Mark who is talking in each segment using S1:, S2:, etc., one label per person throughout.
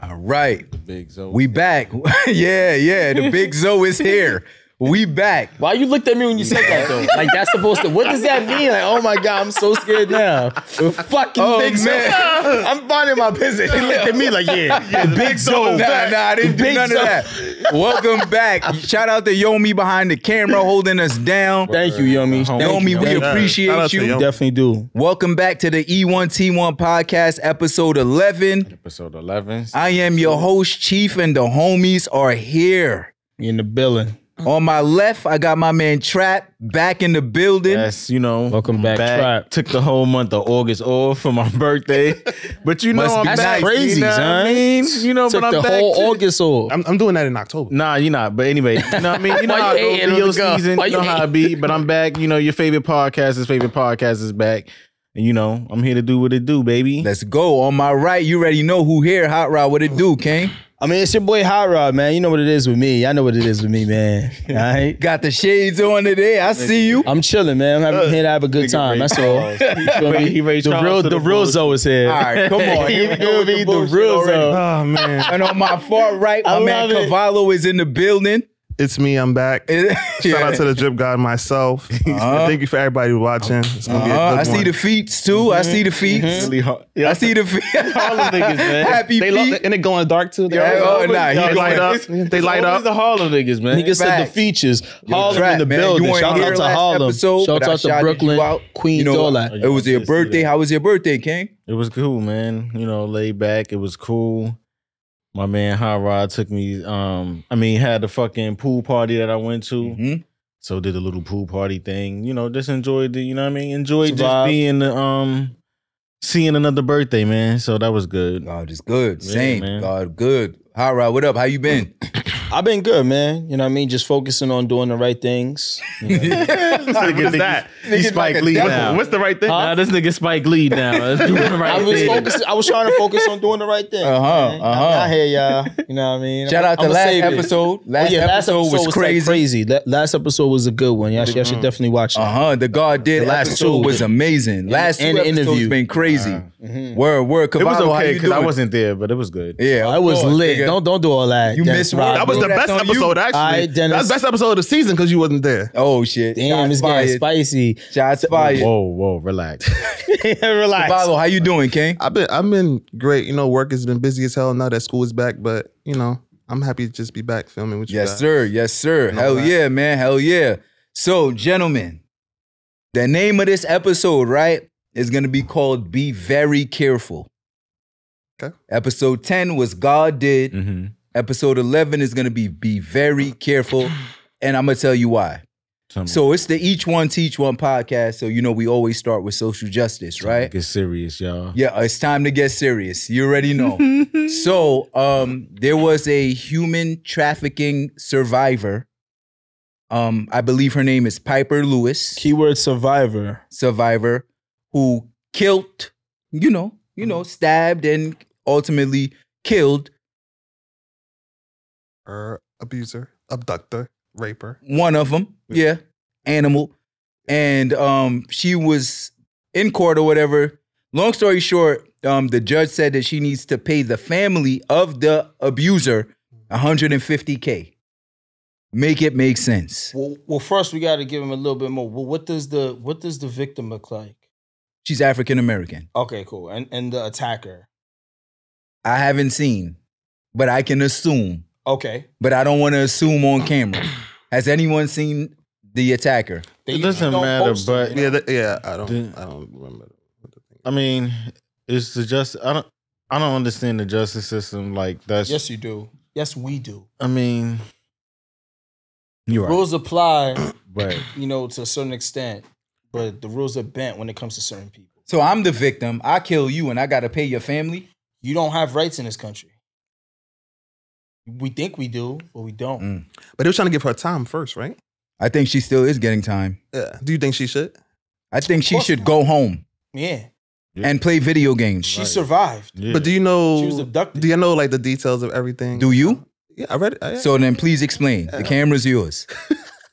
S1: All right.
S2: The big Zoe.
S1: We back. yeah, yeah. The big Zoe is here. We back.
S3: Why you looked at me when you said that though? Like that's supposed to. What does that mean? Like, oh my god, I'm so scared now. The fucking
S1: Oh,
S3: big Zoe.
S1: man.
S3: I'm finding my business. He looked at me like, yeah, the big Zoe.
S1: Nah, nah, I didn't do
S3: Big
S1: none
S3: Zoe.
S1: of that. Welcome back. Shout out to Yomi behind the camera holding us down.
S3: Thank you, Yomi. Thank
S1: Yomi,
S3: you,
S1: we
S3: Yomi.
S4: Shout
S1: appreciate
S4: out to
S1: you.
S4: Yomi.
S3: definitely do.
S1: Welcome back to the E E1T1 podcast, episode 11.
S2: Episode 11.
S1: I am your host, Chief, and the homies are here.
S3: In the building.
S1: On my left, I got my man Trap back in the building.
S4: Yes, you know.
S3: Welcome back, Trap.
S4: Took the whole month of August off for my birthday, but you know
S1: Must
S4: I'm
S1: be
S4: back.
S1: nice,
S3: you
S4: you
S3: know what I
S4: I mean? You know,
S3: Took
S4: but I'm
S3: the
S4: back.
S3: whole
S4: to-
S3: August off.
S5: I'm, I'm doing that in October.
S4: Nah, you're not. But anyway, you know what I mean? You know
S3: Why
S4: how
S3: you
S4: I go,
S3: hating on
S4: Leo
S3: the girl?
S4: season,
S3: Why
S4: you
S3: you
S4: know how I be, but I'm back. You know, your favorite podcast is favorite podcast is back. And you know, I'm here to do what it do, baby.
S1: Let's go. On my right, you already know who here. Hot Rod, what it do, King?
S6: I mean, it's your boy Hot Rod, man. You know what it is with me. I know what it is with me, man. All right.
S1: Got the shades on today. I see you.
S6: I'm chilling, man. I'm having, here to have a good time. That's all. You feel me?
S4: He Ray
S6: The
S4: Charles
S6: real,
S4: to
S6: the real Zoe is here.
S1: All right, come on. Here we go
S6: You
S1: with the
S6: feel me?
S1: bullshit
S6: The real
S1: already.
S6: Zoe.
S5: Oh man,
S1: And on my far right,
S6: I
S1: my man
S6: love it.
S1: Cavallo is in the building. Uh-huh.
S5: it's me. I'm back. Shout out to the drip god myself. Thank you for everybody watching. It's gonna be a good
S1: Uh, I
S5: one.
S1: see the feats too. I see the feats.
S4: Really hard.
S1: I see the feet.
S4: Harlem niggas, man.
S1: Happy
S5: They
S1: feet.
S5: love and it going dark too. They
S1: Yeah,
S5: always-
S1: oh, nah, he
S5: they
S1: going-
S5: light up. They light up.
S4: the Harlem niggas, man.
S6: Nigga said the
S1: Facts.
S6: features. Harlem in the
S1: man. You
S6: building.
S1: weren't
S6: Shout
S1: here
S6: out to
S1: last
S6: Harlem.
S1: episode,
S6: Shout
S1: but I
S6: out to
S1: shouted you
S6: Brooklyn,
S1: out.
S6: Queens,
S1: You know,
S6: all that.
S1: It was your birthday. How was your birthday, King?
S4: It was cool, man. You know, laid back. It was cool. My man Hot Rod took me. Um, I mean, had the fucking pool party that I went to.
S1: Mhm.
S4: So did a little pool party thing. You know, just enjoyed it. You know what I mean? Enjoyed
S6: It's a
S4: just
S6: vibe.
S4: being the um, seeing another birthday, man. So that was good.
S1: God is good.
S4: Yeah,
S1: Same.
S4: man.
S1: God good. Hot Rod, what up? How you been?
S6: I've been good, man. You know what I mean? Just focusing on doing the right things.
S5: What is that?
S4: He Spike Lee
S5: What's,
S4: now.
S5: what's the right thing?
S4: Nah, this nigga Spike Lee now. Let's do the
S6: I
S4: right
S6: was
S4: thing.
S6: focused, I was trying to focus on doing the right thing.
S1: Uh huh.
S6: I,
S1: Uh
S6: I
S1: huh.
S6: hear y'all. You know what I mean?
S1: Shout out to
S6: I'ma
S1: last
S6: save it.
S1: episode. Last,
S6: Oh, yeah, last
S1: episode, was,
S6: like,
S1: crazy.
S6: La- last episode was a good one. Y'all, should- y'all should definitely watch it.
S1: Uh huh. The God did
S6: The last
S1: last episode
S6: two.
S1: was amazing. Last
S6: and
S1: two
S6: the
S1: episodes
S6: interview.
S1: been crazy.
S6: Mhm.
S1: Word word.
S4: It was
S1: Cavallo, how
S4: okay
S1: you
S4: because I
S1: doing?
S4: wasn't there, but it was good.
S1: Yeah,
S6: I
S1: of
S6: was
S1: course,
S6: lit.
S1: nigga.
S6: Don't don't do all that.
S1: You
S6: Dennis
S1: missed one.
S6: Rodman.
S5: That was
S1: Bro,
S5: the
S1: that's
S5: best
S1: on you.
S5: episode actually.
S6: All right, Dennis.
S5: That's the best episode of the season because you wasn't there.
S1: Oh shit!
S6: Damn, it's
S1: Shots fired.
S6: getting spicy.
S1: Shots fired.
S4: Whoa, whoa, relax.
S6: Relax.
S1: Cavallo, how you doing, King?
S5: I've been I've been great. You know, work has been busy as hell now that school is back, but you know, I'm happy to just be back filming with you.
S1: Yes,
S5: guys.
S1: sir. Yes, sir.
S5: know
S1: Hell
S5: that.
S1: yeah, man. Hell yeah. So, gentlemen, the name of this episode, right, is going to be called Be Very Careful.
S5: Okay.
S1: Episode 10 was God Did.
S6: Mm.
S4: hmm
S1: Episode 11 is going to be Be Very Careful. And I'm going to tell you why. So, it's the Each One Teach One podcast. So, you know, we always start with social justice, right?
S4: Get serious, y'all.
S1: Yeah, it's time to get serious. You already know. so, um, there was a human trafficking survivor. Um, I believe her name is Piper Lewis,
S6: Keyword survivor.
S1: survivor, who killed, you know, you know, stabbed and ultimately killed
S5: Or Er, abuser, abductor, raper.
S1: one of them. Yeah, animal, and um, she was in court or whatever. Long story short, um, the judge said that she needs to pay the family of the abuser 150k. Make it make sense.
S6: Well, well, first we got to give him a little bit more. Well, what does the what does the victim look like?
S1: She's African American.
S6: Okay, cool. And and the attacker.
S1: I haven't seen, but I can assume.
S6: Okay.
S1: But I don't want to assume on camera. Has anyone seen the attacker?
S6: They
S4: It
S6: usually
S4: doesn't
S6: don't
S4: matter,
S6: post it,
S4: but-
S6: you know?
S5: Yeah, that, yeah. I don't.
S4: Dude.
S5: I don't remember. what the thing-
S4: I mean, it's the just. I don't. I don't understand the justice system like that's.
S6: yes, you do. Yes, we do.
S4: I mean, you're right,
S6: Rules apply,
S4: but
S6: you know, to a certain extent, but the rules are bent when it comes to certain people.
S1: So I'm the victim. I kill you, and I got to pay your family.
S6: You don't have rights in this country. We think we do, but we don't.
S1: Mm.
S5: But they were trying to give her time first, right?
S1: I think she still is getting time.
S5: Yeah. Do you think she should?
S1: I think she
S6: course
S1: should
S6: not.
S1: go home
S6: Yeah,
S1: and play video games.
S6: she survived.
S4: yeah.
S5: But do you know?
S6: She was abducted.
S5: do you know like the details of everything?
S1: Do you?
S5: yeah, I read it. I,
S1: So then please explain. The camera's yours.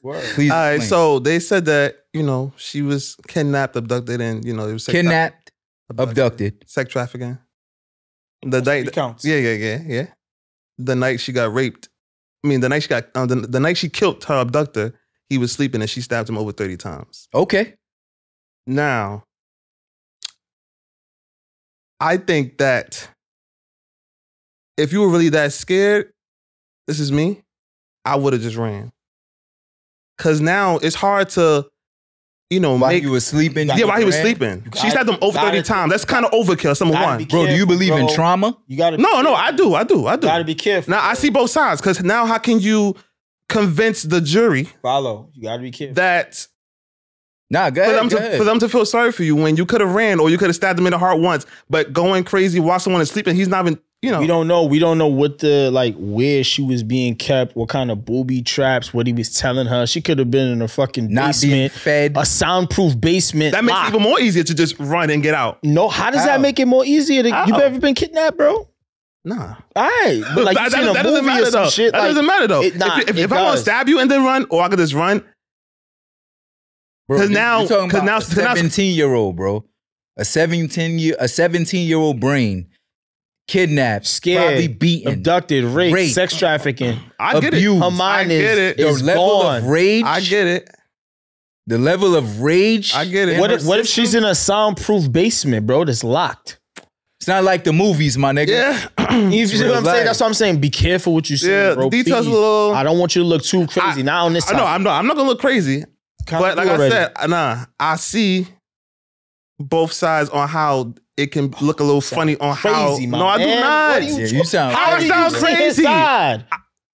S6: Word.
S1: Please
S5: all right.
S1: explain.
S5: So they said that you know she was kidnapped, abducted, and you know it was sex tra-
S1: kidnapped, abducted.
S5: sex trafficking. The
S7: It
S5: night,
S7: counts.
S5: yeah, yeah, yeah, yeah. The night she got raped. I mean, the night she got uh, the, the night she killed her abductor. He was sleeping and she stabbed him over thirty times.
S1: Okay.
S5: Now, I think that if you were really that scared, this is me, I would have just ran. Cause now it's hard to, you know,
S1: While
S5: make
S1: you were sleeping.
S5: yeah, while he was
S1: ran?
S5: sleeping.
S7: You
S5: She stabbed him over
S7: gotta-
S5: 30 times. That's kind of overkill, number
S7: gotta
S5: one.
S7: be
S1: Bro, do you
S7: Careful,
S1: believe in
S7: bro.
S1: trauma?
S7: You gotta. be
S5: No,
S7: careful.
S5: no, I do. I do. I do.
S7: Gotta be careful.
S5: Now, I see both sides because now how can you convince the jury
S7: Follow. You gotta be careful.
S5: that
S1: Nah, go
S5: for
S1: ahead.
S5: them,
S1: go
S5: to,
S1: ahead.
S5: for them to feel sorry for you when you could have ran or you could have stabbed him in the heart once, but going crazy while someone is sleeping, he's not even, you know.
S7: We
S6: We don't know. We don't know what the like where she was being kept, what kind of booby traps, what he was telling her. She could have been in a fucking
S1: Not being
S6: basement,
S1: fed.
S5: Uh,
S6: a soundproof basement.
S5: that makes
S6: locked.
S5: it even more easier to just run and get out.
S6: no. How does
S1: How?
S6: that make it more easier? To,
S5: How?
S6: you ever been kidnapped, bro?
S5: Nah.
S6: All right, but like you
S5: that, that-
S6: seen a movie
S5: that doesn't matter
S6: or some
S5: though.
S6: shit.
S5: that
S6: like,
S5: doesn't matter though.
S6: it- nah,
S5: if if,
S6: it
S5: if I want
S6: does.
S5: to stab you and then run, or I could just run,
S1: Bro,
S5: 'Cause
S1: you-
S5: now-
S1: you're talking
S5: 'cause
S1: about
S5: now-
S1: a
S5: 'cause now-
S1: 17 year old, bro. A 17 year a 17 year old brain kidnapped,
S6: Scared,
S1: probably beaten.
S6: abducted, raped,
S1: Raped.
S6: sex trafficking.
S5: I get
S1: Abuse.
S5: it.
S6: Her mind
S5: I
S6: is,
S5: get it.
S1: the
S6: is
S1: level
S6: gone.
S1: of rage,
S5: I get it.
S1: the level of rage.
S5: I get it.
S1: in
S6: what
S1: her
S6: if, what if
S1: system-
S6: she's in a soundproof basement, bro? That's locked.
S1: It's not like the movies, my nigga.
S5: Yeah.
S6: You see what I'm saying? That's what I'm saying. Be careful what you say,
S5: Hmm. yeah.
S6: bro.
S5: the details
S6: please.
S5: a little.
S6: I don't want you to look too crazy. now on this
S5: I
S6: side.
S5: know I'm not. I'm not gonna look crazy, but like I said, nah. I see both sides on how it can look a little funny on how.
S7: crazy, my
S5: No, I do
S6: man.
S5: not.
S6: What do
S1: Yeah, you sound
S5: How
S1: crazy.
S5: it sounds
S1: bro.
S5: crazy.
S6: Side.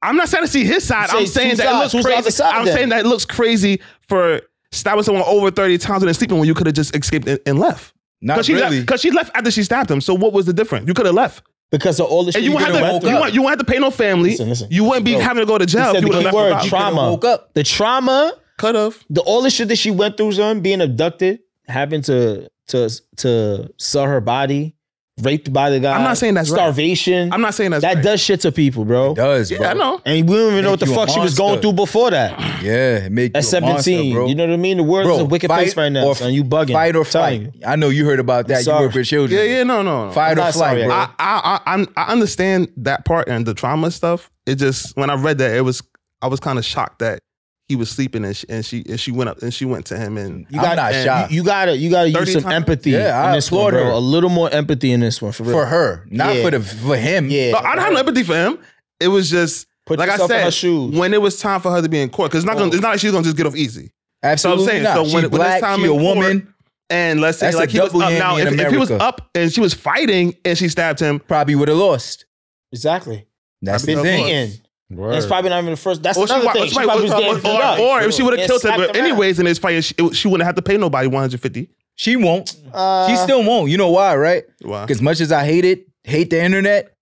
S5: I'm not saying to see his side.
S6: You say
S5: I'm
S6: two
S5: saying that
S6: sides.
S5: it
S6: Who's
S5: looks
S6: the other
S5: crazy.
S6: side
S5: I'm
S6: then?
S5: saying that it looks crazy for stabbing someone over 30 times and then sleeping when you could have just escaped and, and left.
S1: Not
S5: Because she
S1: really.
S5: left. Because she left after she stabbed him. So what was the difference? You could have left,
S6: Because of all the shit
S5: and you
S6: could've
S5: wouldn't
S6: went
S5: have to.
S6: through.
S5: You wouldn't, you wouldn't have to pay no family.
S6: Listen, listen.
S5: You wouldn't be
S6: Yo.
S5: having to go to jail.
S6: said
S5: if
S6: the
S5: You would
S6: key
S5: have
S6: word,
S5: left.
S6: trauma.
S1: woke up.
S6: The trauma,
S5: Could have.
S6: the all the shit that she went through, son, being abducted, having to to to sell her body, raped by the guy.
S5: I'm not saying that's right.
S6: starvation.
S5: I'm not saying that's
S6: that
S5: right.
S6: does shit to people, bro.
S1: It does, bro.
S5: Yeah, I know.
S6: And we don't even know what the
S1: Make you a
S6: fuck she was going
S1: monster.
S6: through before that.
S1: Yeah, it make
S6: At
S1: you a monster,
S6: 17,
S1: bro.
S6: you know what I mean? The world
S1: Bro,
S6: is a wicked
S1: fight
S6: place right now,
S1: or
S6: son. You bugging?
S1: fight or
S6: I'm telling
S1: flight.
S6: you.
S1: I know you heard about that. You
S6: sorry.
S1: work with children.
S5: Yeah, yeah, no, no. no.
S1: Fight
S6: I'm
S1: or
S6: not sorry,
S1: flight, bro.
S5: I, I, I, I'm, I understand that part and the trauma stuff. It just when I read that, it was I was kind of shocked that he was sleeping and she, and she and she went up and she went to him and
S6: You
S1: I'm
S6: got
S1: not
S6: you-
S1: shocked.
S6: You, gotta you gotta use
S5: 30
S6: some
S5: times?
S6: empathy
S1: Yeah,
S6: in
S1: I
S6: this one,
S1: applaud her.
S6: bro. A little more empathy in this one for real.
S1: for her, not
S6: Yeah.
S1: for the for him.
S6: Yeah.
S5: No, I don't have no empathy for him. It was just
S6: Put
S5: like I
S6: yourself in
S5: said,
S6: her shoes.
S5: when it was time for her to be in court, because it's not gonna, it's not like she's gonna just get off easy. So I'm
S1: absolutely.
S5: saying,
S1: not.
S5: so
S1: She
S5: when- when it's
S1: black,
S5: time
S1: she
S5: in
S1: a
S5: court-
S1: woman,
S5: And let's say
S1: That's a
S5: like he was up
S1: double
S5: now.
S1: whammy
S5: If,
S1: in
S5: if he was
S1: America.
S5: up and she was fighting and she stabbed him,
S1: probably would have lost.
S7: Exactly.
S1: That's the
S5: Been
S1: thing.
S7: Beaten.
S4: Word.
S7: That's probably not even the first. That's
S5: or she,
S7: another
S5: wa-
S7: thing.
S5: or
S7: She
S5: she might-
S7: probably was
S5: or-
S7: getting
S5: or-
S7: beat
S5: or
S7: up.
S5: if she would have
S7: Yeah,
S5: killed him,
S7: slapped
S5: but
S7: around.
S5: anyways, in this fight, she, she wouldn't have to pay nobody 150.
S1: She won't.
S7: Uh,
S1: she still won't. You know why, right?
S5: Wow.
S1: Because much as I hate it, hate the internet,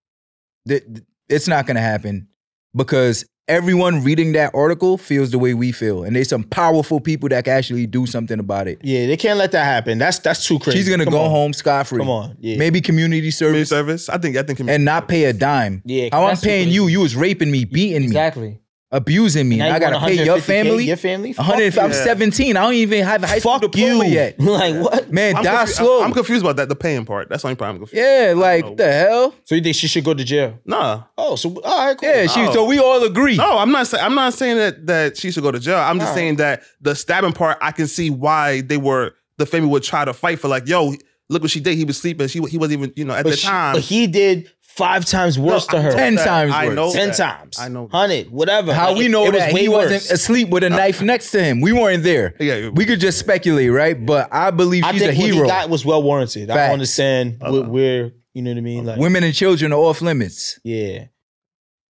S1: th- th- it's not gonna happen because everyone reading that article feels the way we feel, and there's some powerful people that can actually do something about it.
S6: Yeah, they can't let that happen. That's that's too crazy.
S1: She's gonna
S6: Come
S1: go
S6: on.
S1: home scot free.
S6: Come on, yeah.
S1: Maybe community
S5: Community
S1: service
S5: service. I think I think
S1: and not pay a dime.
S7: Yeah,
S1: How I'm
S7: that's super
S1: paying you? You was raping me, beating me,
S7: Exactly.
S1: abusing me.
S7: Now
S1: and
S7: you
S1: I gotta
S7: want
S1: pay your
S7: 150K,
S1: family.
S7: Your family. Fuck
S1: 100. I'm
S5: you. Yeah.
S1: 17. I don't even have a high school
S6: Fuck
S1: diploma
S6: you.
S1: yet.
S7: you. like what?
S1: Man,
S5: I'm
S1: die
S5: confused-
S1: slow.
S5: I'm, I'm confused about that, the paying part. That's the only part I'm confused.
S1: yeah,
S5: I
S1: like
S5: don't
S1: the hell?
S6: So you think she should go to jail?
S5: Nah.
S6: Oh, so all right, cool.
S1: Yeah, she.
S5: No.
S1: So we all agree.
S5: No, I'm not saying I'm not saying that that she should go to jail. I'm just
S7: All right.
S5: saying that the stabbing part, I can see why they were the family would try to fight for like, yo, look what she did. He was sleeping. She he wasn't even, you know, at
S6: but,
S5: the
S6: she-
S5: time.
S6: but he did five times worse
S5: No,
S6: to
S5: I
S6: her.
S5: know
S1: Ten
S5: that.
S1: times
S5: I
S1: worse.
S5: know
S6: Ten
S5: that.
S6: times.
S5: I know that.
S6: Hundred, whatever.
S1: How
S6: Like,
S1: we
S6: it-
S1: know
S6: it
S1: that
S6: was
S1: he
S6: way
S1: wasn't
S6: worse.
S1: asleep with a knife next to him. We weren't there.
S5: Yeah,
S1: We could just speculate, right? But I believe
S6: I
S1: she's a
S6: think what he
S1: hero.
S6: got was well warranted.
S1: Facts. Uh-huh.
S6: I understand where, where you know what I mean. Like,
S1: Women and children are off limits,
S6: yeah,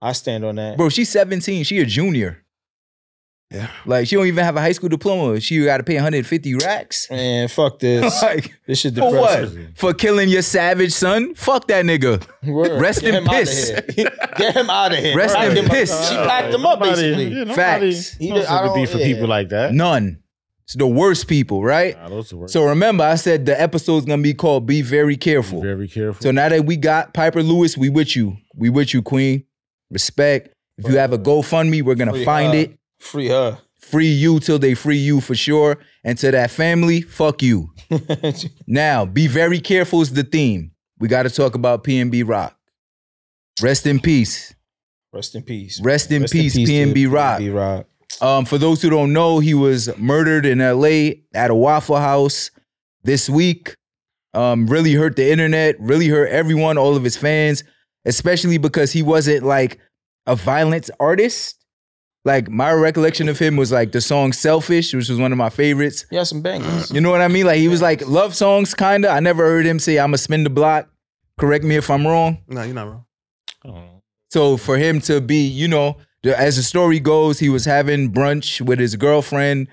S6: I stand on that.
S1: bro. She's 17. She a junior.
S5: Yeah.
S1: Like she don't even have a high school diploma. She got to pay 150 racks.
S6: Man, fuck this.
S1: like
S6: this shit
S1: for what?
S6: depressing.
S1: For killing your savage son? Fuck that nigga.
S6: Word.
S1: Rest
S6: Get
S1: in
S6: him outta
S1: piss.
S6: here. Get him out of here.
S1: Rest
S6: Pack
S1: in
S6: him up.
S1: piss.
S6: She packed him up basically.
S4: Yeah, nobody,
S1: Facts.
S6: He
S4: no
S6: did- I
S4: sympathy
S6: don't-
S4: for
S6: yeah.
S4: people like that.
S1: None. It's the worst people, right?
S4: Nah, those are words.
S1: So remember, I said the episode's gonna be called "Be Very Careful."
S4: Very careful.
S1: So now that we got Piper Lewis, we with you. We with you, Queen. Respect. If you have a GoFundMe, we're gonna
S7: Free
S1: find
S6: uh,
S7: her.
S1: it.
S7: Free her.
S1: Free you till they free you for sure. And to that family, fuck you. now, be very careful is the theme. we got to talk about PNB Rock. Rest in peace.
S6: Rest in peace.
S1: Rest in
S3: Rest
S1: peace,
S3: to
S1: PNB Rock.
S3: PNB Rock.
S1: Um, for those who don't know, he was murdered in LA at a Waffle House this week. Um, really hurt the internet, really hurt everyone, all of his fans, especially because he wasn't like a violence artist. Like my recollection of him was like the song Selfish, which was one of my favorites.
S6: Yeah, some bangers.
S1: You know what I mean? Like he was like love songs kinda. I never heard him say I'ma spin the block. Correct me if I'm wrong.
S5: No, you're not wrong.
S1: So for him to be, you know, the, as the story goes, he was having brunch with his girlfriend,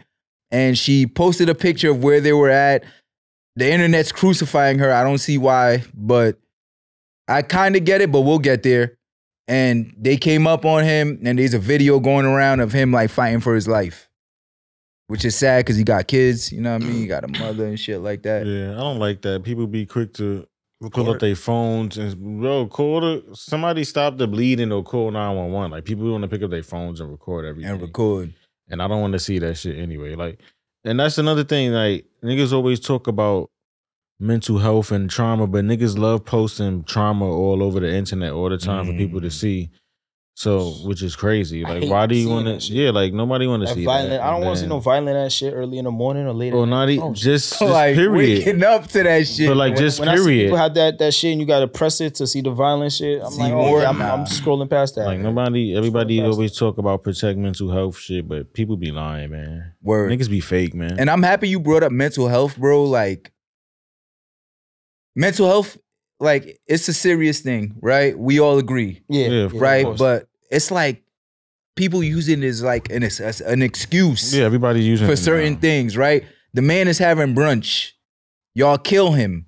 S1: and she posted a picture of where they were at. The internet's crucifying her. I don't see why, but I kind of get it. But we'll get there. And they came up on him, and there's a video going around of him like fighting for his life, which is sad because he got kids. You know what I mean? He got a mother and shit like that.
S4: Yeah, I don't like that. People be quick to pull up
S5: Record.
S4: their phones and yo call the, somebody stop the bleeding or call nine one one. Like people want to pick up their phones and record everything.
S1: And record.
S4: and I don't want to see that shit anyway. Like, and that's another thing. Like niggas always talk about mental health and trauma, but niggas love posting trauma all over the internet all the time for people to
S1: Mm.
S4: see. So, which is crazy.
S6: I
S4: Like,
S6: hate
S4: why do you
S6: seeing
S4: want
S6: that
S4: to?
S6: shit.
S4: Yeah, like nobody want to
S6: That
S4: see
S6: violent.
S4: that.
S6: I don't
S4: And
S6: want to see
S4: then-
S6: no violent ass shit early in the morning or later.
S4: Or
S6: at
S4: not
S6: night.
S4: e-
S6: Oh,
S4: just, just
S1: like
S4: period.
S1: waking up to that shit.
S4: But like
S6: When-
S4: just
S6: when I see
S4: period.
S6: people had that that shit and you gotta press it to see the violent shit. I'm
S1: See
S6: like, oh,
S1: more?
S6: yeah, I'm,
S1: Nah.
S6: I'm scrolling past that.
S4: Like nobody, everybody
S6: That's-
S4: always talk about protect mental health shit, but people be lying, man.
S1: Word.
S4: Niggas be fake, man.
S1: And I'm happy you brought up mental health, bro. Like, mental health, like, it's a serious thing, right? We all agree,
S6: yeah,
S4: Yeah, of
S6: yeah,
S1: right?
S6: course.
S1: But it's like people using it as like an, ex- as an excuse
S4: yeah, everybody using
S1: for
S4: it
S1: certain
S4: now.
S1: things, right? The man is having brunch. Y'all kill him.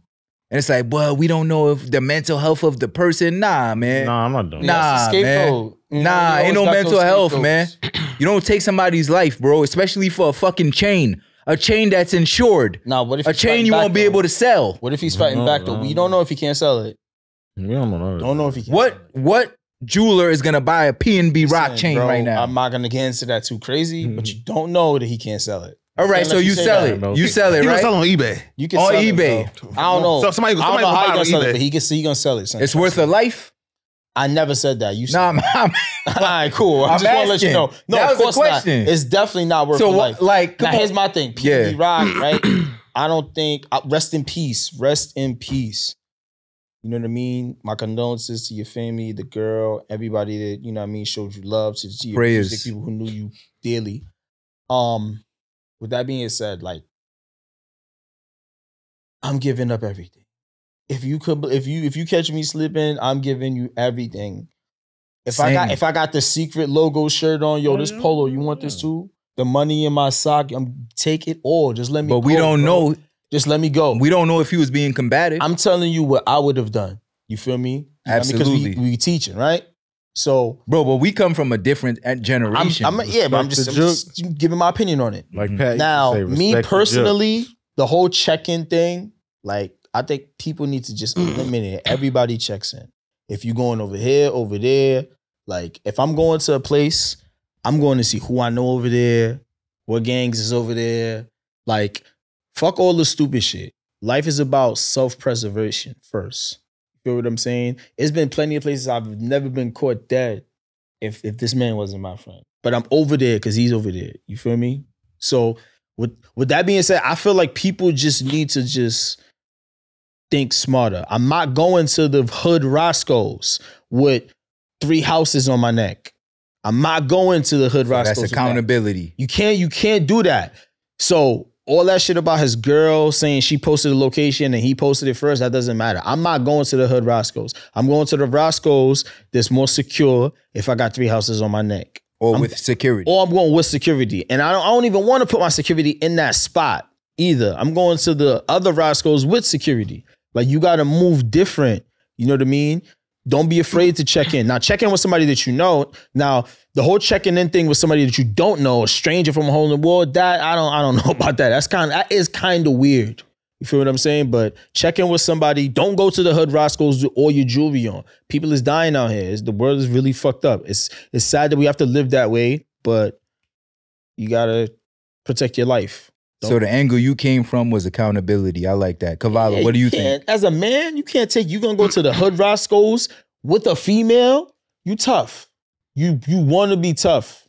S1: And it's like, well, we don't know if the mental health of the person. Nah, man.
S4: Nah, I'm not doing.
S1: Nah.
S4: Nah.
S6: it's a
S1: man.
S6: scapegoat. You know,
S1: Nah,
S6: you
S1: ain't no
S6: always got
S1: mental
S6: those
S1: health,
S6: scapegoats.
S1: You don't take somebody's life, bro, especially for a fucking chain, a chain that's insured,
S6: Nah, what if
S1: a
S6: he's
S1: chain
S6: fighting
S1: you won't
S6: back,
S1: be
S6: though?
S1: able to sell.
S6: What if he's
S4: No,
S6: fighting back though?
S4: no,
S6: We don't know if he can't sell it.
S4: We don't know. none of
S6: Don't
S4: that.
S6: know if he can.
S1: What what jeweler is gonna buy a P&B
S6: I'm
S1: rock
S6: saying,
S1: chain
S6: bro,
S1: right now?
S6: I'm not gonna get into that too crazy, but you don't know that he can't sell it.
S1: All right,
S6: Can't
S1: so
S6: let
S1: you
S6: say
S1: sell
S6: that.
S1: it.
S4: bro.
S1: You sell it,
S5: You can
S1: right?
S5: sell on eBay.
S6: You can
S1: On
S6: sell it,
S1: eBay.
S6: bro. I don't know.
S5: So somebody,
S6: I don't
S5: somebody
S6: know how
S5: buy
S6: he
S5: it
S6: gonna
S5: on
S6: sell it,
S5: eBay.
S6: but he can see he gonna sell it. Son.
S1: It's worth a life.
S6: I never said that. You said
S1: Nah, I'm, I'm-
S6: All right, cool. I
S1: I'm
S6: just want to let you
S1: asking.
S6: know. No,
S1: That was
S6: of
S1: a
S6: course
S1: question.
S6: not. It's definitely not worth
S1: so
S6: your
S1: what,
S6: life.
S1: like,
S6: Now
S1: come on.
S6: here's my thing.
S1: Yeah.
S6: PB Rock, right? I don't think. I, rest in peace. Rest in peace. You know what I mean? My condolences to your family, the girl, everybody that you know what I mean showed you love to, to your
S1: Prayers.
S6: music, people who knew you dearly. Um, with that being said, like I'm giving up everything. If you could, if you if you catch me slipping, I'm giving you everything. If I got
S1: Same.
S6: if I got the secret logo shirt on, yo,
S4: Oh,
S6: this
S4: yeah.
S6: polo, you want
S1: Mm.
S6: this too? The money in my sock, I'm take it all. Just let me.
S1: but we
S6: go,
S1: don't
S6: bro.
S1: know.
S6: Just let me go.
S1: We don't know if he was being combative.
S6: I'm telling you what I would have done. You feel me? You know what I mean? 'Cause
S1: Absolutely.
S6: we, we teaching right. So
S1: bro, but we come from a different uh,
S6: I'm,
S1: generation. Mm-hmm.
S6: I'm yeah, but I'm just, I'm just giving my opinion on it.
S4: Like Pat. used to
S6: Now,
S4: say,
S6: me
S4: respect the
S6: personally,
S4: judge.
S6: the whole check-in thing, like I think people need to just eliminate it. Everybody checks in. If you're going over here, over there, like if I'm going to a place, I'm going to see who I know over there, what gangs is over there. Like, fuck all the stupid shit. Life is about self-preservation first. You feel what I'm saying? It's been plenty of places I've never been caught dead if if this man wasn't my friend. But I'm over there because he's over there. You feel me? So with with that being said, I feel like people just need to just think smarter. I'm not going to the hood Roscoe's with three houses on my neck. I'm not going to the hood Roscoe's.
S1: That's
S6: with that.
S1: accountability.
S6: You can't you can't do that. So all that shit about his girl saying she posted the location and he posted it first, that doesn't matter. I'm not going to the hood Roscoe's. I'm going to the Roscoe's that's more secure if I got three houses on my neck.
S1: Or
S6: I'm-
S1: with security.
S6: Or I'm going with security. And I don't, I don't even want to put my security in that spot either. I'm going to the other Roscoe's with security. Like you gotta move different. You know what I mean? Don't be afraid to check in. Now check in with somebody that you know. Now the whole checking in thing with somebody that you don't know, a stranger from a whole new world, that I don't I don't know about that. That's kind of that is kind of weird. You feel what I'm saying? But check in with somebody. Don't go to the hood Roscoe's with all your jewelry on. People is dying out here. It's, the world is really fucked up. It's it's sad that we have to live that way, but you gotta protect your life.
S1: So the angle you came from was accountability. I like that. Cavallo,
S6: Yeah,
S1: what do you think?
S6: can't- As a man, you can't take. You gonna go to the hood Roscoe's with a female? You tough. You you want to be tough.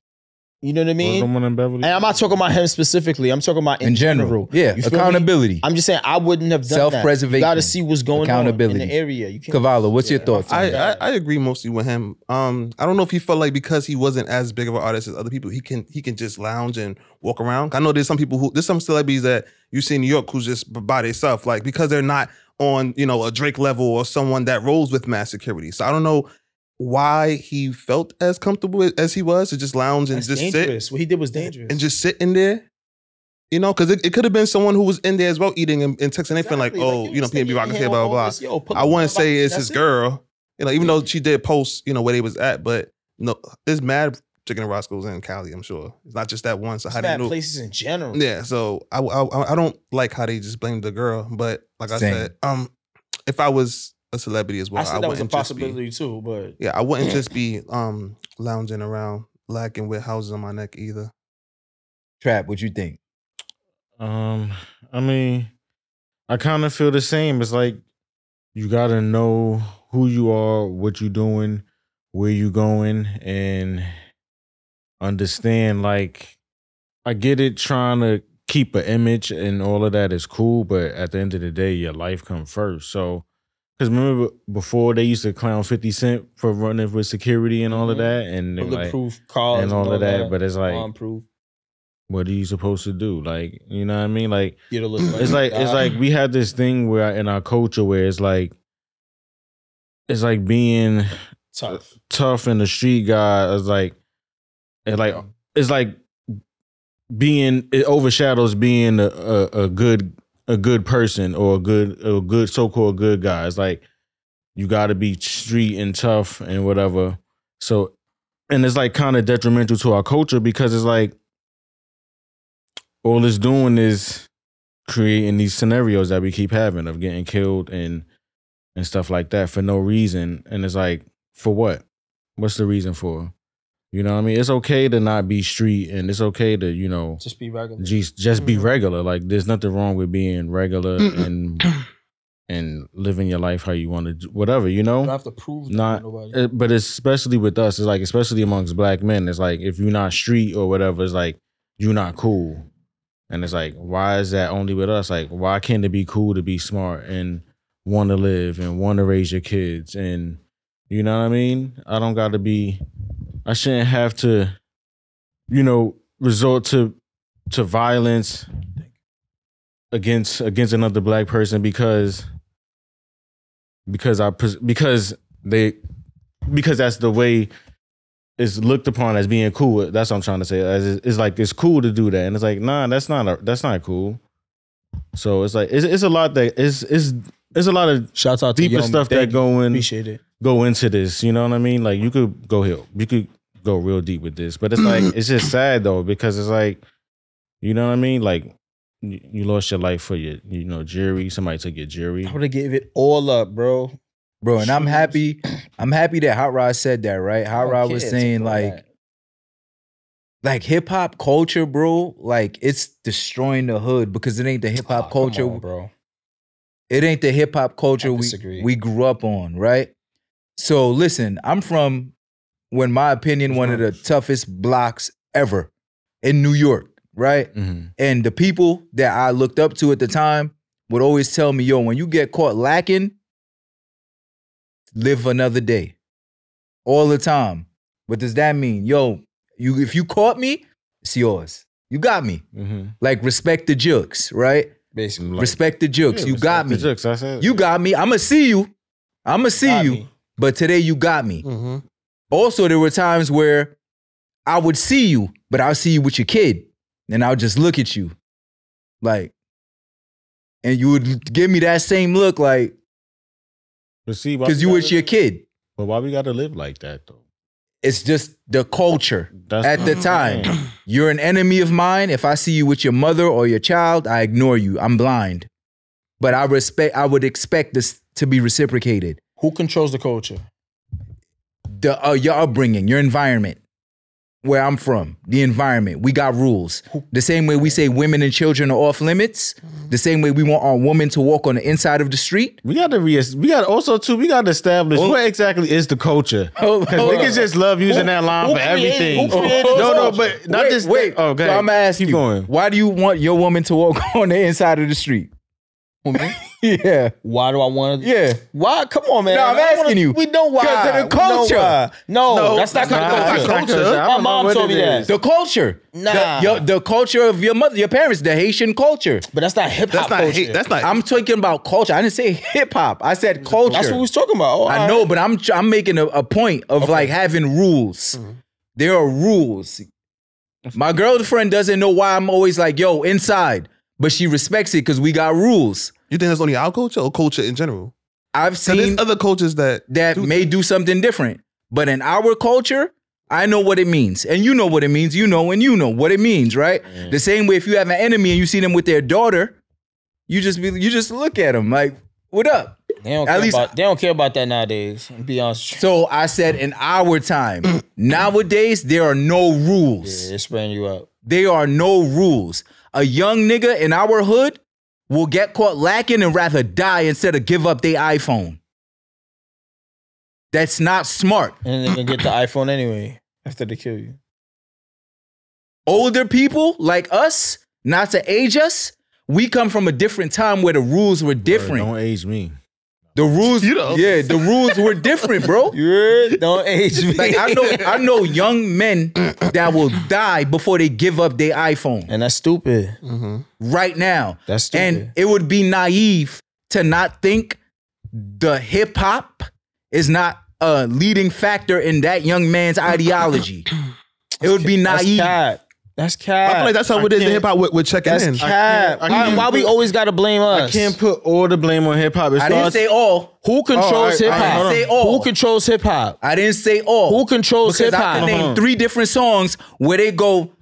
S6: You know what I
S4: Was
S6: mean?
S4: someone in Beverly?
S6: And I'm not talking about him specifically. I'm talking about in,
S1: In general, yeah,
S6: You feel me?
S1: accountability.
S6: I'm just saying I wouldn't have done That. You
S1: Self-preservation.
S6: got to see what's going on in
S1: Accountability.
S6: the area. You can't.
S1: Cavallo, what's your
S6: Yeah.
S1: thoughts? on
S5: I,
S1: that?
S5: I I agree mostly with him. Um, I don't know if he felt like because he wasn't as big of an artist as other people, he can he can just lounge and walk around. I know there's some people who there's some celebrities that you see in New York who's just b- by themselves, like because they're not on you know a Drake level or someone that rolls with mass security. So I don't know why he felt as comfortable as he was to just lounge and
S6: That's
S5: just sit
S6: dangerous. What he did was dangerous.
S5: and just sit in there. You know, because it, it could have been someone who was in there as well eating and, and texting. They feel like, oh, you know, PNB Rock here, blah, blah, blah. I wouldn't say it's his girl. You know, even though she did post, you know, where they was at, but no, it's mad chicken and Roscoe's in Cali, I'm sure. It's not just that one. So how do you
S6: Bad
S5: know?
S6: places in general.
S5: Yeah, so I, I I don't like how they just blame the girl, but like I
S1: Same.
S5: said, um, if I was a celebrity as
S6: I
S5: well, I,
S6: said that was a
S5: wouldn't just be,
S6: possibility too, but
S5: yeah, I wouldn't just be um lounging around lacking with houses on my neck either.
S1: Trap, what you think?
S4: Um, I mean, I kind of feel the same. It's like you gotta know who you are, what you doing, where you going, and understand. Like, I get it, trying to keep an image and all of that is cool, but at the end of the day, your life come first. So, because remember before they used to clown Fifty Cent for running with security and all of
S6: Mhm.
S4: that, and they, like,
S6: bulletproof cars
S4: and all of that. But it's like,
S6: bomb-proof.
S4: what are you supposed to do? Like, you know what I mean? Like.
S6: You don't look
S4: It's like it's
S6: God.
S4: like we have this thing where in our culture where it's like it's like being
S6: tough.
S4: tough in the street guy is like it's like it's like being it overshadows being a, a, a good a good person or a good a good so-called good guy. It's like you gotta be street and tough and whatever. So and it's like kind of detrimental to our culture because it's like all it's doing is creating these scenarios that we keep having of getting killed and and stuff like that for no reason. And it's like, for what? What's the reason for? You know what I mean? It's okay to not be street and it's okay to, you know,
S6: Just be regular.
S4: just just be
S5: Mhm.
S4: regular. Like there's nothing wrong with being regular and and living your life how you want to do whatever, you
S6: You don't
S4: know?
S6: have to prove
S4: Not-
S6: not to nobody.
S4: It- but especially with us, it's like especially amongst black men, it's like if you're not street or whatever, it's like you're not cool. And it's like, why is that only with us? Like, why can't it be cool to be smart and want to live and want to raise your kids? And you know what I mean? I don't got to be, I shouldn't have to, you know, resort to to violence against against another black person because because I pres- because they because that's the way it's looked upon as being cool. That's what I'm trying to say. As it's, it's like it's cool to do that, and it's like nah, that's not a, that's not cool. So it's like it's, it's a lot that it's it's it's a lot of
S6: Shouts out
S4: deeper stuff that go in
S6: Appreciate it.
S4: go into this. You know what I mean? Like you could go hill, you could go real deep with this, but it's like it's just sad though because it's like you know what I mean? Like you you lost your life for your you know jury. Somebody took your jury.
S6: I would have gave it all up, bro.
S1: Bro, and I'm
S6: Shootings.
S1: happy, I'm happy that Hot Rod said that, right?
S6: I
S1: Hot
S6: don't
S1: Rod was
S6: care
S1: saying
S6: about
S1: like
S6: Oh, that.
S1: like hip hop culture, bro, like it's destroying the hood because it ain't the hip
S6: Oh,
S1: hop
S6: come
S1: culture.
S6: on, bro.
S1: It ain't the hip hop culture we
S6: disagree.
S1: we grew up on, right? So listen, I'm from, when my opinion, one of the toughest blocks ever in New York, right?
S4: Mhm.
S1: And the people that I looked up to at the time would always tell me, yo, when you get caught lacking, live another day. All the time. What does that mean? Yo, you if you caught me, it's yours. You got me.
S4: Mhm.
S1: Like respect the jokes, right?
S6: Basically,
S4: Like-
S1: Mm-hmm. respect the jokes.
S4: Yeah,
S1: you
S4: respect
S1: got
S4: the
S1: me.
S4: jokes, I said
S1: You got me. I'ma see you. I'ma see
S6: got
S1: you.
S6: me.
S1: But today you got me.
S5: Mm-hmm.
S1: Also, there were times where I would see you, but I'll see you with your kid, and I'll just look at you, like, and you would give me that same look, like,
S4: But see, why
S1: because
S4: we
S1: you
S4: gotta-
S1: with your kid.
S4: But why we gotta live like that though?
S1: It's just the culture.
S4: That's
S1: At the
S4: I'm
S1: time.
S4: saying.
S1: You're an enemy of mine. If I see you with your mother or your child, I ignore you. I'm blind, but I respect. I would expect this to be reciprocated.
S6: Who controls the culture?
S1: The uh, your upbringing, your environment. where I'm from, the environment. We got rules. The same way we say women and children are off limits,
S6: Mm-hmm.
S1: the same way we want our woman to walk on the inside of the street.
S4: We got to re. We got also too. We got to establish what exactly is the culture.
S1: Oh. Hold-
S4: Because
S1: hold
S4: niggas
S1: on.
S4: just love using that line for everything. no, no, but not
S1: wait,
S4: just
S1: wait.
S4: Oh, go
S1: So
S4: ahead.
S1: I'm asking
S4: Keep
S1: you,
S4: going.
S1: why do you want your woman to walk on the inside of the street? yeah,
S6: Why do I want to?
S1: yeah.
S6: Why? Come on, man.
S1: No, I'm
S6: I don't
S1: asking
S6: wanna-
S1: you.
S6: We know why.
S1: 'Cause of the
S6: We know
S1: culture.
S6: why. No,
S5: No,
S6: that's not
S5: that's not
S6: culture.
S5: culture.
S4: I
S6: My
S4: don't know
S6: mom
S4: what
S6: told
S4: it
S6: me that.
S4: is.
S1: The culture,
S6: Nah.
S1: the, your- the culture of your mother, your parents, the Haitian culture.
S6: But that's not hip hop
S5: That's not
S6: culture.
S5: hate. That's not.
S1: I'm talking about culture. I didn't say hip hop. I said culture.
S6: That's what we was talking about. Oh,
S1: I
S6: all
S1: know,
S6: right.
S1: but I'm tr- I'm making a, a point of like having rules.
S5: Mm-hmm.
S1: There are rules. My girlfriend doesn't know why I'm always like, yo, inside, but she respects it because we got rules.
S5: you think that's only our culture or culture in general?
S1: I've
S5: So
S1: seen
S5: there's other cultures that
S1: that
S5: do-
S1: may do something different, but in our culture, I know what it means, and you know what it means. You know, and you know what it means, right?
S5: Mm.
S1: The same way, if you have an enemy and you see them with their daughter, you just be, you just look at them like, what up?
S6: They don't
S1: At
S6: care
S1: least-
S6: about they don't care about that nowadays. Be honest. with
S1: So I said in our time. Nowadays, there are no
S6: you. Yeah,
S1: rules.
S6: they're spreading you out.
S1: There are no rules. A young nigga in our hood will get caught lacking and rather die instead of give up their iPhone. That's not smart.
S6: And they're gonna get the iPhone anyway after they kill you.
S1: Older people like us, not to age us, we come from a different time where the rules were different.
S4: Don't age me.
S1: the rules,
S5: You know.
S1: yeah, the rules were different, bro.
S6: You don't age me.
S1: Like I know, I know young men that will die before they give up their iPhone.
S6: and that's stupid.
S5: Mhm.
S1: right now.
S6: That's stupid.
S1: And it would be naive to not think the hip hop is not a leading factor in that young man's ideology. it would be
S6: that's
S1: naive.
S6: cap. That's cap.
S5: I feel like that's how it is in
S4: can't-
S5: hip hop. We're, we're checking
S6: That's
S5: in.
S6: cap.
S4: I can't- I
S6: Why,
S4: can't
S6: why we
S4: put-
S6: always gotta blame us?
S4: I can't put all the blame on hip hop. It
S1: I didn't
S4: starts.
S1: say all.
S6: Who
S4: all right,
S6: controls "Oh." hip
S4: all right,
S1: hold
S6: hop?
S1: on. Say all.
S6: Who controls hip hop?
S1: I didn't say all.
S6: Who controls
S1: Because
S6: hip
S1: I can
S6: hop?
S1: name three different songs where they go,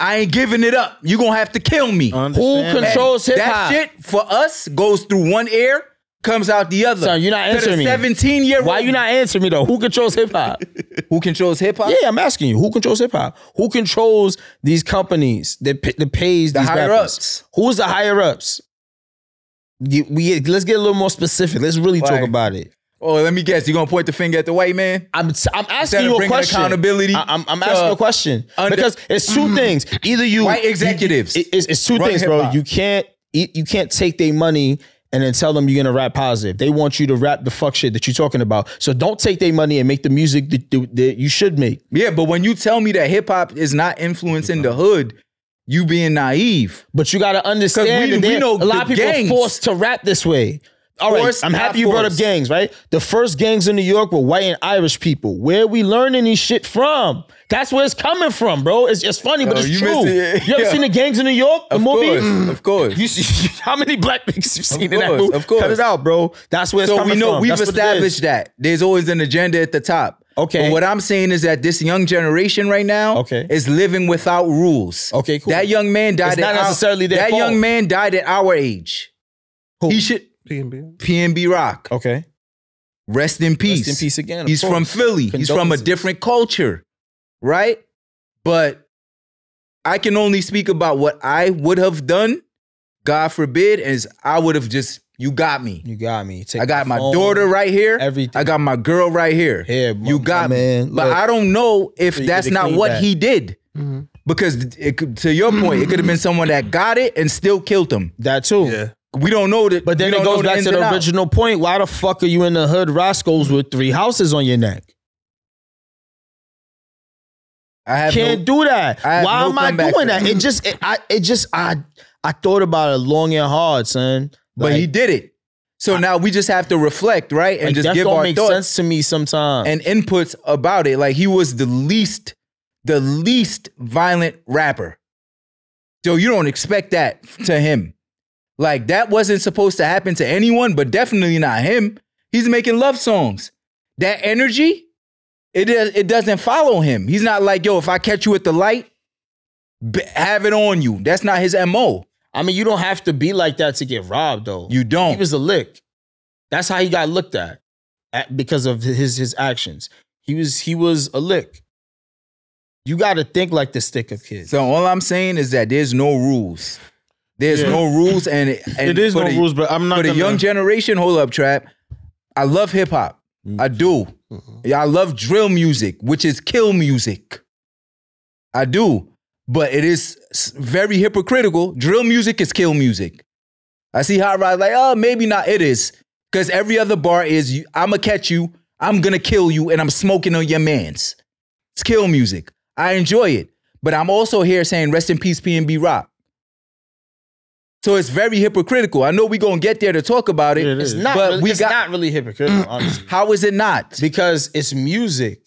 S1: I ain't giving it up. you going to have to kill me.
S6: Who
S4: Understand that.
S6: controls hip
S1: that
S6: hop?
S1: shit for us goes through one ear, comes out the other.
S6: Son, you're not
S1: To the
S6: answering me.
S1: 17 year old
S6: Why you not answering me though? Who controls hip hop?
S1: who controls hip hop?
S6: Yeah, I'm asking you. Who controls hip hop? Who controls these companies that p- that pays
S1: The
S6: these
S1: higher
S6: rappers?
S1: ups.
S6: Who's the higher ups? You- we let's get a little more specific. Let's really
S1: Like-
S6: talk about it.
S1: Oh, let me guess. You gonna point the finger at the white man?
S6: I'm I'm
S1: Instead
S6: asking
S1: of
S6: you a
S1: bringing
S6: question.
S1: accountability
S6: I, am I'm
S1: to
S6: asking a question
S1: under- Mm-hmm.
S6: because it's two things. Either you
S1: White
S6: you-
S1: executives.
S6: it- it's, it's 2
S1: Run
S6: things, bro.
S1: hip-hop.
S6: You can't you you can't take their money. And then tell them you're gonna rap positive. They want you to rap the fuck shit that you're talking about. So don't take their money and make the music that, that- that you should make.
S1: Yeah, but when you tell me that hip hop is not influencing the hood, you being naive.
S6: But you gotta
S1: we-
S6: understand that
S1: we
S6: there-
S1: know
S6: a lot of
S1: the
S6: people
S1: gangs.
S6: are forced to rap this way. All right,
S1: Forced,
S6: I'm happy
S1: not
S6: you brought up
S1: forced.
S6: gangs, right? The first gangs in New York were white and Irish people. Where we learning these shit from? That's where it's coming from, bro. It's just funny, but
S1: Yo,
S6: it's
S1: you
S6: true.
S1: missed it.
S6: You ever
S1: Yeah.
S6: seen the gangs in New York? The
S1: Of
S6: movie?
S1: course, of course.
S6: You see, how many black niggas you've seen in that
S1: course,
S6: movie?
S1: of course.
S6: Cut it out, bro. That's where it's
S1: so
S6: coming
S1: we know
S6: from.
S1: we've
S6: That's what it is.
S1: established that there's always an agenda at the top.
S6: Okay.
S1: But what I'm saying is that this young generation right now
S6: Okay.
S1: is living without rules.
S6: Okay, cool.
S1: That young man died.
S6: It's
S1: at
S6: not
S1: our-
S6: necessarily their
S1: that
S6: fault.
S1: young man died at our age.
S6: Who?
S1: He should
S5: P&B.
S1: PNB Rock.
S6: Okay.
S1: Rest in peace.
S6: Rest in peace again. of
S1: He's from
S6: course.
S1: Philly. He's from a
S6: Condolences.
S1: different culture, right? But I can only speak about what I would have done. God forbid, is I would have just you got me.
S6: You got me. Take
S1: I got my
S6: phone,
S1: daughter right here.
S6: Everything.
S1: I got my girl right here.
S6: Here, my-
S1: you
S6: my
S1: got me.
S6: man.
S1: But
S6: Look.
S1: I don't know if
S6: So you
S1: that's
S6: get a
S1: not
S6: clean Mm-hmm.
S1: what
S6: back.
S1: he did. Because it, could- to your point, it could have been someone that got it and still killed him.
S6: That too.
S5: Yeah.
S1: We don't know that.
S6: But then
S1: we don't
S6: it
S1: know
S6: goes back
S1: ins
S6: to
S1: and
S6: the
S1: outs.
S6: original point. Why the fuck are you in the hood Roscoe's with three houses on your neck?
S1: I have no-
S6: Can't do that.
S1: I have
S6: Why
S1: no
S6: am I
S1: comeback
S6: doing
S1: for
S6: that?
S1: that.
S6: It just it, I it just I I thought about it long and hard, son.
S1: but he did it. So now we just have to reflect, right, and
S6: like,
S1: just
S6: that
S1: give
S6: don't
S1: our
S6: make
S1: thoughts
S6: sense to me sometimes.
S1: and inputs about it. Like he was the least, the least violent rapper. So you don't expect that to him. Like that wasn't supposed to happen to anyone, but definitely not him. He's making love songs. That energy, it is- it doesn't follow him. He's not like yo. If I catch you at the light, b- have it on you. That's not his mo.
S6: I mean, you don't have to be like that to get robbed though.
S1: You
S6: he
S1: don't.
S6: was a lick. That's how he got looked at, at because of his his actions. He was he was a lick. You got to think like the stick of kids.
S1: So all I'm saying is that there's no rules. There's
S4: Yeah.
S1: no rules, and, and
S4: it is
S1: for
S4: no
S1: the-
S4: rules, but I'm not
S1: for the
S4: gonna-
S1: young generation. Hold up, trap. I love hip hop. I
S4: Mm-hmm.
S1: do. Yeah, I love drill music, which is kill music. I do, but it is s- very hypocritical. Drill music is kill music. I see hot rod like, oh, maybe not. It is because every other bar is you, I'ma catch you, I'm gonna kill you, and I'm smoking on your man's. It's kill music. I enjoy it, but I'm also here saying rest in peace, PNB Rock. So it's very hypocritical. I know we gonna get there to talk about it.
S4: Yeah, it
S6: It's
S4: is.
S6: not.
S1: But
S6: really,
S1: we
S6: it's
S1: got-
S6: not really hypocritical, honestly,
S1: How is it not?
S6: because it's music.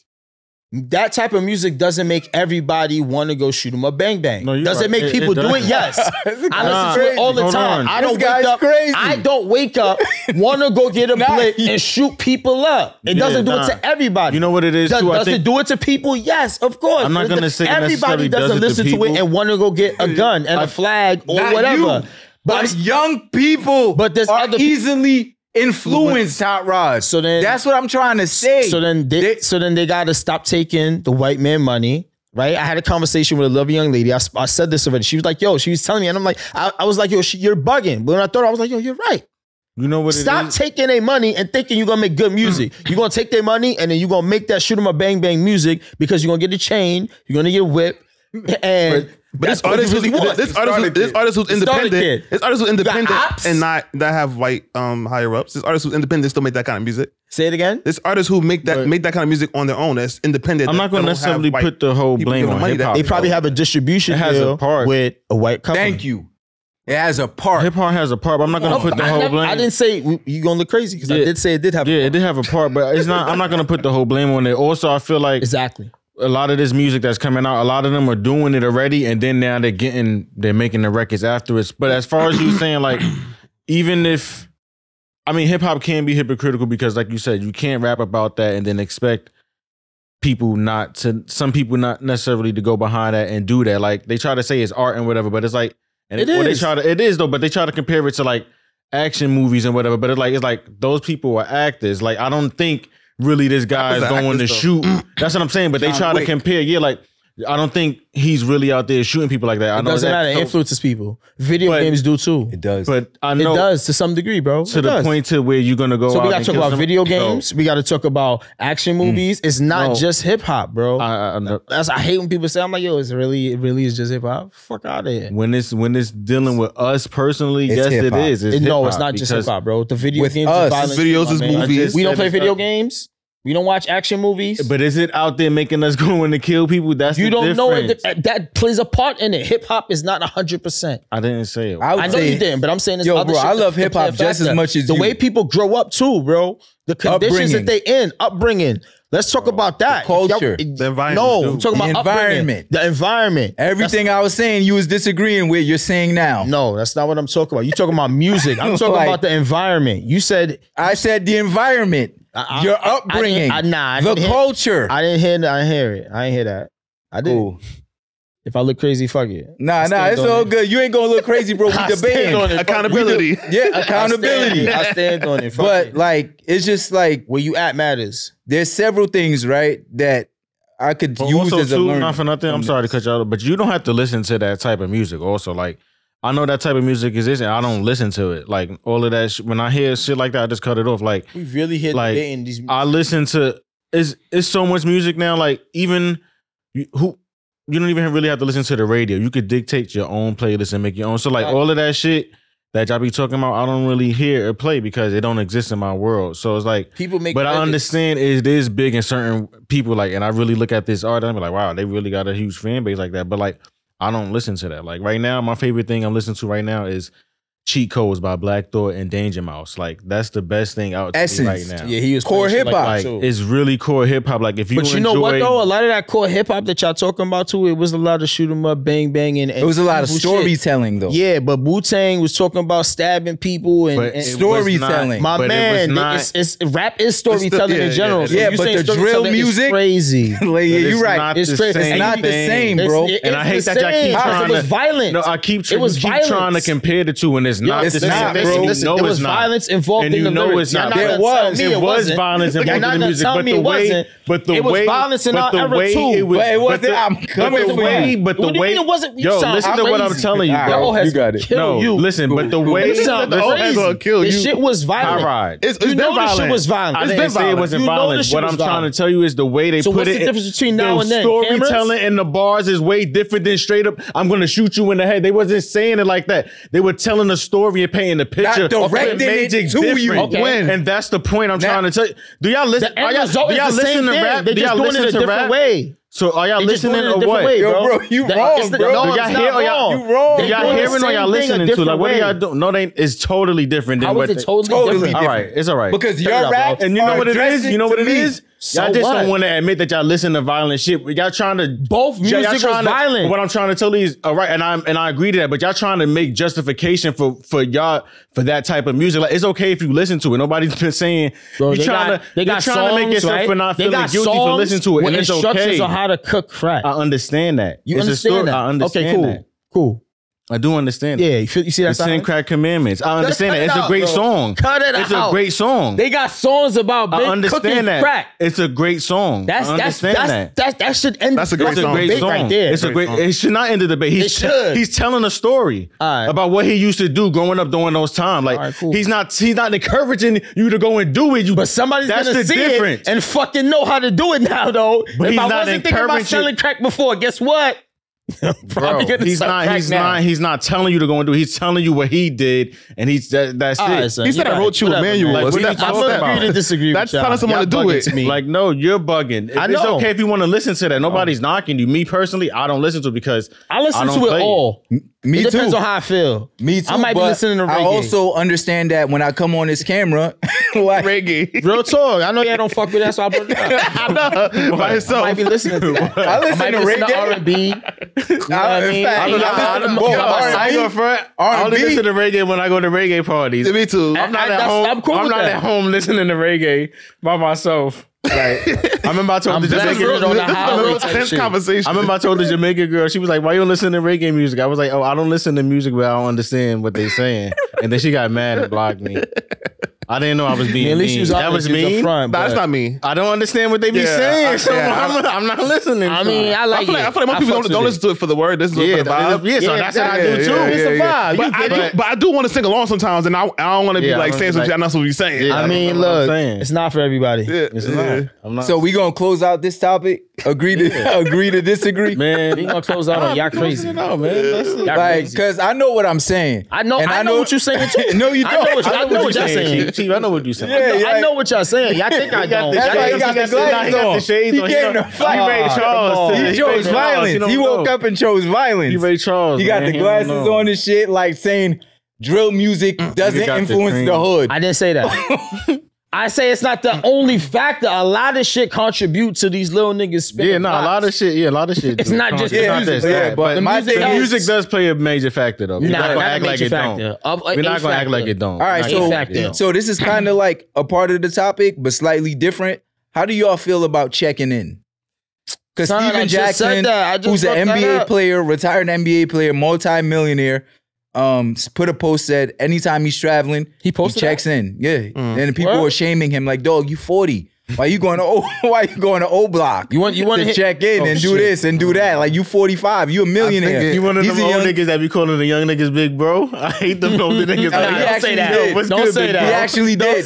S6: That type of music doesn't make everybody want to go shoot 'em a bang bang.
S4: No, you're
S6: Does it
S4: right.
S6: make
S4: It- it
S6: people do it?
S4: doesn't.
S6: Yes. I
S4: Nah.
S6: listen to it all the
S4: Hold
S6: time.
S4: on.
S6: I
S1: This
S6: don't
S1: guy's
S6: wake up.
S1: crazy.
S6: I don't wake up, want to go get a
S1: Nah,
S6: blick
S1: he-
S6: and shoot people up. It
S4: Yeah,
S6: doesn't do
S4: nah.
S6: it to everybody.
S4: You know what it is,
S6: Does,
S4: too? I
S6: does
S4: think-
S6: it do it to people? Yes, of course.
S4: I'm not
S6: But
S4: gonna say it
S6: everybody
S4: necessarily
S6: doesn't
S4: does it
S6: listen
S4: to
S6: to, it
S4: people.
S6: and want to go get a gun and a flag or
S1: Not
S6: whatever.
S1: you,
S6: But
S1: But young people
S6: But there's
S1: are
S6: other pe-
S1: easily influenced, Hot Rod.
S6: So then-
S1: that's what I'm trying to say.
S6: So then they,
S1: They-
S6: so then they gotta stop taking the white man money. Right, I had a conversation with a lovely young lady. I, sp- I said this already. She was like, "Yo," she was telling me, and I'm like, "I, I was like, yo, she, you're bugging." But when I thought, I was like, "Yo, you're right.
S4: You know what? it
S6: Stop
S4: is?
S6: taking their money and thinking you're gonna make good music. you're gonna take their money and then you're gonna make that shoot 'em a bang bang music because you're gonna get a chain, you're gonna get a whip, and
S5: But this
S6: that's what
S5: artist,
S6: you
S5: who's,
S6: really want.
S5: this, artist, who- this artist who's
S6: It's started
S5: independent,
S6: kid.
S5: this artist who's
S6: ops.
S5: independent and not that have white um higher ups. This artist who's independent still make that kind of music.
S6: Say it again.
S5: This artists who make that
S4: Right.
S5: make that kind of music on their own. That's independent.
S4: I'm not
S5: that
S4: going to
S5: don't have
S4: necessarily
S5: white-
S4: put the whole
S5: people
S4: blame
S5: giving
S4: on
S5: money
S4: hip
S5: that
S4: hop.
S6: They probably have a distribution
S4: It has a
S6: deal
S4: part.
S6: with a white company.
S1: Thank you. It has a part.
S4: Hip hop has a part, but I'm not going to put the
S6: I,
S4: whole
S6: never-
S4: blame.
S6: I didn't say you gonna look crazy because I
S4: Yeah.
S6: did say it did happen.
S4: Yeah, it did have a part, but it's not. I'm not going to put the whole blame on it. Also, I feel like
S6: Exactly.
S4: a lot of this music that's coming out, a lot of them are doing it already, and then now they're getting they're making the records afterwards. But as far as you saying, like, even if I mean hip hop can be hypocritical because like you said, you can't rap about that and then expect people not to some people not necessarily to go behind that and do that. Like they try to say it's art and whatever, but it's like and
S6: It
S4: or they
S6: is.
S4: try to it is though, but they try to compare it to like action movies and whatever. But it's like it's like those people are actors. Like I don't think really this guy is
S5: Rappers are
S4: going to
S5: actors,
S4: shoot.
S6: Mm.
S4: That's what I'm saying. But they
S1: John
S4: try
S1: Wick.
S4: to compare. Yeah, like I don't think he's really out there shooting people like that. I
S6: It
S4: know
S6: doesn't
S4: that,
S6: matter. It
S4: so-
S6: influences people. Video
S4: But-
S6: games do too.
S1: it does.
S4: but I
S6: It
S4: know
S6: does to some degree, bro.
S4: to
S6: It
S4: the
S6: does.
S4: point to where you're gonna go.
S6: So
S4: out
S6: we gotta
S4: and
S6: talk
S4: kill
S6: about
S4: some-
S6: video
S4: So,
S6: games. We gotta talk about action movies. It's not
S4: Mm. No.
S6: just hip hop, bro.
S4: I, I- I know.
S6: That's I hate when people say, "I'm like, yo, it's really, it really is just hip hop." Fuck out of here.
S4: When it's when it's dealing with us personally,
S1: It's
S4: yes,
S1: hip-hop.
S4: it is. It's
S6: It- no,
S4: hip-hop
S6: it's not just hip
S4: because
S6: hop, bro. The video
S1: with
S6: games,
S1: us,
S6: is violent shit,
S5: videos
S6: my
S5: is
S6: man.
S4: I
S5: movies.
S4: just
S6: We don't
S4: said
S6: play
S4: it's
S6: video
S4: not-
S6: games. We don't watch action movies.
S4: But is it out there making us go in to kill people? That's
S6: you
S4: the
S6: don't know it.
S4: difference.
S6: That, that plays a part in it. Hip hop is not hundred percent.
S4: I didn't say it.
S1: I would
S6: I know
S1: say
S6: you didn't, but I'm saying this.
S1: Yo,
S6: other
S1: bro,
S6: shit
S1: I
S6: that-
S1: love
S6: that
S1: hip
S6: play a
S1: hop just as
S6: factor.
S1: much as
S6: the
S1: you.
S6: way people grow up too, bro. The conditions
S1: Upbringing.
S6: that they in, upbringing. Let's talk about that.
S1: the
S6: If y'all-
S1: culture.
S6: it-
S5: The environment,
S6: No,
S5: dude.
S6: I'm talking
S1: The
S6: about upbringing.
S1: environment.
S6: The environment.
S1: everything I was saying, you was disagreeing with. You're saying now.
S6: No, that's not what I'm talking about. You talking about music. I'm talking
S1: Like-
S6: about the environment. You said
S1: I said the environment,
S6: I- I-
S1: your
S6: I- I
S1: upbringing,
S6: didn't- I- nah, I
S1: the
S6: didn't hear-
S1: culture.
S6: I didn't hear. I didn't hear it. I didn't hear that. I did.
S1: Cool.
S6: If I look crazy, fuck it.
S1: Nah,
S6: I
S1: nah,
S6: stand
S1: it's
S6: on
S1: all
S6: it.
S1: good. You ain't gonna look crazy, bro. We
S6: I stand
S1: debating.
S6: on it. Fuck it.
S5: Accountability.
S1: Yeah,
S6: I stand-
S1: accountability.
S6: I stand on it. Fuck
S1: But
S6: it.
S1: like, it's just like
S6: where you at matters.
S1: there's several things, right, that I could
S4: But
S1: use
S4: also
S1: as a
S4: too,
S1: learning.
S4: not for nothing. I'm
S1: from
S4: sorry to cut you out, but you don't have to listen to that type of music. Also, like I know that type of music is this, and I don't listen to it. Like all of that. Sh- when I hear shit like that, I just cut it off. Like
S6: We really hit
S4: Like, uh,
S6: dating these.
S4: I listen to it's it's so much music now. Like even you, who you don't even really have to listen to the radio. You could dictate your own playlist and make your own. So like
S6: Right.
S4: all of that shit that y'all be talking about, I don't really hear or play because it don't exist in my world. So it's like
S6: people make.
S4: but I
S6: edits.
S4: understand it is big in certain people. Like, and I really look at this art and I'm like, wow, they really got a huge fan base like that. But like, I don't listen to that. Like right now, my favorite thing I'm listening to right now is Cheat Codes by Black Thought and Danger Mouse. Like that's the best thing out to me
S1: Essence.
S4: right now.
S6: Yeah, he was
S1: Core
S6: playing shit
S1: hip-hop.
S6: that,
S4: Like
S6: too.
S4: it's really core hip hop. Like if you,
S6: but you know what
S4: enjoy-
S6: though, a lot of that core hip hop that y'all talking about too, it was a lot of shoot 'em up, bang bang, and, and
S1: It was a lot of
S6: evil shit.
S1: storytelling, though.
S6: Yeah, but Wu Tang was talking about stabbing people and,
S4: but
S6: and-
S4: it was
S1: Storytelling.
S4: not-
S6: my
S4: but it was
S6: man,
S4: not-
S6: it's, it's rap is storytelling
S5: yeah,
S6: in general.
S5: yeah,
S6: so
S1: yeah.
S6: you
S1: Yeah, but
S6: saying
S1: the drill
S6: storytelling is
S1: music-
S6: crazy.
S1: Like, yeah,
S4: but
S1: you're
S4: it's
S1: right.
S4: not
S6: It's
S4: the
S6: crazy. It's
S4: same
S1: it's not the
S4: thing.
S1: same,
S6: It's-
S1: bro.
S6: it
S4: And
S6: is
S4: I hate
S6: the
S4: that y'all keep
S6: same.
S4: trying
S6: Ah, It was
S4: to-
S6: violent.
S4: No, I keep.
S6: It was
S4: you keep
S6: violence.
S4: trying to compare the two, and it's it's not.
S1: it's
S4: the same.
S1: not,
S4: Listen,
S1: bro.
S4: Listen,
S3: there
S4: no,
S3: was
S4: it's not.
S3: violence involved
S4: And
S3: in
S4: you
S3: the
S4: know
S3: lyrics.
S4: it's
S3: You're
S4: not.
S3: not
S1: There
S3: gonna tell
S4: was
S3: me
S4: it, was
S3: wasn't.
S4: violence
S3: You're
S4: involved
S3: not
S4: in the
S3: gonna
S4: music,
S3: tell
S4: but
S3: me
S4: the
S3: it
S4: way,
S3: wasn't.
S4: but the
S3: It was
S4: way,
S3: violence in
S4: but
S3: our
S4: the
S3: era,
S4: way
S3: too.
S4: It was,
S1: But it wasn't-
S4: the-
S1: I'm coming
S4: but the
S1: for
S4: way,
S1: you.
S4: But the
S6: What do you
S4: way,
S6: mean it wasn't? You
S4: yo,
S6: sound
S4: listen to what I'm
S6: crazy.
S4: telling you,
S1: All right,
S4: bro.
S6: Yo, has
S1: you got it.
S6: Kill
S4: No,
S6: you.
S4: listen, but the way
S6: You
S5: Listen,
S6: sound
S5: the
S6: crazy.
S5: old gonna kill
S6: this
S5: you.
S6: shit was violent.
S4: Tyrod.
S5: It's, it's
S6: You
S5: been
S6: know this
S5: violent.
S6: shit was violent.
S4: I
S5: It's
S4: didn't
S5: been
S4: say it
S5: violent.
S4: wasn't
S6: You know
S4: violent.
S6: this shit
S4: What
S6: was
S4: I'm trying to
S6: violent.
S4: tell you is the way they
S6: So
S4: put
S6: what's
S4: it.
S6: the difference between now
S4: the
S6: and then?
S4: Storytelling
S6: Cameras?
S4: in the bars is way different than straight up. I'm gonna shoot you in the head. They wasn't saying it like that. They were telling a story and painting the picture.
S1: directing
S4: made
S1: it to
S4: different.
S1: you. Okay.
S5: When?
S4: and that's the point I'm
S1: Now-
S4: trying to tell you. Do y'all listen?
S6: The
S4: Are
S6: end
S4: y'all,
S6: result
S4: do
S6: is
S4: y'all
S6: the
S4: listen
S6: same
S4: to
S6: thing.
S4: rap?
S6: They
S4: do
S6: just
S4: y'all
S6: doing it
S4: listen
S6: a
S4: to
S6: different
S4: rap?
S6: way.
S4: So are y'all
S6: They just doing
S4: listening
S6: it a
S4: or
S6: different
S4: what?
S6: way,
S1: Yo,
S6: bro.
S1: bro, you
S6: That-
S1: wrong,
S6: it's the-
S1: bro.
S6: No,
S4: Do
S6: it's
S4: y'all
S6: not
S4: hear or y'all-
S6: wrong.
S1: You wrong.
S4: Do
S6: They
S4: y'all
S6: doing the
S4: hearing or
S6: same
S4: y'all
S6: thing a
S4: listening to? Like,
S6: different
S4: what are
S6: way.
S4: y'all doing? No, they it's totally different than
S6: How
S4: what.
S6: is it
S4: they-
S6: totally,
S1: Totally
S6: different?
S4: all right, it's all right.
S1: Because
S6: it
S1: your
S6: up, bro.
S1: raps
S4: And you know
S1: are
S4: what it is?
S1: addressing
S4: You know what
S1: to
S4: it
S1: me.
S4: is?
S6: So
S4: y'all just
S6: what?
S4: don't want to admit that y'all listen to violent shit. Y'all trying to
S6: Both
S4: y'all
S6: music was
S4: trying to-
S6: violent.
S4: What I'm trying to tell you is all right, and I'm and I agree to that, but y'all trying to make justification for for y'all for that type of music. Like it's okay if you listen to it. Nobody's been saying
S6: Bro,
S4: you
S6: they
S4: trying
S6: got-
S4: to
S6: they
S4: you're
S6: got
S4: trying to make
S6: songs,
S4: yourself
S6: right?
S4: for not
S6: They
S4: feeling
S6: got
S4: guilty for
S6: songs
S4: listening to it.
S6: With
S4: And it's
S6: instructions
S4: okay.
S6: on how to cook crack.
S4: I understand that.
S6: you
S4: It's a
S6: understand
S4: story-
S6: that?
S4: I understand
S6: okay, cool,
S4: that.
S6: cool.
S4: I do understand
S6: Yeah,
S4: it.
S6: you, feel, you see
S4: The
S6: that?
S4: Ten
S6: sound?
S4: Crack Commandments. I understand
S6: cut
S4: that.
S6: it
S4: It's a
S6: out,
S4: great
S6: bro.
S4: song.
S6: Cut it
S4: It's a
S6: out.
S4: great song.
S6: They got songs about
S4: I
S6: big cooking
S4: understand that.
S6: crack.
S4: It's a great song.
S6: That's
S4: I
S6: that's
S4: understand
S6: that's
S4: that.
S6: that. that should end.
S5: That's a great
S4: It's a
S5: song.
S4: great
S6: debate
S4: song.
S6: right there.
S4: It's a
S5: Great
S4: great.
S5: song.
S4: It should not end the debate. He's
S6: It should.
S4: he's telling a story
S6: All right.
S4: about what he used to do growing up during those times. Like
S6: All right, cool.
S4: he's not he's not encouraging you to go and do it. You
S6: But somebody's
S4: that's
S6: gonna
S4: the
S6: see
S4: difference.
S6: it and fucking know how to do it now, though.
S4: But
S6: if
S4: he's
S6: I
S4: not
S6: wasn't thinking
S4: encouraging-
S6: about selling crack before, guess what?
S4: Bro,
S6: Probably gonna
S4: he's
S6: sell
S4: not.
S6: crack
S4: He's
S6: now.
S4: not. He's not telling you to go and do. it. He's telling you what he did, and he's that, that's
S6: All right,
S4: it.
S6: son,
S5: He said
S6: you're
S5: I
S6: right.
S5: wrote you a
S6: Whatever, man.
S5: manual.
S4: Like,
S5: It's
S4: what are
S5: not-
S4: you
S5: I'm
S4: talking
S5: not-
S4: about?
S6: agree to disagree
S5: That's
S6: with y'all.
S5: telling someone
S6: Y'all
S5: to do
S6: bugging
S5: it.
S6: To me.
S4: Like, no, you're bugging.
S6: I
S4: It's
S6: know.
S4: okay if you want to listen to that. Nobody's knocking you. Me personally, I don't Oh. listen to it because
S6: I listen
S4: don't
S6: to it
S4: play
S6: all.
S1: Me
S6: it depends
S1: too.
S6: on how I feel.
S1: Me too.
S6: I might be
S1: but
S6: listening to reggae.
S1: I also understand that when I come on this camera, like
S5: Reggae.
S6: Real talk. I know y'all don't fuck with that, so I brought it up.
S5: I know. By
S6: I might
S5: himself.
S6: be listening to that.
S1: I listen
S6: I
S1: to
S6: might listen to
S1: reggae.
S6: R&B. You know what I
S1: in
S6: mean?
S1: fact, I
S6: I,
S1: listen to
S6: I,
S1: both.
S6: I, I,
S1: R&B.
S4: I ain't gonna front. I only
S1: R&B?
S4: listen to reggae when I go to reggae parties.
S5: Me too.
S4: I'm not
S6: I-
S4: at
S6: that's-
S4: home. I'm,
S6: I'm cool with
S4: not
S6: that.
S4: at home listening to reggae by myself. Like, I remember I told the
S6: I'm
S5: This is
S6: blasting
S4: Jamaican.
S6: it on the
S5: this is
S6: highway
S5: most
S6: type
S5: tense
S6: shit.
S5: conversation.
S4: I remember I told the Jamaican girl. She was like, "Why you listen to reggae music?" I was like, "Oh, I don't listen to music, but I don't understand what they're saying." And then she got mad and blocked me. I didn't know I was being
S6: at least
S4: mean.
S6: you was out
S4: that
S6: there,
S4: was
S6: you
S4: mean.
S6: upfront,
S5: Nah, that's
S6: but-
S5: not me.
S4: I don't understand what they be
S5: Yeah,
S4: saying,
S5: I-
S4: so
S5: yeah,
S4: I'm, I'm not listening.
S6: I mean, I like
S5: I feel like
S6: it.
S5: I feel like most
S6: fucks
S5: people don't,
S6: with
S5: don't
S6: it.
S5: listen to it for the word. This is
S4: yeah,
S5: for the vibe.
S4: yeah, so that's what I do too.
S5: yeah,
S6: It's a
S5: yeah,
S6: vibe.
S5: But
S6: You
S5: I,
S6: get
S5: do, but I do want to sing along sometimes, and I, I don't want to
S4: Yeah,
S5: be
S4: I
S5: like
S4: don't
S5: saying some
S4: like-
S5: shit I'm not supposed to be saying.
S4: Yeah,
S5: I
S4: I
S6: I
S5: don't-
S4: mean,
S6: mean,
S4: what I'm
S6: look,
S4: saying.
S6: it's not for everybody.
S5: yeah,
S4: It's
S5: yeah.
S4: not. I'm not.
S1: So we gonna close out this topic. Agree to agree to disagree.
S6: We
S4: man,
S6: gonna close out on y'all
S4: crazy.
S6: crazy.
S4: out, man. That's it.
S6: Y'all
S1: Like,
S6: crazy.
S1: cause I know what I'm saying.
S6: I know.
S1: And
S6: I,
S1: I
S6: know,
S1: know-
S6: what you're saying too.
S1: no, you
S6: I
S1: don't.
S6: know what, I know what y'all saying.
S4: Chief, Chief, I know what you're saying.
S1: Yeah,
S6: I
S1: yeah.
S6: know what y'all saying. Y'all think I don't.
S1: That's why
S6: Y'all
S1: he
S6: think
S1: got the
S6: I'm-
S1: glass
S4: Nah, he got
S1: on.
S4: the shades
S1: He
S4: on.
S1: came
S4: know-
S1: to fight.
S4: He Ray
S1: Ah,
S4: Charles.
S1: He chose violence. He woke up and chose
S4: He
S1: violence.
S4: Ray Charles.
S1: He got the glasses on and shit, like saying drill music
S6: Mm.
S1: doesn't
S4: got the cream.
S1: influence the hood.
S6: I didn't say that. I say it's not the only factor. A lot of shit contribute to these little niggas. spinning
S4: Yeah, no, a lot
S6: blocks.
S4: of shit. Yeah, a lot of shit.
S6: It's
S4: do
S6: not just
S4: contribute.
S6: the
S4: Not
S6: music,
S4: just
S1: yeah,
S4: that,
S1: but
S4: but
S1: my
S4: the
S1: thing is-
S4: music does play a major factor though. We're
S6: Nah,
S4: not gonna
S6: not a
S4: act like
S6: major
S4: it don't.
S6: factor. Of-
S4: We're
S6: a
S4: not gonna act
S6: factor.
S4: like it don't.
S1: All right,
S4: Not
S1: so-
S4: gonna
S6: A
S4: act like it
S6: factor.
S4: don't.
S1: So this is kind of like a part of the topic, but slightly different. How do y'all feel about checking in? Because
S6: Son, I
S1: Steven
S6: just said
S1: Jackson,
S6: that. I just
S1: who's an
S6: looked that
S1: NBA
S6: up.
S1: player, retired NBA player, multi-millionaire, um, s- put a post said anytime he's traveling,
S6: He
S1: he
S6: posted. Mm.
S1: checks in. Yeah, and people
S6: Word.
S1: were shaming him like, "Dog, you forty? Why you going to O? Why you going to O Block?
S6: that? You want? You want
S1: to
S6: to hit?
S1: check in
S6: Oh,
S1: and do
S6: shit.
S1: this and do that? Like you forty five? You a millionaire?
S5: it-
S4: You one of
S1: He's
S4: them
S1: a
S4: old
S1: young-
S4: niggas that be calling the young niggas big bro? I hate them older niggas.
S1: Nah,
S4: like
S1: he
S4: that.
S1: actually
S4: Yo,
S1: did.
S4: what's
S6: Don't
S4: good,
S6: say
S4: big
S6: that.
S1: He
S4: bro?
S1: actually did.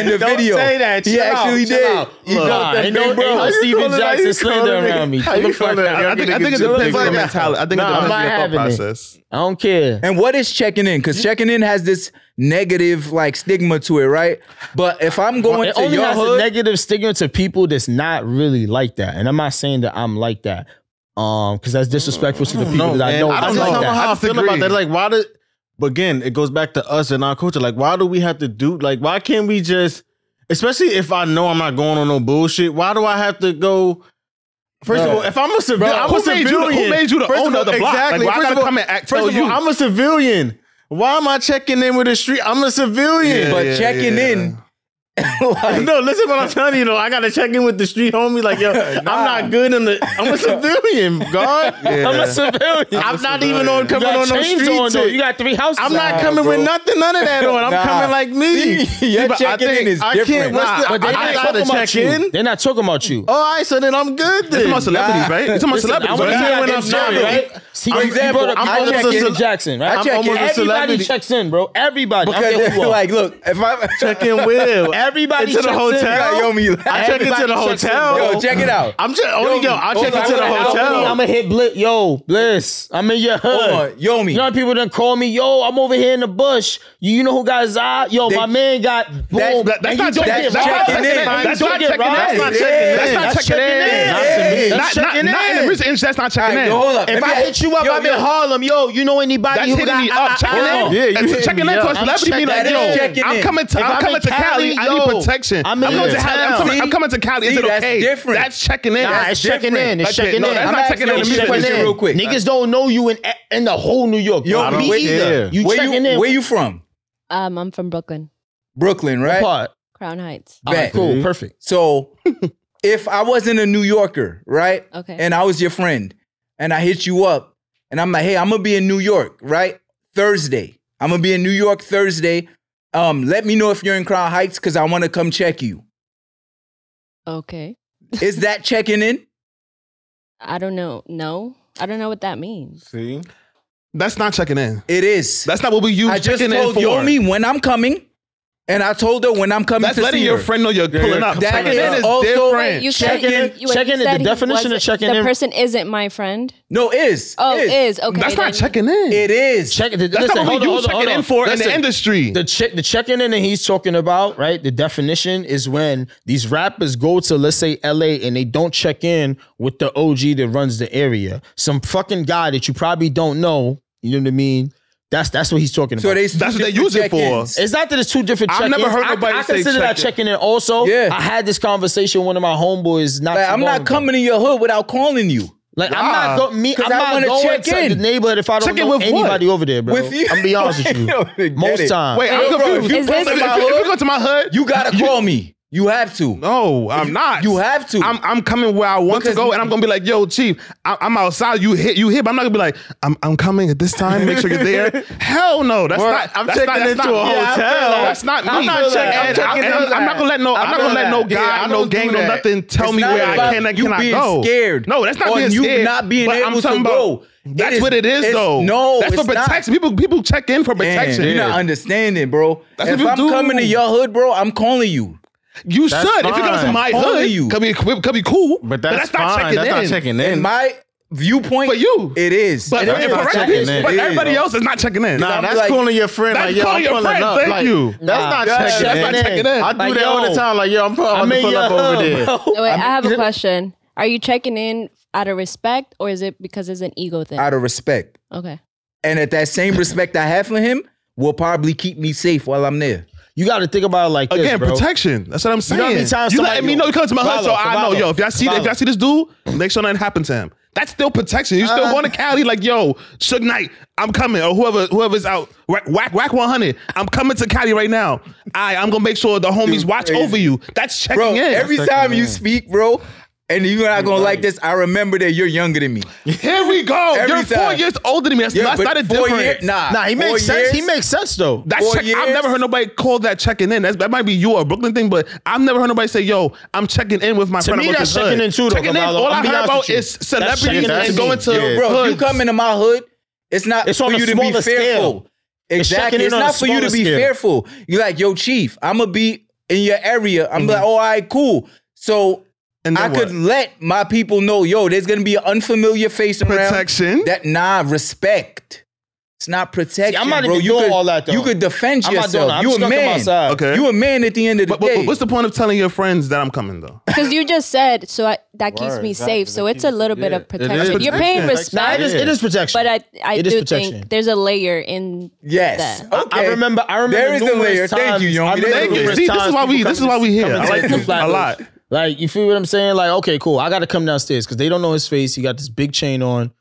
S1: in the
S4: Don't
S1: video.
S4: say that.
S1: He
S4: Chill
S1: actually
S4: out, chill
S1: did.
S4: out.
S1: He
S4: Look,
S1: got
S6: Nah,
S1: the big
S6: ain't no, ain't
S1: bro.
S6: no
S4: How you
S6: Steven
S4: calling- how you
S6: Jackson slander
S4: calling a
S6: around me.
S4: nigga- how
S6: Get
S4: you
S6: the fuck
S4: calling a-
S6: out.
S5: I think, I think it
S4: Nigga,
S5: depends
S4: chill
S5: on your
S4: out.
S5: mentality. I think
S4: Nah,
S5: it
S4: I'm
S5: depends
S6: not
S5: on your thought
S6: having it.
S5: process.
S6: I don't care.
S1: And what is checking in? Because checking in has this negative like stigma to it, right? But if I'm going
S6: It
S1: to
S6: only
S1: your
S6: has a
S1: hood,
S6: negative stigma to people that's not really like that. And I'm not saying that I'm like that. Um, because that's disrespectful to the people that I know.
S4: Mm. I
S6: that's
S4: don't know
S5: like that.
S4: how I,
S5: I
S4: feel
S5: disagree.
S4: about that. Like, why did? But again, it goes back to us and our culture. Like, why do we have to do? Like, why can't we just? Especially if I know I'm not going on no bullshit. Why do I have to go? First of all, if I'm a civilian, I'm a
S5: who made you the- who
S4: civilian.
S5: made you the
S4: First of
S5: owner of
S4: all-
S5: the block? Like,
S4: Exactly.
S5: why I
S4: First
S5: gotta
S4: of all-
S5: come and act-
S4: First
S5: tell
S4: of all,
S5: you?
S4: I'm a civilian. Why am I checking in with the street? I'm a civilian.
S5: Yeah,
S1: but
S5: yeah,
S1: checking
S5: yeah.
S1: in like,
S4: No, listen what I'm telling you though. I gotta check in with the street homie. Like, yo, I'm not good in the I'm a civilian, God.
S5: Yeah.
S4: I'm a civilian.
S5: a
S4: I'm not
S5: civilian.
S4: even on
S6: You
S4: coming
S6: got
S4: on no
S6: chains
S4: street.
S6: on, though.
S4: shit.
S6: You got three houses.
S4: I'm not
S6: out.
S4: coming with nothing, none of that on. I'm
S1: Nah.
S4: coming like me.
S1: See, your
S4: but
S1: check-in is
S4: I
S1: different.
S4: Can't, what's
S5: Nah,
S4: the,
S5: but
S4: but
S5: they
S4: I,
S5: not
S4: I
S5: talking
S4: gotta check in. Oh,
S6: They're not talking about you.
S4: All right, so then I'm good.
S5: It's
S4: Then.
S5: about celebrities, right? It's about celebrities.
S6: I'm
S4: But
S5: right?
S6: gonna
S4: even
S6: tell
S4: when
S6: you
S4: I'm
S6: this,
S4: not,
S6: right?
S4: right?
S6: See,
S1: For
S6: you
S1: example,
S6: brought up
S1: I'm
S6: Michael
S1: almost a
S6: Cecil
S1: ce-
S6: Jackson,
S1: I
S6: right?
S1: check in.
S6: Everybody
S1: Everybody
S6: checks in, bro. Everybody. I don't care
S1: because
S6: who you are.
S1: like, look, if I
S4: Check in with.
S6: Everybody
S4: Into the
S6: checks in.
S4: hotel.
S1: yo, me,
S4: I
S1: like,
S4: check into the
S6: Everybody checks in,
S4: hotel.
S1: yo, check it out.
S4: I'm just only
S1: Yo,
S4: yo. I
S1: hold
S4: check
S1: on,
S4: into the
S1: hold on, hold
S4: hotel.
S6: I'm gonna hit Bliss. Yo, Bliss. I'm in your hood.
S1: Hold on, yo, me.
S6: You know how people done call me, yo, I'm over here in the bush. You, you know who got Zod? Yo,
S1: They-
S6: my man got boom.
S1: that-
S6: And
S1: that's
S6: you
S1: not-
S6: don't
S1: that's-
S6: get
S1: that's
S6: robbed.
S1: checking
S6: You
S1: in.
S5: That's
S6: don't
S5: not
S6: get
S5: checking in.
S6: robbed.
S5: That's not checking
S1: in.
S6: That's not checking in.
S1: Not to
S6: That's
S1: me.
S6: checking
S5: Not,
S6: in.
S5: not, not in the recent instance, that's not checking
S1: Alright,
S5: in.
S1: yo, hold up.
S6: If I hit you up,
S1: Yo,
S6: I'm
S1: yo.
S6: in Harlem. Yo, you know anybody
S5: That's
S6: who
S5: hitting
S6: got
S5: me up,
S6: I- I- I-
S5: checking in.
S6: I-
S4: Yeah, you
S5: That's
S4: hitting
S5: checking
S4: me
S5: in to
S4: up.
S5: a
S6: I'm
S5: celebrity. Be
S6: checking
S5: like,
S6: in.
S5: yo,
S1: Checking
S5: I'm
S1: in.
S5: coming to,
S6: If
S5: I'm
S6: I'm
S5: coming
S6: in
S5: to Cali. I
S6: Cali,
S5: need
S6: yo,
S5: protection.
S6: I'm
S5: I'm,
S6: in
S5: coming to
S6: your
S5: Cali. I'm
S6: town.
S5: coming, I'm coming to Cali. Is
S1: See,
S5: it
S1: that's
S5: okay?
S1: different.
S5: That's checking in.
S6: Nah, it's checking in. It's
S5: That's it.
S6: checking in.
S5: No, that's
S6: I'm
S5: not
S6: asking
S5: checking
S6: you
S5: in.
S6: a
S5: Let me
S6: question
S5: finish it
S1: real quick.
S6: Niggas don't know you in in the whole New York.
S1: Yo,
S6: Yo,
S4: I
S6: me
S4: don't
S6: either.
S4: care.
S6: You
S1: where
S6: checking
S1: you
S6: in?
S1: where you from?
S2: Um, I'm from Brooklyn,
S1: Brooklyn, right?
S6: Part.
S2: Crown Heights.
S6: All right,
S1: Bet.
S6: cool, perfect.
S1: So if I wasn't a New Yorker, right?
S2: Okay.
S1: And I was your friend, and I hit you up, and I'm like, hey, I'm gonna be in New York, right? Thursday. I'm gonna be in New York Thursday. Um, let me know if you're in Crown Heights because I want to come check you.
S2: okay.
S1: Is that checking in?
S2: I don't know. No, I don't know what that means.
S4: See,
S5: That's not checking in.
S1: It is.
S5: That's not what we use
S1: I just
S5: checking in
S1: told
S5: for.
S1: Yomi when I'm coming, and I told her when I'm coming
S5: That's
S1: to
S5: letting
S1: see
S5: your
S1: her.
S5: friend know you're pulling up.
S1: That
S5: Checking in
S1: is
S5: is
S1: also-
S5: different.
S2: you
S6: Check
S2: said-
S6: in-
S2: you- you-
S6: check
S2: you
S6: in is
S2: said
S6: the
S2: he
S6: definition of
S2: wasn't-
S6: checking
S2: The
S6: in-
S2: person isn't my friend.
S1: No, is
S2: Oh,
S1: is.
S2: is okay.
S5: That's not
S2: then.
S5: checking in.
S1: It is.
S6: Check it.
S5: That's
S6: listen,
S5: not what
S6: hold
S5: we
S6: on, hold
S5: use
S6: on,
S5: checking
S6: hold
S5: in
S6: on.
S5: for in the
S6: Listen.
S5: industry.
S6: The check the checking in that he's talking about, right? The definition is when these rappers go to let's say LA and they don't check in with the OG that runs the area. Some fucking guy that you probably don't know, you know what I mean? That's that's what he's talking
S1: So
S6: about.
S1: they
S5: That's what they use it for.
S1: check-ins.
S6: it's not that it's two different
S5: I've
S6: check-ins.
S5: never heard
S6: I-
S5: nobody
S6: I,
S5: say
S6: consider that
S5: check-in.
S6: checking in also.
S1: Yeah.
S6: I had this conversation with one of my homeboys not
S1: Like,
S6: too
S1: I'm
S6: long
S1: not
S6: ago.
S1: coming to your hood without calling you.
S6: Like I'm not go- me.
S1: 'Cause
S6: I'm
S1: I
S6: not
S1: wanna
S6: going
S1: check
S6: to
S1: in.
S6: the neighborhood if I don't
S5: Check in
S6: know
S5: with what?
S6: anybody over there, bro.
S1: With you?
S6: I'm be honest with
S1: Yo,
S6: you.
S1: get
S6: Most
S1: it.
S6: time,
S5: Wait,
S2: Wait,
S5: I'm
S2: bro,
S5: confused.
S2: is
S5: If you
S2: this-
S5: go to my hood,
S1: You gotta call me. You have to.
S5: No, I'm not.
S1: You have to.
S5: I'm, I'm coming where I want
S1: Because-
S5: to go, and I'm gonna be like, "Yo, chief, I, I'm outside. You hit, you hit." But I'm not gonna be like, "I'm, I'm coming at this time. Make sure you're there." Hell no, that's
S4: Bro,
S5: not.
S4: I'm
S5: that's
S4: checking
S5: not, that's
S4: into
S5: not
S4: a
S5: me.
S4: hotel.
S5: That's not me.
S4: I'm not
S5: And
S4: checking- I'm
S5: I'm,
S4: checking
S5: and
S4: into
S5: I'm not
S4: that.
S5: gonna let no.
S4: I
S5: I'm not
S4: know
S5: gonna let no
S4: that. Yeah,
S5: guy,
S4: I
S5: no
S4: don't do
S5: gang, no
S4: that.
S5: nothing tell
S1: It's
S5: me
S1: not
S5: where I
S1: about
S5: can and
S1: you
S5: cannot
S1: being
S5: go.
S1: Scared.
S5: No, that's not
S1: or
S5: being
S1: you
S5: scared.
S1: not being
S5: But
S1: able
S5: I'm
S1: to
S5: talking
S1: go.
S5: about- That's
S1: is-
S5: what it is,
S1: it's-
S5: though.
S1: No,
S5: that's for
S1: it's not.
S5: protection. People, people check in for protection.
S1: Man, you're not understanding, bro.
S5: That's
S1: if
S5: what you
S1: I'm
S5: do.
S1: coming to your hood, bro, I'm calling you.
S5: You
S4: That's
S5: should. If you come to
S4: fine.
S5: my
S1: All of
S5: hood,
S1: you.
S5: you could be, could be cool.
S4: but that's,
S5: not
S4: fine.
S5: checking
S4: That's
S5: in.
S4: not checking in.
S1: In my viewpoint,
S5: For you.
S1: it is.
S5: But,
S1: It
S4: That's
S1: is.
S4: not
S5: for
S4: checking
S5: people-
S4: in.
S5: but
S1: It is.
S5: everybody else is not checking in.
S4: Nah,
S1: I'm
S4: that's
S1: like-
S4: calling your friend.
S5: That's
S4: Like, yo,
S5: calling
S4: I'm
S5: your
S4: pulling
S5: friend,
S4: up.
S5: thank
S4: Like,
S5: you.
S6: Ah,
S4: That's not
S1: Nah,
S4: checking
S5: that's
S4: in.
S5: not checking in.
S4: I do
S6: Like,
S4: that all
S6: yo,
S4: the time. Like, yo, I'm pu- I'm
S6: I'm
S4: about
S6: in
S4: to pull
S6: your
S4: up over
S6: hood,
S4: there.
S6: bro.
S2: No, wait, I have a question. Are you checking in out of respect or is it because it's an ego thing?
S1: Out of respect.
S2: okay.
S1: And at that same respect I have for him will probably keep me safe while I'm there.
S6: You got to think about it like this,
S5: Again,
S6: bro.
S5: protection. That's what I'm saying.
S6: know how many
S5: You,
S6: times somebody-
S5: letting me know you come to my hood, so
S6: Cavallo,
S5: I know.
S6: Cavallo,
S5: Yo, if y'all see if
S6: Cavallo.
S5: y'all see this dude, make sure nothing happens to him. That's still protection. You still going to Cali like yo, Suge Knight, I'm coming, or whoever whoever's out, whack whack, whack 100. I'm coming to Cali right now. I I'm gonna make sure the homies watch
S1: crazy.
S5: over you. That's checking
S1: Bro,
S5: in.
S1: every time you speak, bro, and you're not gonna like this, I remember that you're younger than me.
S5: Here we go.
S1: Every
S5: You're four
S1: time.
S5: years older than me. That's, that's
S1: but
S5: not a
S1: four year-
S5: difference.
S1: nah,
S6: Nah, he
S1: four
S6: makes sense. He
S1: years?
S6: makes sense though.
S5: That's
S1: Four
S5: check, I've never
S1: years?
S5: heard nobody call that checking in. That's, that might be you or a Brooklyn thing, but I've never heard nobody say, "Yo, I'm checking in with my
S6: To
S5: friend."
S6: me,
S5: I'm
S6: that's
S5: with his
S6: checking
S5: hood."
S6: in too, though,
S5: Checking in.
S6: Cavallo.
S5: All
S6: I'm
S5: I've
S6: be
S5: heard
S6: honest
S5: about
S6: with you.
S5: is
S6: That's
S5: celebrities
S6: checking in
S5: and
S6: to
S5: going
S6: me.
S5: to
S4: Yeah.
S1: bro, if you
S5: hoods.
S1: come into my hood, it's not
S6: It's
S1: for
S6: on a
S1: you to be
S6: smaller
S1: fearful.
S6: scale. It's
S1: Exactly.
S6: checking
S1: It's,
S6: in on a
S1: not for you to
S6: smaller
S1: be
S6: scale.
S1: fearful. You're like, yo, chief, I'm gonna be in your area. I'm like, oh, all right, cool. So
S5: And then
S1: I could
S5: what?
S1: let my people know, yo, there's gonna be an unfamiliar face around.
S5: Protection.
S1: That nah, respect. It's not protection,
S6: See, I'm not
S1: bro.
S6: even
S1: you
S6: doing
S1: could,
S6: all that, though.
S1: You could defend
S6: I'm not doing
S1: yourself.
S6: that. I'm
S1: you a
S6: stuck in my
S1: man.
S6: side.
S5: Okay.
S1: You a man at the end of the
S5: But, but-
S1: day.
S5: but what's the point of telling your friends that I'm coming though?
S2: Because you just said so I, that keeps
S4: Word,
S2: me
S4: exactly.
S2: safe. So
S4: That
S2: it's a
S4: keeps-
S2: little bit
S4: yeah,
S2: of
S4: it is
S2: protection. You're paying
S5: protection.
S6: Nah, it
S2: respect,
S6: is. It is protection.
S2: but I I
S6: It is
S2: do
S6: protection. Oh,
S2: think there's a layer in
S1: yes.
S2: that.
S1: Okay.
S6: I remember. I remember.
S1: There is a
S6: numerous
S1: layer. Thank
S6: times-
S1: you, Yomi.
S6: I remember
S1: Thank you.
S6: numerous
S5: See, this
S6: times
S5: is why we-
S6: people
S5: this is
S6: coming
S5: why we
S6: to-
S5: here.
S6: coming
S5: I
S6: to
S5: like
S6: the
S5: this
S6: flat
S5: a
S6: roof.
S5: lot.
S6: Like you feel what I'm saying? Like okay, cool. I got to come downstairs because they don't know his face. He got this big chain on.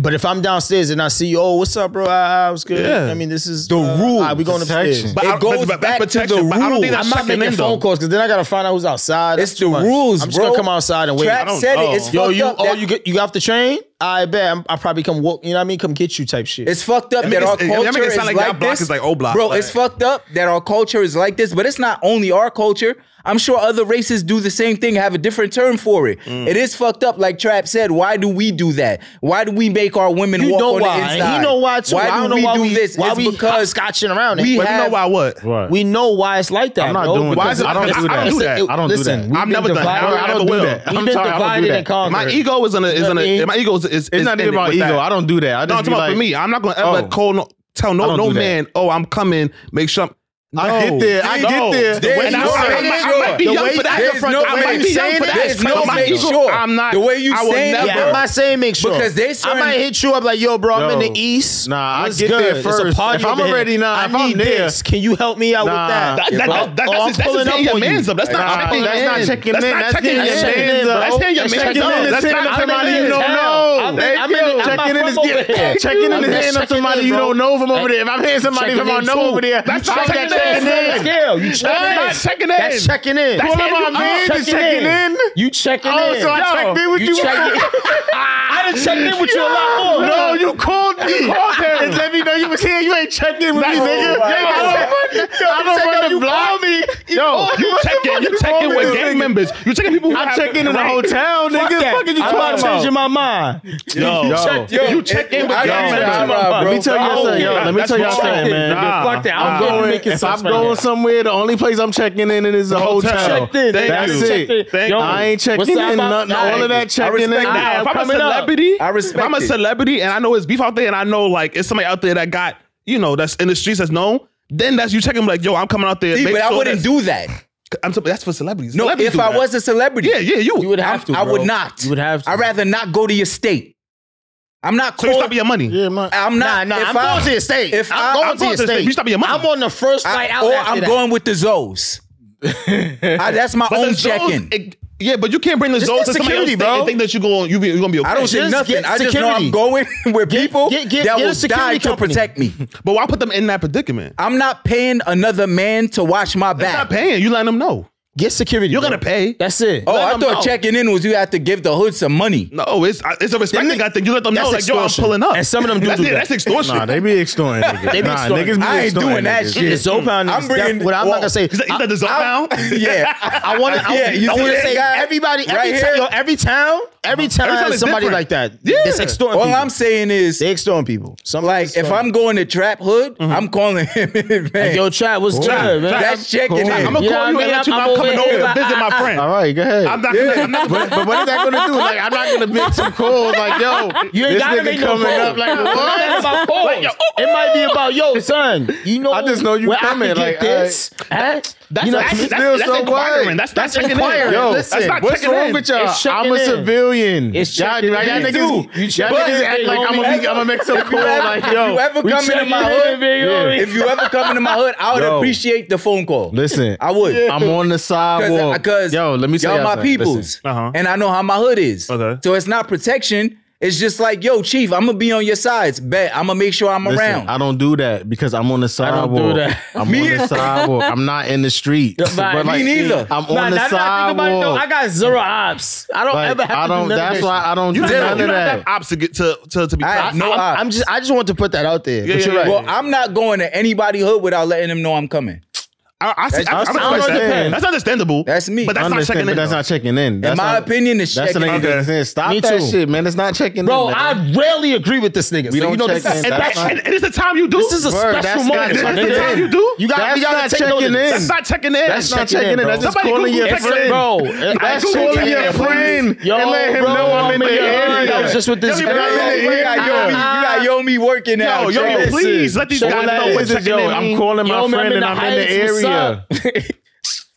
S6: But if I'm downstairs and I see you, oh, what's up, bro? I, was good.
S5: Yeah.
S6: I mean, this is
S1: The
S6: rule. we going
S4: Protection.
S6: upstairs.
S5: But
S1: It
S5: I,
S1: goes
S5: but, but
S1: back
S5: that
S1: to
S5: protection,
S1: the
S5: but I don't think
S1: rules.
S5: that's
S6: I'm not
S5: checking
S6: making
S5: in
S6: phone
S5: though.
S6: calls because then I gotta find out who's outside.
S1: It's
S6: That's
S1: the
S6: too much.
S1: rules,
S6: I'm just gonna
S1: bro.
S6: come outside and wait.
S1: Trap
S5: don't
S1: said
S5: know.
S1: it. It's
S6: Yo,
S1: fucked
S6: you
S1: up.
S6: oh
S1: that-
S6: you get, you got off the train? I bet I'm, I'll probably come walk. You know what I mean? Come get you type shit.
S1: It's fucked up
S5: That
S1: that
S5: make it-
S1: our
S5: that make it
S1: culture is
S5: sound like
S1: like,
S5: y'all block
S1: this.
S5: is like O block,
S1: bro.
S5: like-
S1: it's fucked up that our culture is like this, but it's not only our culture. I'm sure other races do the same thing, have a different term for it.
S6: Mm.
S1: It is fucked up, like Trap said. Why do we do that? Why do we make our women
S6: you
S1: walk
S6: know
S1: on
S6: why?
S1: the
S6: and
S1: inside?
S6: He know why too.
S1: Why
S6: I
S1: do
S6: don't know
S1: we
S6: why
S1: do
S6: we,
S1: this?
S6: Why
S1: it's
S6: we
S1: because
S6: scotching around. it.
S1: we
S5: But you know
S1: have-
S5: why what?
S4: Right.
S6: we know why it's like that.
S4: I'm not
S6: bro,
S4: doing
S6: because
S4: that. I don't
S6: it's-
S4: do that.
S6: it's a- it-
S4: I don't do
S6: listen,
S4: that.
S6: we've
S5: I've
S6: been
S5: never done that.
S6: divided-
S5: I don't
S6: we've
S5: do
S6: been
S5: that.
S4: I'm
S6: divided
S4: sorry, I don't do
S6: and
S4: that.
S6: conquered.
S5: My ego is on a, is on a, my ego is, is
S4: It's not even about ego. I don't do that. I just
S5: No, I'm
S4: be
S5: talking about
S4: like,
S5: for me. I'm not gonna ever
S4: oh,
S5: call no, tell
S4: I
S5: no
S4: don't
S5: no
S4: do that.
S5: man. Oh, I'm coming. Make sure. I'm,
S4: I
S5: No.
S4: get there. I
S5: No.
S4: get there.
S1: There's
S5: And I,
S1: no
S5: I, I,
S1: make
S5: might-
S1: sure.
S5: I might be
S1: The
S5: young
S1: way-
S5: for that.
S1: there's no
S5: I might
S1: way-
S5: be young for that.
S1: there's
S5: but
S1: no
S5: my
S1: make
S5: ego,
S1: sure.
S5: I'm not.
S1: The way you
S5: I will
S1: saying that,
S5: never-
S6: Yeah,
S1: bro.
S6: I'm not saying make sure
S1: Because they
S6: I
S1: certain-
S6: might hit you up like, yo, bro, I'm in
S4: Yo.
S6: the east.
S4: Nah, I
S6: What's
S4: get there
S6: good? It's
S4: first.
S6: a party
S4: If I'm
S6: over here.
S4: already- nah,
S6: I
S4: if I'm
S6: need
S4: there-
S6: this. can you help me out
S4: Nah.
S6: with that?
S5: That, that,
S6: Oh,
S5: that, that's
S6: I'm
S5: that's
S6: pulling up
S5: just hitting your
S6: on you.
S5: man's up. That's
S4: Nah,
S5: not checking in.
S4: that's not checking
S5: That's
S4: in.
S5: not
S4: That's
S5: checking
S4: getting your
S5: in.
S4: hands up.
S5: That's
S6: That's
S5: hitting your man's
S6: checking in.
S5: up.
S6: That's
S5: That's
S6: hitting
S5: not
S6: your
S5: somebody
S6: man's
S5: you don't
S6: up.
S5: know.
S6: I'm in-
S4: Thank
S6: I'm in-
S4: you.
S6: I'm
S4: checking
S6: my
S4: in is
S6: phone
S4: getting-
S6: over here.
S4: checking in
S6: I'm
S4: is
S6: just
S4: hitting up
S6: checking
S4: somebody
S6: in,
S4: you
S6: bro.
S4: don't know from over there. If I'm hitting somebody
S6: Checking
S4: from I
S6: in
S4: know
S6: too.
S4: over there, I'm
S5: That's not
S4: checking
S5: checking in.
S4: that shit in.
S6: Scale. You checking
S5: That's not
S6: in.
S5: checking in.
S6: That's checking in.
S5: That's
S4: One of my
S5: hitting-
S4: men
S5: I'm
S4: is checking in.
S6: You checking in.
S4: Oh, so I checked in with you.
S6: I done checked in with you a lot more.
S4: No, you called me. You called him. And let me know you was here. You ain't checked in with me, nigga. I don't run- I don't run the block. Yo,
S5: You checking. You checking with gang members. You checking people. who
S4: I
S5: have-
S4: check in in the
S5: Right.
S4: hotel, nigga.
S6: Fuck that.
S4: Fuck is you
S6: I'm
S4: talking
S6: not changing my
S4: about?
S6: mind.
S4: Yo, yo.
S1: Yo,
S5: You check in with
S1: I got you,
S5: gang members.
S1: I got you,
S6: Let
S1: bro.
S4: Let me tell
S1: Nah,
S4: y'all something. Yo, let me
S5: that's
S4: tell y'all
S5: wrong.
S4: something, man.
S5: Nah.
S4: Yo,
S6: Fuck that. I'm
S4: I'm
S6: going.
S4: going, if I'm going somewhere, the only place I'm checking in is a hotel.
S6: Checked in.
S5: Thank
S4: That's
S5: you.
S4: it.
S5: Thank you.
S4: I ain't
S6: What's
S4: checking
S6: that
S4: in.
S6: about?
S4: Nothing,
S6: Nah,
S4: all of that checking in.
S1: respect that.
S4: Nah,
S5: Now, if I'm a
S6: coming up.
S5: celebrity,
S1: I
S5: If
S1: respect
S5: I'm a
S1: it.
S5: celebrity and I know it's beef out there, and I know like it's somebody out there that got you know that's in the streets that's known. Then that's you checking like, yo, I'm coming out there.
S1: See,
S5: make
S1: but I
S5: sure
S1: wouldn't
S5: that's-
S1: do that.
S5: I'm so- that's for celebrities.
S1: No,
S5: Celebrities
S1: if
S5: do
S1: I
S5: that.
S1: was a celebrity,
S5: yeah, yeah, you.
S6: You would have to.
S1: I would
S6: bro.
S1: not.
S6: You would have to.
S1: I'd rather not go to your state. I'm not
S5: so you
S1: calling.
S5: stop your money.
S4: Yeah, man.
S1: I'm not.
S6: Nah, nah,
S1: if
S6: I'm
S1: I-
S6: going to your state.
S1: if
S6: I'm
S1: I- I'm
S6: going to your
S5: going to the state.
S6: state.
S5: You stop your mouth.
S6: I'm on the first flight
S1: I,
S6: out
S1: or
S6: after
S1: I'm
S6: that.
S1: going with the Zoes. I, that's my
S5: But the
S1: own
S5: Zoes,
S1: check in.
S5: it- Yeah, but you can't bring the
S6: Just
S5: Zoes
S6: get
S5: to somebody
S6: security,
S5: else's thing
S6: bro.
S5: and think that you're going you be, you're gonna be okay.
S1: I don't think
S6: just
S1: nothing.
S6: get
S1: I just know I'm
S6: security.
S1: going with people
S6: get- get-
S1: that
S6: get a
S1: will die
S6: security
S1: to
S6: company.
S1: protect me.
S5: but why put them in that predicament?
S1: I'm not paying another man to watch my
S5: They're
S1: back.
S5: not paying. You letting them know.
S6: Get security.
S5: You're
S6: bro.
S5: gonna pay.
S6: That's it.
S1: oh,
S5: let
S1: I
S5: them know.
S1: thought checking in was you have to give the hood some money.
S5: No, it's it's a respect thing. I think you let them know like, yo, I'm
S6: extortion.
S5: pulling up.
S6: And some of them do
S5: that's
S6: do
S5: it,
S6: that.
S5: That's extortion.
S4: Nah, they be extorting niggas.
S6: They be
S4: nah,
S6: extorting.
S4: Niggas be
S1: I ain't
S4: extorting
S1: doing that
S4: niggas.
S1: shit.
S6: The Zoe Pound
S1: I'm
S6: niggas
S1: bringing-
S6: definitely- What I'm
S1: Whoa.
S6: not gonna say.
S5: Is that, is that the zone
S1: I'm-
S5: now?
S1: yeah.
S6: I want to.
S1: Yeah, you
S6: I
S1: see
S6: want to
S1: that
S6: say
S1: guy
S6: everybody. Every
S1: right
S6: town,
S1: here?
S6: yo, every town, every town
S5: town
S6: has
S5: is
S6: somebody
S5: different.
S6: like that.
S5: Yeah.
S6: It's extorting.
S1: All
S6: people.
S1: I'm saying is,
S6: they extorting people. Some
S1: like, if I'm going to Trap Hood, I'm calling him in
S6: like,
S1: advance.
S6: yo, Chad, what's good,
S5: Trap,
S6: man?
S5: Trap.
S1: That's checking in.
S5: I'm gonna
S6: Yeah,
S5: call
S6: I
S5: you
S6: mean,
S5: and let you know
S6: I'm
S5: I'm coming
S6: over
S5: over to
S6: here,
S5: visit my
S6: but I-
S5: friend.
S4: All right, go ahead.
S5: I'm not gonna. I'm not
S4: but, but what is that gonna do? Like, I'm not gonna make some calls. Like, yo,
S6: You ain't
S4: this
S6: gotta
S4: nigga
S6: make no
S4: coming
S6: call.
S4: up. Like,
S6: It's
S4: what?
S6: not about calls. It might be about yo, son. You know,
S4: I just know you
S6: where I can
S4: coming,
S6: get
S4: like,
S6: this. That's
S5: That's, that's, that's,
S4: still
S5: that's
S4: so
S5: inquiring.
S4: what?
S5: That's not
S6: That's
S5: checking in.
S6: inquiring.
S4: Yo,
S6: Listen,
S5: that's not
S4: what's
S5: checking
S4: wrong
S5: in.
S4: with y'all?
S6: It's checking
S4: I'm a
S6: in.
S4: civilian.
S6: It's
S4: y'all,
S6: checking
S4: y'all
S6: in.
S4: niggas,
S6: You
S4: y'all
S6: checking
S4: niggas
S6: in,
S4: act like I'm
S6: homie.
S4: gonna, be, I'm gonna make some call. Like,
S1: If
S4: yo,
S1: you ever
S4: we
S1: come into
S4: checking
S1: my
S4: in,
S1: hood,
S4: big homie.
S1: if you ever come into my hood, I would
S4: Yo.
S1: appreciate the phone call.
S4: Listen,
S1: I would.
S4: I'm on the sidewalk.
S1: Because
S4: yo, let me tell
S1: y'all my
S4: something. Listen.
S1: peoples,
S5: Uh-huh.
S1: and I know how my hood is.
S5: Okay.
S1: So it's not protection. It's just like, yo, chief, I'm gonna be on your sides. Bet I'm gonna make sure I'm
S4: Listen,
S1: around.
S4: I don't do that because I'm on the
S6: don't do
S4: sidewalk.
S6: that.
S4: I'm on the sidewalk. I'm not in the street.
S6: but me
S1: neither.
S4: I'm on
S6: Nah, now that I
S4: the
S6: think
S4: sidewalk.
S6: about it, though, I got zero ops. I don't
S4: Like,
S6: ever have
S4: I
S6: to
S4: don't.
S6: do none
S4: that's
S6: of that
S4: why I don't do
S5: You
S4: none
S5: don't
S4: of
S5: you don't have
S4: that.
S5: obstacle to to to be.
S1: I
S5: caught.
S1: have no
S6: I'm,
S1: ops.
S6: I'm just. I just want to put that out there.
S5: Yeah,
S6: but
S5: yeah,
S6: you're
S5: yeah.
S6: right.
S1: well, I'm not going to anybody's hood without letting them know I'm coming.
S5: I, I, see, I, I
S4: that's- I
S5: respect that.
S4: understand.
S5: That's understandable.
S1: That's me.
S5: But that's not
S4: Understand,
S5: checking
S4: but
S5: in.
S4: that's not checking in. That's
S1: in my
S4: not,
S1: opinion, it's
S4: that's the
S1: checking.
S4: nigga
S5: Okay.
S4: that's saying, Stop
S6: Me
S4: that
S6: too.
S4: shit, man. It's not checking
S6: Bro,
S4: in. man.
S6: I rarely agree with this nigga.
S4: We
S6: so
S4: don't
S6: you know this
S4: check
S6: is
S4: in.
S5: and,
S4: That's
S5: that's,
S4: not-
S5: and, and it's the time you do.
S6: this is a
S4: Word,
S6: special
S4: that's
S6: moment.
S4: not
S6: my
S5: checking
S6: nigga.
S5: in. That's how you do.
S6: You gotta,
S4: That's
S6: you gotta
S4: not
S6: take
S4: checking
S6: notice.
S4: in.
S5: that's not checking in.
S4: That's not
S6: checking
S4: checking in.
S6: in,
S4: That's
S6: bro.
S4: just
S5: Somebody
S4: calling
S5: Google
S4: your
S5: text
S4: friend.
S5: in.
S6: Bro,
S4: That's
S5: Google
S4: calling
S5: text
S4: your
S5: in,
S4: friend
S6: Yo,
S4: and let him
S6: bro,
S4: know I'm in the
S6: your
S4: area.
S6: area. I was just with this
S5: Yo,
S1: Yo,
S6: girl.
S5: yo,
S1: yo, you got Yomi- you got Yomi working
S5: Yo,
S1: out.
S5: yo,
S1: Joe.
S5: yo, please let these
S4: So
S5: guys
S4: what that
S5: know
S4: is
S5: what's
S4: is,
S5: checking
S4: yo,
S5: in.
S4: I'm calling
S6: Yo,
S4: my
S6: I'm
S4: friend
S6: in
S4: and
S6: the
S4: I'm in the
S6: Heights, what's
S4: area.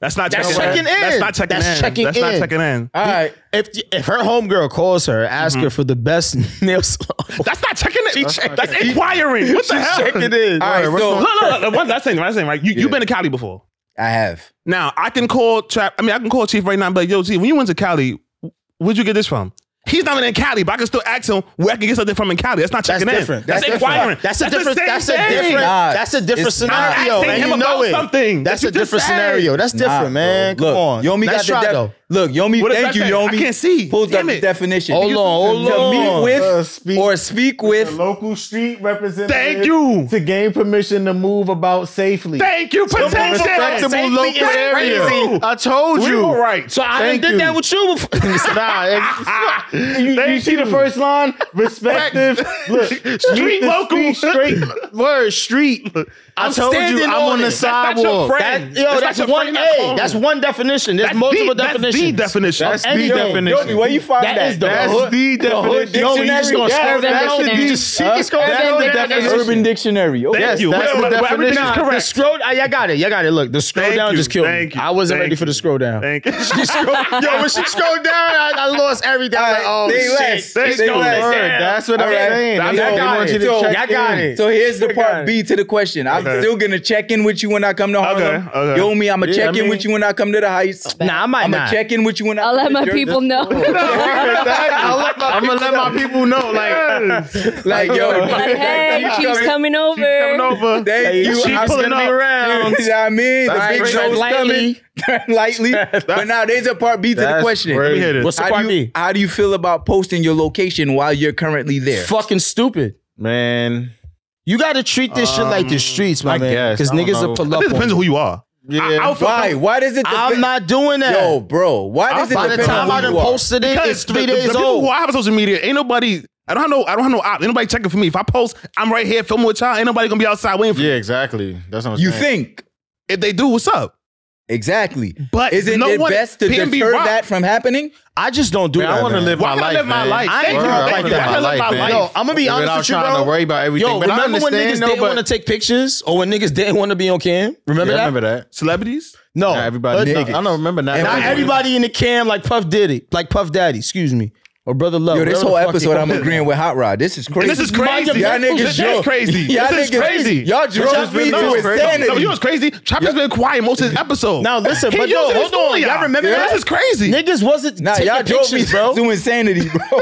S5: That's not
S6: That's
S5: checking
S6: checking in.
S5: That's not checking
S6: That's
S5: in.
S6: checking
S5: That's not
S6: in.
S5: checking in.
S1: All right.
S6: If if her homegirl calls her, ask her for the best nail salon.
S5: That's not checking in. That's inquiring. What the hell?
S6: Checking in.
S1: All right,
S5: No,
S1: so
S5: no, no. One last thing. Last thing. Right. You you've been to Cali before.
S1: I have.
S5: Now I can call Trap. I mean, I can call Chief right now. and be like, yo, Chief, when you went to Cali, where'd you get this from? He's not in Cali, but I can still ask him where I can get something from in Cali. That's not
S6: That's
S5: checking
S6: different.
S5: in. That's,
S6: different.
S5: inquiring.
S6: That's a
S5: the
S6: different.
S5: same
S6: That's a
S5: thing.
S6: different.
S1: Nah,
S6: That's a different
S1: it's not.
S6: scenario,
S5: I'm asking
S6: and
S5: him
S6: you know
S5: about
S6: it.
S5: something that
S6: That's
S5: you
S6: a different
S5: just said.
S6: scenario. That's
S1: Nah,
S6: different,
S1: bro.
S6: man. Come
S1: Look,
S6: on.
S1: Yomi
S6: Nice
S1: got
S6: try,
S1: the
S6: though.
S1: def- Look, Yomi,
S5: What does
S1: thank
S5: that
S1: you,
S5: say?
S1: Yomi.
S5: I can't see.
S1: Pulled up
S5: Damn
S1: the
S5: it.
S1: definition.
S6: Hold on,
S1: to
S6: hold on.
S1: meet with
S8: Uh, speak-
S1: or speak with.
S8: The local street representative.
S5: Thank you.
S8: To gain permission to move about safely.
S5: Thank you, potential.
S8: respectable
S5: Safety
S8: local
S5: is
S8: area.
S5: crazy.
S8: I
S6: told
S5: We were right.
S6: So I done
S8: Thank
S6: did
S8: you.
S6: that with you before. nah, it-
S8: you, you see the first line? Respective. Look,
S5: Street
S8: meet the
S5: local.
S8: street straight.
S6: word street. I
S5: I'm
S6: told you
S5: standing
S6: I'm
S5: on
S6: on,
S5: it.
S6: the
S5: That's not your
S6: sidewalk.
S5: friend.
S6: That- yo,
S5: That's
S6: that's,
S5: not your
S6: one
S5: friend, that's
S6: A.
S5: home.
S6: That's one definition. There's
S5: That's
S6: multiple
S5: the- that's the
S6: definitions.
S5: definition.
S6: That's
S5: That's
S6: the
S5: the
S6: definition.
S1: Yomi, where you find that?
S6: That is the
S1: That's
S6: hood.
S8: the
S6: hood
S8: definition.
S6: dictionary. You just gonna
S8: Yes,
S6: scrub
S2: that's
S6: that
S2: the
S6: shit.
S2: de-
S6: Just see, just go
S2: that's
S6: down
S2: the
S6: there.
S2: definition.
S1: Urban Dictionary. Okay.
S5: Thank
S6: Yes,
S5: you.
S6: that's
S5: Where-
S6: the
S5: where- where
S6: definition.
S5: everything is
S6: The
S5: correct.
S6: scroll. I, I got it. Yeah, I got it. Look, the scroll
S5: Thank
S6: down
S5: you.
S6: just killed
S5: Thank
S6: me.
S5: you.
S6: I wasn't
S5: Thank
S6: ready for the
S5: you.
S6: scroll down.
S5: Thank you.
S6: She scrolled- yo, when she scrolled down, I, I lost everything. I'm like,
S1: All
S6: oh
S1: right,
S6: shit.
S1: less.
S5: Thank
S1: Stay
S5: you.
S1: less.
S5: Word.
S8: That's what
S1: All right.
S8: They-
S1: Y'all
S8: they
S1: got
S8: want
S1: it.
S8: you to
S1: So-
S8: check
S6: y'all got
S8: in.
S6: it.
S1: So here's the
S8: I got
S1: part
S8: it.
S1: B to the question. I'm
S5: Okay.
S1: still gonna check in with you when I come to Harlem.
S5: Okay, okay.
S1: Yo, me, I'm gonna
S6: Yeah,
S1: check
S6: I
S1: in
S6: mean-
S1: with you when I come to the Heights.
S6: Nah, I might
S1: I'm gonna
S6: not.
S1: check in with you when I.
S2: I'll let
S1: come to
S2: my
S1: Jer-
S2: people know.
S6: I'm gonna let my people know. Like,
S1: Like
S2: like,
S1: yo,
S2: hey, she's coming over.
S5: Coming over.
S1: thank you.
S5: she
S1: I'm
S5: pulling
S1: gonna-
S5: up.
S1: You know what I mean? The
S6: Right,
S1: big
S6: right,
S1: show's
S6: lightly.
S1: coming lightly. But now there's a part B to the
S4: That's
S1: question.
S4: crazy.
S5: Let me hear this.
S6: What's the
S1: How
S6: part
S1: do, you,
S6: B?
S1: how do you feel about posting your location while you're currently there?
S6: Fucking stupid.
S4: man.
S6: You gotta treat this shit like the streets, my
S4: I
S6: man.
S4: guess.
S6: Because
S4: I don't
S6: niggas
S4: know.
S6: will pull
S5: I
S6: up.
S5: think it
S6: on
S5: depends
S6: you.
S5: on who you are. I, I'll feel-
S1: Why? Why does it?
S6: I'm
S1: depend-
S6: not doing that.
S1: Yo, bro. Why does it
S6: By the
S1: depend
S6: time I
S1: on who
S6: done
S1: you are?
S6: posted it,
S5: Because
S6: it's three
S5: the, the,
S6: days
S5: the people
S6: old.
S5: who I have on social media, ain't nobody. I don't have no. I don't have no op. Ain't nobody checking for me. If I post, I'm right here filming with y'all. Ain't nobody gonna be outside waiting for me.
S4: Yeah, exactly. That's what I'm
S1: You
S4: saying.
S1: think
S5: If they do, what's up?
S1: exactly?
S5: But
S1: Isn't
S5: no
S1: it
S5: one-
S1: best to
S5: PNB
S1: deter
S5: Rock-
S1: that from happening?
S6: I just don't do
S4: Man,
S6: that.
S4: I want to
S6: man.
S4: live
S5: Why
S4: my
S5: can't I
S4: life.
S5: live my
S4: man.
S5: life?
S6: I ain't
S5: Thank
S6: gonna
S5: you.
S6: lie,
S4: I
S5: Thank
S4: wanna
S5: you.
S4: live
S5: I
S4: my
S5: can live
S4: life,
S5: my
S4: man.
S5: life.
S6: Yo, I'm gonna be honest
S4: Without
S6: with you,
S4: trying
S6: bro.
S4: to worry about everything.
S6: Yo,
S4: but I
S6: remember when niggas
S4: understand,
S6: didn't
S4: though,
S6: want to
S4: but-
S6: take pictures, or when niggas didn't want to be on cam? Remember
S4: Yeah, I
S6: that?
S4: remember that.
S5: Celebrities.
S6: No,
S4: Not everybody.
S6: hood
S4: No,
S6: niggas.
S4: I don't remember that.
S1: And
S6: Not everybody in the cam like Puff Diddy, like Puff Daddy. Excuse me, or Brother Love.
S1: Yo, this
S6: whatever
S1: whole
S6: the fuck
S1: episode,
S6: he-
S1: I'm agreeing with Hot Rod. This is crazy.
S5: This is crazy.
S1: Y'all niggas
S5: This
S1: drove-
S5: is crazy.
S1: Y'all
S5: This is
S1: niggas-
S5: crazy.
S1: Y'all drove
S6: just
S1: me
S6: been-
S1: to
S6: no, it's crazy.
S5: No,
S1: insanity.
S5: you know what's crazy? Chopper's been quiet most of this episode.
S6: Now listen,
S5: He
S6: but yo,
S5: using his
S6: hold on.
S5: story,
S6: Y'all remember
S5: Yeah.
S6: that?
S5: This is crazy.
S6: Niggas wasn't
S1: Nah,
S6: taking
S1: y'all drove me
S6: pictures, bro.
S1: to insanity, bro.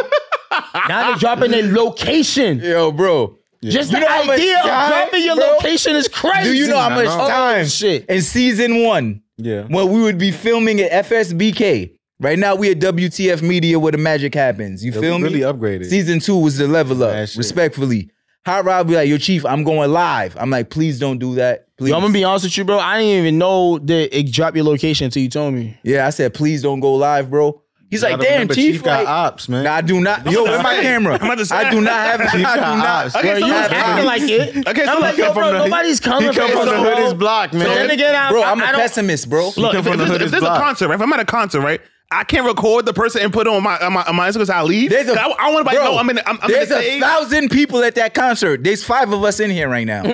S6: Now they dropping their location.
S1: Yo, bro.
S6: Just
S1: You
S6: the
S1: know how much
S6: idea of
S1: time,
S6: dropping your
S1: bro?
S6: location is crazy.
S1: Do you know how much
S4: know.
S1: time?
S6: shit?
S1: In season one,
S4: Yeah.
S1: when we would be filming at FSBK. Right now, we at WTF Media where the magic happens. You
S4: Yeah,
S1: feel me?
S4: we really upgraded.
S1: Season two was the level up,
S4: That shit.
S1: respectfully. Hot Rod be like, yo, Chief, I'm going live. I'm like, please don't do that. Please.
S6: Yo, I'm gonna be honest with you, bro. I didn't even know that it dropped your location until you told me.
S1: yeah, I said, please don't go live, bro. He's
S4: Gotta
S1: like, damn,
S4: remember,
S1: Chief.
S4: got
S1: like,
S4: ops, man.
S1: nah, I do not.
S5: I'm
S1: Yo,
S5: about to
S1: where's my
S5: say.
S1: camera?
S5: I'm about to say.
S1: I do not have I do
S4: got
S1: not.
S4: ops.
S1: I
S5: Okay,
S6: Bro,
S5: so
S6: you was
S1: let's
S5: let's-
S6: acting like it.
S5: Okay, so
S6: I'm like,
S5: let's
S6: yo,
S5: go
S6: bro,
S5: from the-
S6: nobody's coming from
S4: He come from the
S6: so-
S4: hood is blocked,
S6: So
S4: man.
S6: then again, I,
S1: Bro,
S6: I,
S1: I'm a
S6: I don't-
S1: pessimist, bro.
S6: Look,
S5: if,
S4: from
S5: if
S4: the
S5: there's,
S4: hood
S5: if
S4: is
S5: there's a
S4: blocked.
S5: concert, right? If I'm at a concert, right? I can't record the person and put it on my on my, on my Instagram. 'cause I leave.
S1: There's a,
S5: I, I want everybody to
S1: bro,
S5: know I'm in. I'm, I'm
S1: there's
S5: in the
S1: a
S5: stage.
S1: thousand people at that concert. There's five of us in here right now.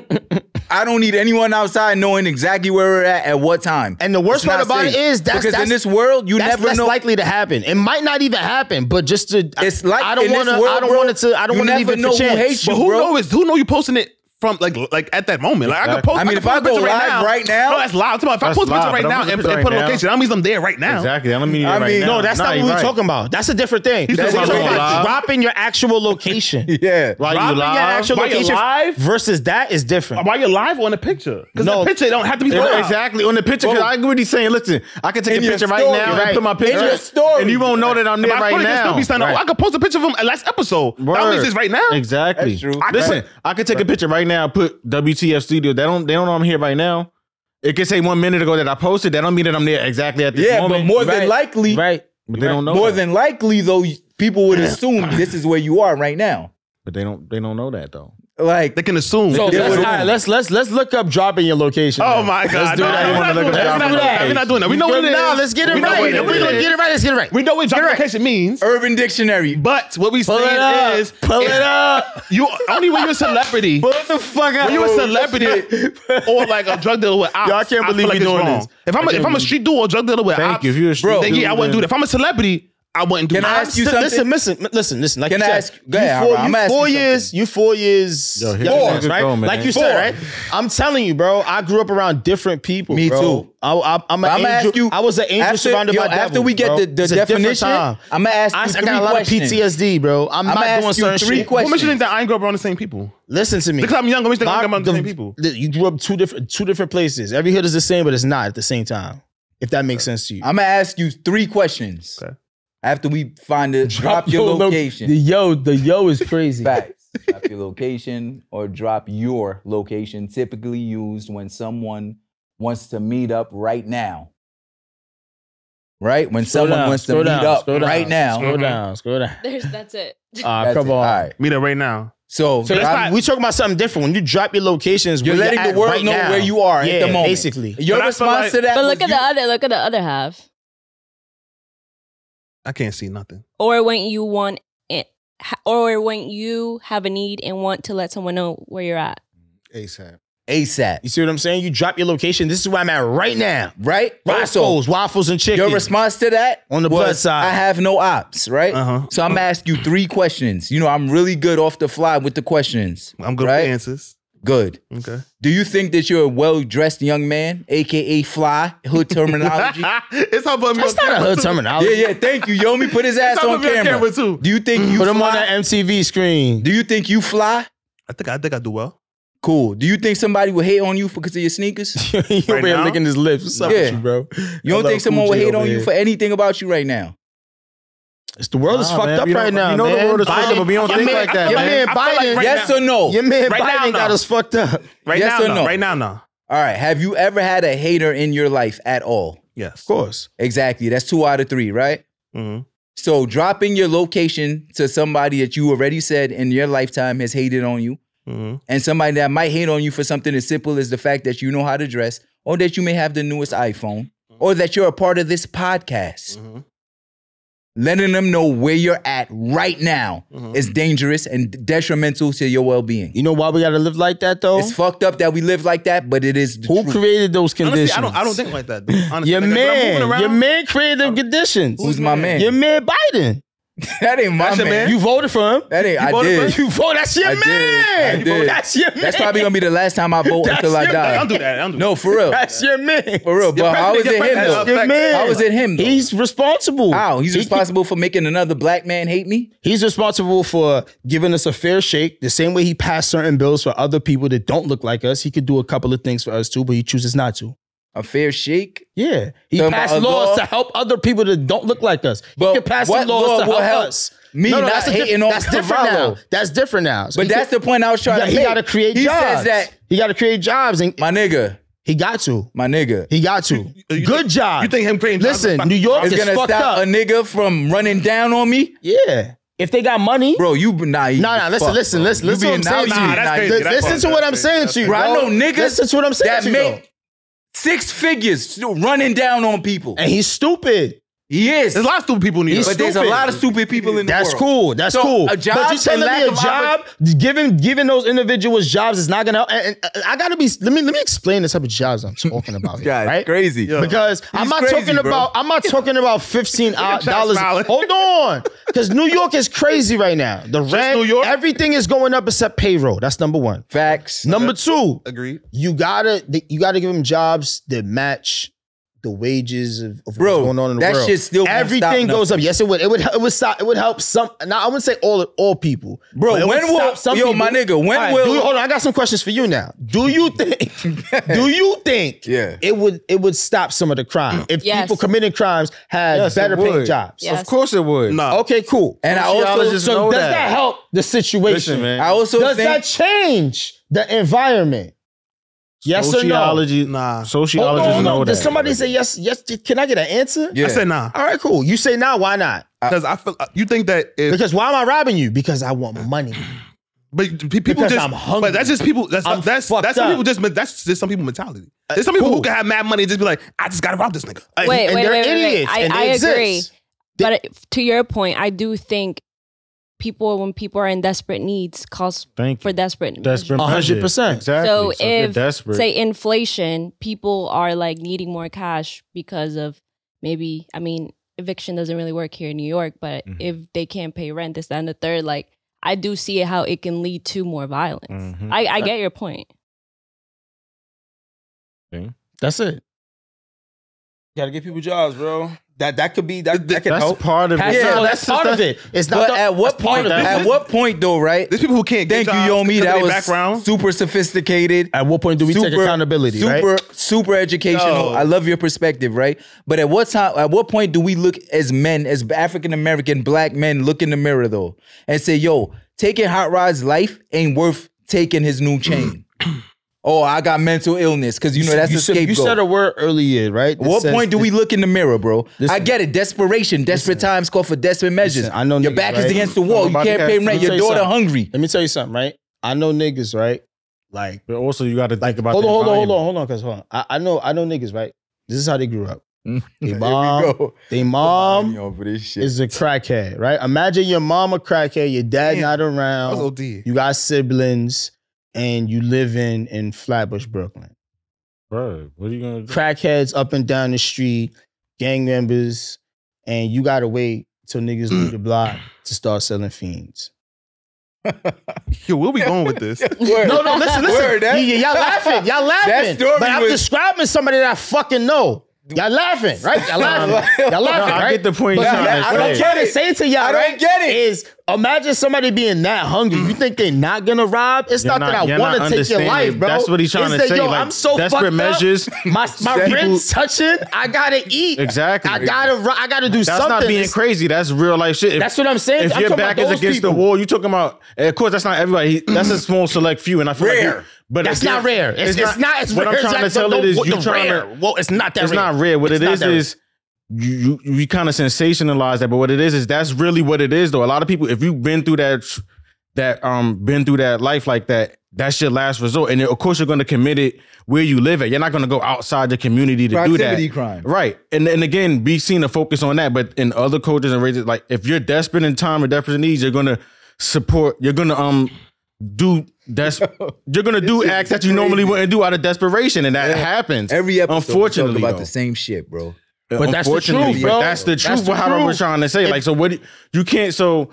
S1: I don't need anyone outside knowing exactly where we're at at what time.
S6: And the worst
S1: It's not
S6: part about it
S1: safe.
S6: is that's-
S1: because in
S6: that's-
S1: this world you
S6: that's
S1: never
S6: less
S1: know.
S6: likely to happen. It might not even happen, but just to
S1: It's like
S6: I don't
S1: in this
S6: want to.
S1: world,
S6: I don't
S1: bro,
S6: want it to. I don't
S1: you
S6: want to leave
S1: never
S6: it
S1: know
S6: for
S1: who
S6: chance.
S1: hates
S5: But
S1: you,
S5: who
S1: bro.
S5: knows? Who know you posting it from? Like like at that moment. Like I could post.
S1: I mean, if
S5: could
S1: I
S5: post a
S1: go
S5: picture right
S1: live
S5: now.
S1: right now-
S5: no, that's live. I'm talking about
S4: That's
S5: If I post a
S4: live,
S5: picture right
S4: but I'm
S5: now and,
S4: gonna put it
S5: and put a
S4: right now.
S5: location, that means I'm there right now.
S4: Exactly. That mean,
S1: I
S4: right
S1: mean-
S4: now.
S6: No, that's
S4: Nah,
S6: not what
S4: you
S6: we're
S4: right.
S6: talking about. That's a different thing.
S5: You
S6: That's
S5: said
S6: what we're
S5: we
S6: talking
S5: were
S6: about
S5: live.
S6: dropping your actual location.
S1: Yeah.
S4: Why you
S6: Dropping your
S4: live?
S6: actual
S5: Why you
S6: location
S5: live?
S6: versus that is different.
S5: While you're live on the picture, because
S6: No.
S5: the picture don't have to be
S4: Yeah,
S5: live.
S4: Exactly on the picture because
S1: Boom.
S4: I agree with you saying. Listen, I can take
S1: In
S4: a
S1: your
S4: picture right
S1: story,
S4: now
S1: right.
S4: and put my
S1: In
S4: picture,
S1: your story.
S4: and you won't know that I'm
S5: If
S4: there
S5: I
S4: right
S5: put it, it can
S4: now.
S5: Still be standing.
S4: Right.
S5: Oh, I could post a picture from last episode. That
S4: Word.
S5: means it's right now.
S4: Exactly.
S1: That's true.
S4: I- Listen, I could take a picture right now. Put WTF Studio. They don't. They don't know I'm here right now. It could say one minute ago that I posted. That don't mean that I'm there exactly at this
S1: Yeah,
S4: moment.
S1: but more than
S6: Right.
S1: likely,
S6: Right.
S4: But they don't know.
S1: more
S4: that.
S1: than likely though, people would assume this is where you are right now.
S4: But they don't. They don't know that though.
S1: Like
S5: They can assume.
S6: So
S1: Yeah,
S6: let's,
S1: but-
S6: all right, let's let's let's look up dropping your location.
S5: Oh
S6: man.
S5: my God!
S4: do
S5: No,
S4: that. You
S5: We're
S4: wanna
S5: not
S4: look
S5: doing
S4: at
S5: that.
S4: the
S5: We're not-
S4: application.
S5: we're not doing that. We
S6: You
S5: know
S6: feel
S5: what it
S6: me?
S5: is.
S6: Nah, let's get it
S5: We know
S6: right.
S5: what it
S6: We're
S5: is.
S6: gonna get it right. Let's get it right.
S5: We know what job
S6: You're right.
S5: location means.
S1: Urban Dictionary.
S5: But what we
S6: Pull it up.
S5: saying is,
S6: Pull
S5: if
S6: it up.
S5: You only when you're a celebrity.
S6: What the fuck?
S5: When you're a celebrity or like a drug dealer with ops,
S6: Yo, I can't
S5: feel
S6: believe
S5: like
S6: you
S5: it's
S6: doing
S5: wrong.
S6: this.
S5: If I'm a, if I'm a street dude or drug dealer with
S4: Thank
S5: ops,
S4: you. If you're a street
S5: then
S4: dude,
S5: yeah, I wouldn't
S4: then-
S5: do that. If I'm a celebrity, I wouldn't do
S1: Can I
S5: that.
S1: ask you
S6: Listen,
S1: something?
S6: listen, listen, listen, listen. Like
S1: Can
S6: you
S1: I
S6: said,
S1: ask- go ahead,
S6: you four,
S1: Howard,
S6: you
S1: I'ma ask
S6: four
S1: you something.
S6: years, you four years,
S4: Yo, here
S6: younger,
S4: we go,
S6: right?
S4: man.
S6: like you
S4: Four.
S6: said, right? I'm telling you, bro. I grew up around different people.
S1: Me
S6: bro.
S1: too.
S6: I, I, I'm an
S1: I'ma
S6: angel.
S1: ask you-
S6: I was an angel
S1: after,
S6: surrounded
S1: yo,
S6: by
S1: after
S6: devils,
S1: we get
S6: bro.
S1: the, the
S6: It's a different
S1: definition,
S6: time.
S1: I'm gonna ask you
S6: I, I
S1: three
S6: got a lot
S1: questions.
S6: of PTSD, bro. I'm,
S1: I'ma
S6: not
S1: ask
S6: doing
S1: you
S6: certain
S1: three
S6: shit.
S1: questions.
S5: what makes you think that I ain't grow up around the same people?
S6: Listen to me.
S5: Because I'm young. What makes you think
S6: My-
S5: I grew up around the
S6: the-
S5: same people?
S6: the- you grew up two different two different places. Every hood is the same, but it's not at the same time. If that makes sense to you.
S1: I'm gonna ask you three questions.
S5: Okay.
S1: After we find it, drop, your,
S3: lo-
S1: location.
S3: the yo, the yo is crazy.
S1: Facts. drop your location or drop your location, typically used when someone wants to meet up right now. Right? When
S3: Scroll
S1: someone
S3: down,
S1: wants to
S3: scroll
S1: meet
S3: down,
S1: up
S3: scroll down,
S1: right now.
S3: Scroll
S5: Mhm.
S3: down, scroll down.
S2: There's that's it.
S3: Ah,
S1: That's
S3: come
S1: it.
S3: on.
S1: All right.
S5: Meet up right now.
S1: So,
S6: So that's
S1: drop-
S6: why we talking about something different. When you drop your locations,
S1: you're
S6: where
S1: letting
S6: at
S1: the world
S6: right
S1: know
S6: now.
S1: where you are
S6: yeah,
S1: at the moment.
S6: Basically,
S1: Your
S5: But I feel
S1: response
S5: like-
S1: to that
S2: But
S1: was
S2: look at
S1: you-
S2: the other look at the other half.
S5: I can't see nothing.
S2: Or when you want it, ha- or when you have a need and want to let someone know where you're at.
S4: ASAP.
S6: you
S1: ASAP,
S6: see what I'm saying. You drop your location. This is where I'm at right now.
S1: right? Also,
S6: Roscoe's, waffles, and chicken.
S1: your response to that
S6: On the
S1: was,
S6: plus side.
S1: I have no ops, right?
S5: Uh-huh.
S1: So I'm gonna ask you three questions. You know, I'm really good off the fly with the questions.
S5: I'm good
S1: Right?
S5: with answers.
S1: Good.
S5: Okay.
S1: Do you think that you're a well-dressed young man, aka fly, hood terminology? yeah,
S5: it's how put me
S6: That's not
S5: on
S6: a
S5: camera,
S6: hood
S5: too.
S6: terminology.
S1: yeah. Thank you. Yomi put his
S5: It's
S1: ass
S5: how
S1: on
S5: put me on
S1: camera.
S5: camera too.
S1: Do you think you
S6: Put them on
S1: fly?
S6: that MTV screen.
S1: Do you think you fly?
S5: I think I think I do well.
S1: Cool. Do you think somebody would hate on you because of your sneakers?
S6: you over here
S5: now?
S6: licking his lips. What's up
S1: Yeah.
S6: with you, bro?
S1: You don't think someone would hate on you for anything about you right now?
S6: It's, the world is
S4: Nah,
S6: fucked
S4: man,
S6: up
S4: we
S6: right
S4: don't-
S6: now.
S4: you know the
S6: man.
S4: world is
S6: Biden-
S4: fucked up, but we don't
S6: your
S4: think
S6: man-
S4: like that,
S6: Your
S4: man.
S6: man
S5: I feel like
S6: Biden,
S5: right
S1: yes
S5: now-
S1: or no?
S6: your man
S5: Right now,
S6: Biden got
S5: no.
S6: us fucked up. Of
S5: Right
S1: Yes
S5: now,
S1: or no?
S5: Right now, no.
S1: All right. Have you ever had a hater in your life at all?
S5: Yes.
S6: course.
S1: Exactly. That's two out of three, right?
S5: hmm
S1: So dropping your location to somebody that you already said in your lifetime has hated on you,
S5: hmm
S1: and somebody that might hate on you for something as simple as the fact that you know how to dress, or that you may have the newest iPhone, or that you're a part of this podcast.
S5: hmm
S1: Letting them know where you're at right now
S5: Mhm.
S1: is dangerous and detrimental to your well-being.
S6: You know why we gotta live like that though?
S1: It's fucked up that we live like that, but it is the
S6: Who
S1: truth.
S6: created those
S5: Honestly,
S6: conditions?
S5: I don't. I don't think like that. Though, honestly,
S6: Your
S5: Like, when I'm moving
S6: man,
S5: around-
S6: your man created them conditions.
S1: Who's my man?
S6: Your man Biden.
S1: That ain't my
S5: That's
S1: man.
S5: your man?
S6: You voted for him.
S1: That ain't. I
S5: voted for
S1: did.
S5: him?
S6: You vote. That's your
S1: I did.
S6: man.
S1: I did.
S6: That's your man.
S1: That's probably gonna be the last time I vote
S6: That's
S1: until I
S6: your
S1: die.
S5: I don't do that. I don't do
S1: No, for real.
S6: That's your man.
S1: For real. But how is it him
S5: president-
S1: though?
S5: your
S6: Your
S5: affects-
S6: man.
S1: How is it him though?
S6: He's responsible.
S1: How? He's
S6: He-
S1: responsible for making another black man hate me?
S6: He's responsible for giving us a fair shake, the same way he passed certain bills for other people that don't look like us. He could do a couple of things for us too, but he chooses not to.
S1: A fair shake?
S6: Yeah, he
S1: Talking
S6: passed
S1: about a
S6: laws
S1: law-
S6: to help other people that don't look like us.
S1: But
S6: he could pass
S1: what
S6: some laws
S1: law
S6: to
S1: will
S6: help
S1: help
S6: us.
S1: me not
S6: that's a
S1: hating on
S6: that's different now.
S1: Cavallo?
S6: That's different now. So
S1: But
S6: he
S1: that's
S6: could-
S1: the point I was trying
S6: he got-
S1: to
S6: he
S1: make.
S6: got to create
S1: he
S6: jobs.
S1: says that,
S6: he got to create jobs, and
S1: my nigga,
S6: he got to.
S1: my nigga,
S6: He got to.
S5: you think-
S6: Good job.
S5: You think him creating? jobs is
S6: Listen,
S5: fucking-
S6: New York
S1: it's
S6: is
S1: gonna
S6: fucked
S1: stop
S6: up.
S1: a nigga from running down on me?
S6: yeah, if they got money,
S1: Bro, you nah, you
S6: Nah, nah, listen,
S1: fuck,
S6: listen,
S1: bro.
S6: listen,
S1: You
S6: listen to
S1: being
S6: what I'm
S1: naive,
S6: saying to you.
S5: Nah, that's
S1: naive.
S5: crazy.
S6: Th- listen to what I'm saying to you,
S1: Bro,
S6: bro.
S1: I know niggas
S6: Listen to what I'm saying
S1: That
S6: to you.
S1: make six figures still running down on people.
S6: though. And he's stupid.
S1: He is.
S5: There's a lot of stupid people in New York.
S1: But there's a
S6: stupid.
S1: lot of stupid people in the
S6: That's
S1: world.
S6: cool. That's
S1: So,
S6: cool.
S1: a job
S6: but you telling
S1: and lack
S6: me a
S1: of
S6: job, giving giving those individuals jobs is not gonna. help. And, and I gotta be. Let me let me explain the type of jobs I'm talking about. Here,
S1: Yeah,
S6: right?
S1: crazy.
S6: Because I'm not
S1: crazy,
S6: talking
S1: bro.
S6: about. I'm not talking about fifteen dollars.
S5: smiling.
S6: Hold on, because New York is crazy right now. The rent,
S5: New York?
S6: everything is going up except payroll. That's number one.
S1: Facts.
S6: Number two,
S5: Agreed.
S6: you gotta you gotta give them jobs that match the wages of, of
S1: Bro,
S6: what's going on in the
S1: that
S6: world.
S1: shit still won't
S6: everything
S1: stop
S6: goes up. Yes, it would. It would. It would stop. It would help some. Now I wouldn't say all all people,
S1: Bro,
S6: but it would
S1: when will-
S6: stop some
S1: yo,
S6: people.
S1: my nigga, when
S6: All right,
S1: will-
S6: do you- hold on? I got some questions for you now. Do you think? do you think?
S1: Yeah.
S6: It would. It would stop some of the crime if
S2: Yes.
S6: people committing crimes had
S4: Yes, it
S6: better paid
S4: would.
S6: jobs.
S2: Yes.
S4: Of course it would.
S5: No.
S6: Okay, cool.
S1: And I also,
S4: Sociologists
S6: So
S4: know
S6: does
S4: that.
S6: that. help the situation?
S4: Listen, man.
S1: I also
S6: Does
S1: think
S6: that change the environment? Yes or no?
S4: Sociology.
S5: Nah.
S6: Hold
S4: Sociologists
S6: on,
S4: know
S6: Oh, hold on.
S4: that.
S6: Did somebody say yes? Yes. Can I get an answer?
S1: yeah.
S5: I said nah.
S6: All right, cool. You say now, why not?
S5: Because I feel you think that if
S6: Because why am I robbing you? Because I want money.
S5: But p- people
S6: Because
S5: just
S6: I'm hungry.
S5: But that's just people. That's
S6: I'm
S5: that's
S6: fucked
S5: that's some
S6: up. Uh,
S5: people just. But that's just some people mentality. There's some people who
S6: cool.
S5: can have mad money and just be like, I just gotta rob this nigga.
S6: And-
S2: Wait,
S6: and
S2: wait,
S6: they're
S2: wait, wait, wait.
S6: idiots.
S2: I-
S6: and they
S2: I agree.
S6: exist.
S2: But uh, to your point, I do think people when people are in desperate needs calls
S4: Thank
S2: for
S4: you.
S2: desperate
S4: Desperate.
S6: A hundred
S4: measures.
S6: percent.
S4: Exactly.
S2: So
S4: if you're
S2: if,
S4: desperate,
S2: say inflation, people are like needing more cash because of maybe I mean eviction doesn't really work here in New York, but
S4: Mhm.
S2: if they can't pay rent, this, that, and the third, like I do see how it can lead to more violence.
S4: Mhm.
S2: I, I get your point.
S6: That's it.
S9: gotta get people jobs, bro. That that could be that, that could
S4: That's
S9: help.
S4: part of it.
S1: Yeah,
S9: No,
S1: that's
S9: that's part of it. It's not.
S1: But
S9: the-
S1: at what
S9: that's part
S1: point?
S9: of it.
S1: At what point though? Right?
S5: There's people who can't
S1: Thank
S5: get
S1: you,
S5: jobs
S1: Yomi.
S5: because of
S1: That
S5: their
S1: was
S5: background.
S1: super sophisticated.
S6: At what point do we take
S1: Super-
S6: accountability?
S1: super
S6: right?
S1: super educational.
S5: Yo.
S1: I love your perspective, right? But at what time? At what point do we look as men, as African American black men, look in the mirror though and say, "Yo, taking Hot Rod's life ain't worth taking his new chain." oh, I got mental illness because you know that's
S6: you
S1: a
S6: said,
S1: scapegoat.
S6: You said a word earlier, right? that
S1: At what
S6: says-
S1: point do we look in the mirror, bro? I
S6: Listen.
S1: get it. Desperation, desperate times call for desperate measures.
S6: I know
S1: your
S6: niggas,
S1: back is
S6: right?
S1: against the wall. You
S4: Nobody
S1: can't
S4: has-
S1: pay
S4: let
S1: rent.
S6: me
S1: Your
S6: tell you
S1: daughter
S6: something.
S1: hungry.
S6: Let me tell you something, right? I know niggas, right? Like,
S4: But also, you got to think
S6: like
S4: about
S6: hold
S4: the
S6: on, hold on, hold on,
S4: environment.
S6: hold on, cause hold on. I, I know, I know niggas, right? This is how they grew up. They
S1: Here we
S6: mom,
S1: go. Um,
S6: they mom
S1: Yo, for this shit.
S6: is a crackhead, right? Imagine your mom a crackhead, your dad
S5: Damn.
S6: not
S5: That was
S6: around,
S5: OD.
S6: you got siblings, and you live in in Flatbush, Brooklyn.
S4: Bro, what are you gonna do?
S6: Crackheads up and down the street, gang members, and you gotta wait till niggas leave the block to start selling fiends.
S5: Yo, where we going with this?
S1: Word.
S6: No, no, listen, listen.
S1: Word, that-
S6: Y- y- y'all laughing. Y'all laughing.
S1: story
S6: but I'm
S1: was-
S6: describing somebody that I fucking know. Y'all laughing, right? Y'all laughing. y'all
S4: No,
S6: laughing,
S4: I
S6: right?
S4: get the point.
S6: But
S4: you're
S1: Nah,
S4: trying to
S1: I don't
S4: say.
S1: care.
S6: trying to say to y'all,
S1: I don't
S6: right,
S1: get it.
S6: Is imagine somebody being that hungry. You think they're not gonna rob? It's
S4: You're
S6: not,
S4: not-
S6: that I
S4: you're
S6: want
S4: not
S6: to take your
S4: understanding.
S6: life, bro.
S4: That's what he's trying
S6: It's
S4: to
S6: that,
S4: say,
S6: Yo,
S4: like,
S6: I'm so
S4: desperate
S6: fucked up.
S4: measures.
S6: My my
S1: People-
S6: rent's touching. I gotta eat.
S4: Exactly.
S6: I gotta. ru- I gotta do
S4: That's
S6: something.
S4: not being
S6: It's-
S4: crazy. That's real life shit. If-
S6: That's what I'm saying.
S4: If
S6: I'm
S4: your
S6: talking about
S4: back is
S6: those
S4: against the
S6: people.
S4: wall, you talking about. and Of course, that's not everybody. He, that's a small select few, and I feel Like
S1: Rare.
S4: you- but
S6: That's
S4: if you're-
S6: not rare. It's, it's, not, as
S4: what
S6: rare.
S4: I'm trying to
S6: as
S4: tell
S6: the,
S4: it is,
S6: the,
S4: you
S6: the
S4: trying
S6: rare.
S4: to.
S6: Well, it's not that
S4: It's
S6: rare.
S4: not rare. What
S6: It's
S4: it
S6: not
S4: is
S6: that rare.
S4: is you you, you kind of sensationalize that, but what it is is that's really what it is though. A lot of people, if you've been through that that um been through that life like that, that's your last resort, and of course you're going to commit it where you live at. You're not going to go outside the community to
S1: Proximity
S4: do that.
S1: crime.
S4: Right. And and again, be seen to focus on that. But in other cultures and races, like if you're desperate in time or desperate in needs, you're gonna support, you're gonna um do that's you're gonna do acts that you normally wouldn't do out of desperation. And that happens.
S1: Every episode, unfortunately,
S4: unfortunately
S1: about
S4: though.
S1: the same shit, bro.
S4: But
S6: that's the truth,
S4: But
S6: bro.
S4: that's the
S6: That's
S4: truth.
S6: the
S4: what how we're
S6: truth.
S4: trying to say. Like, so what do- you can't. So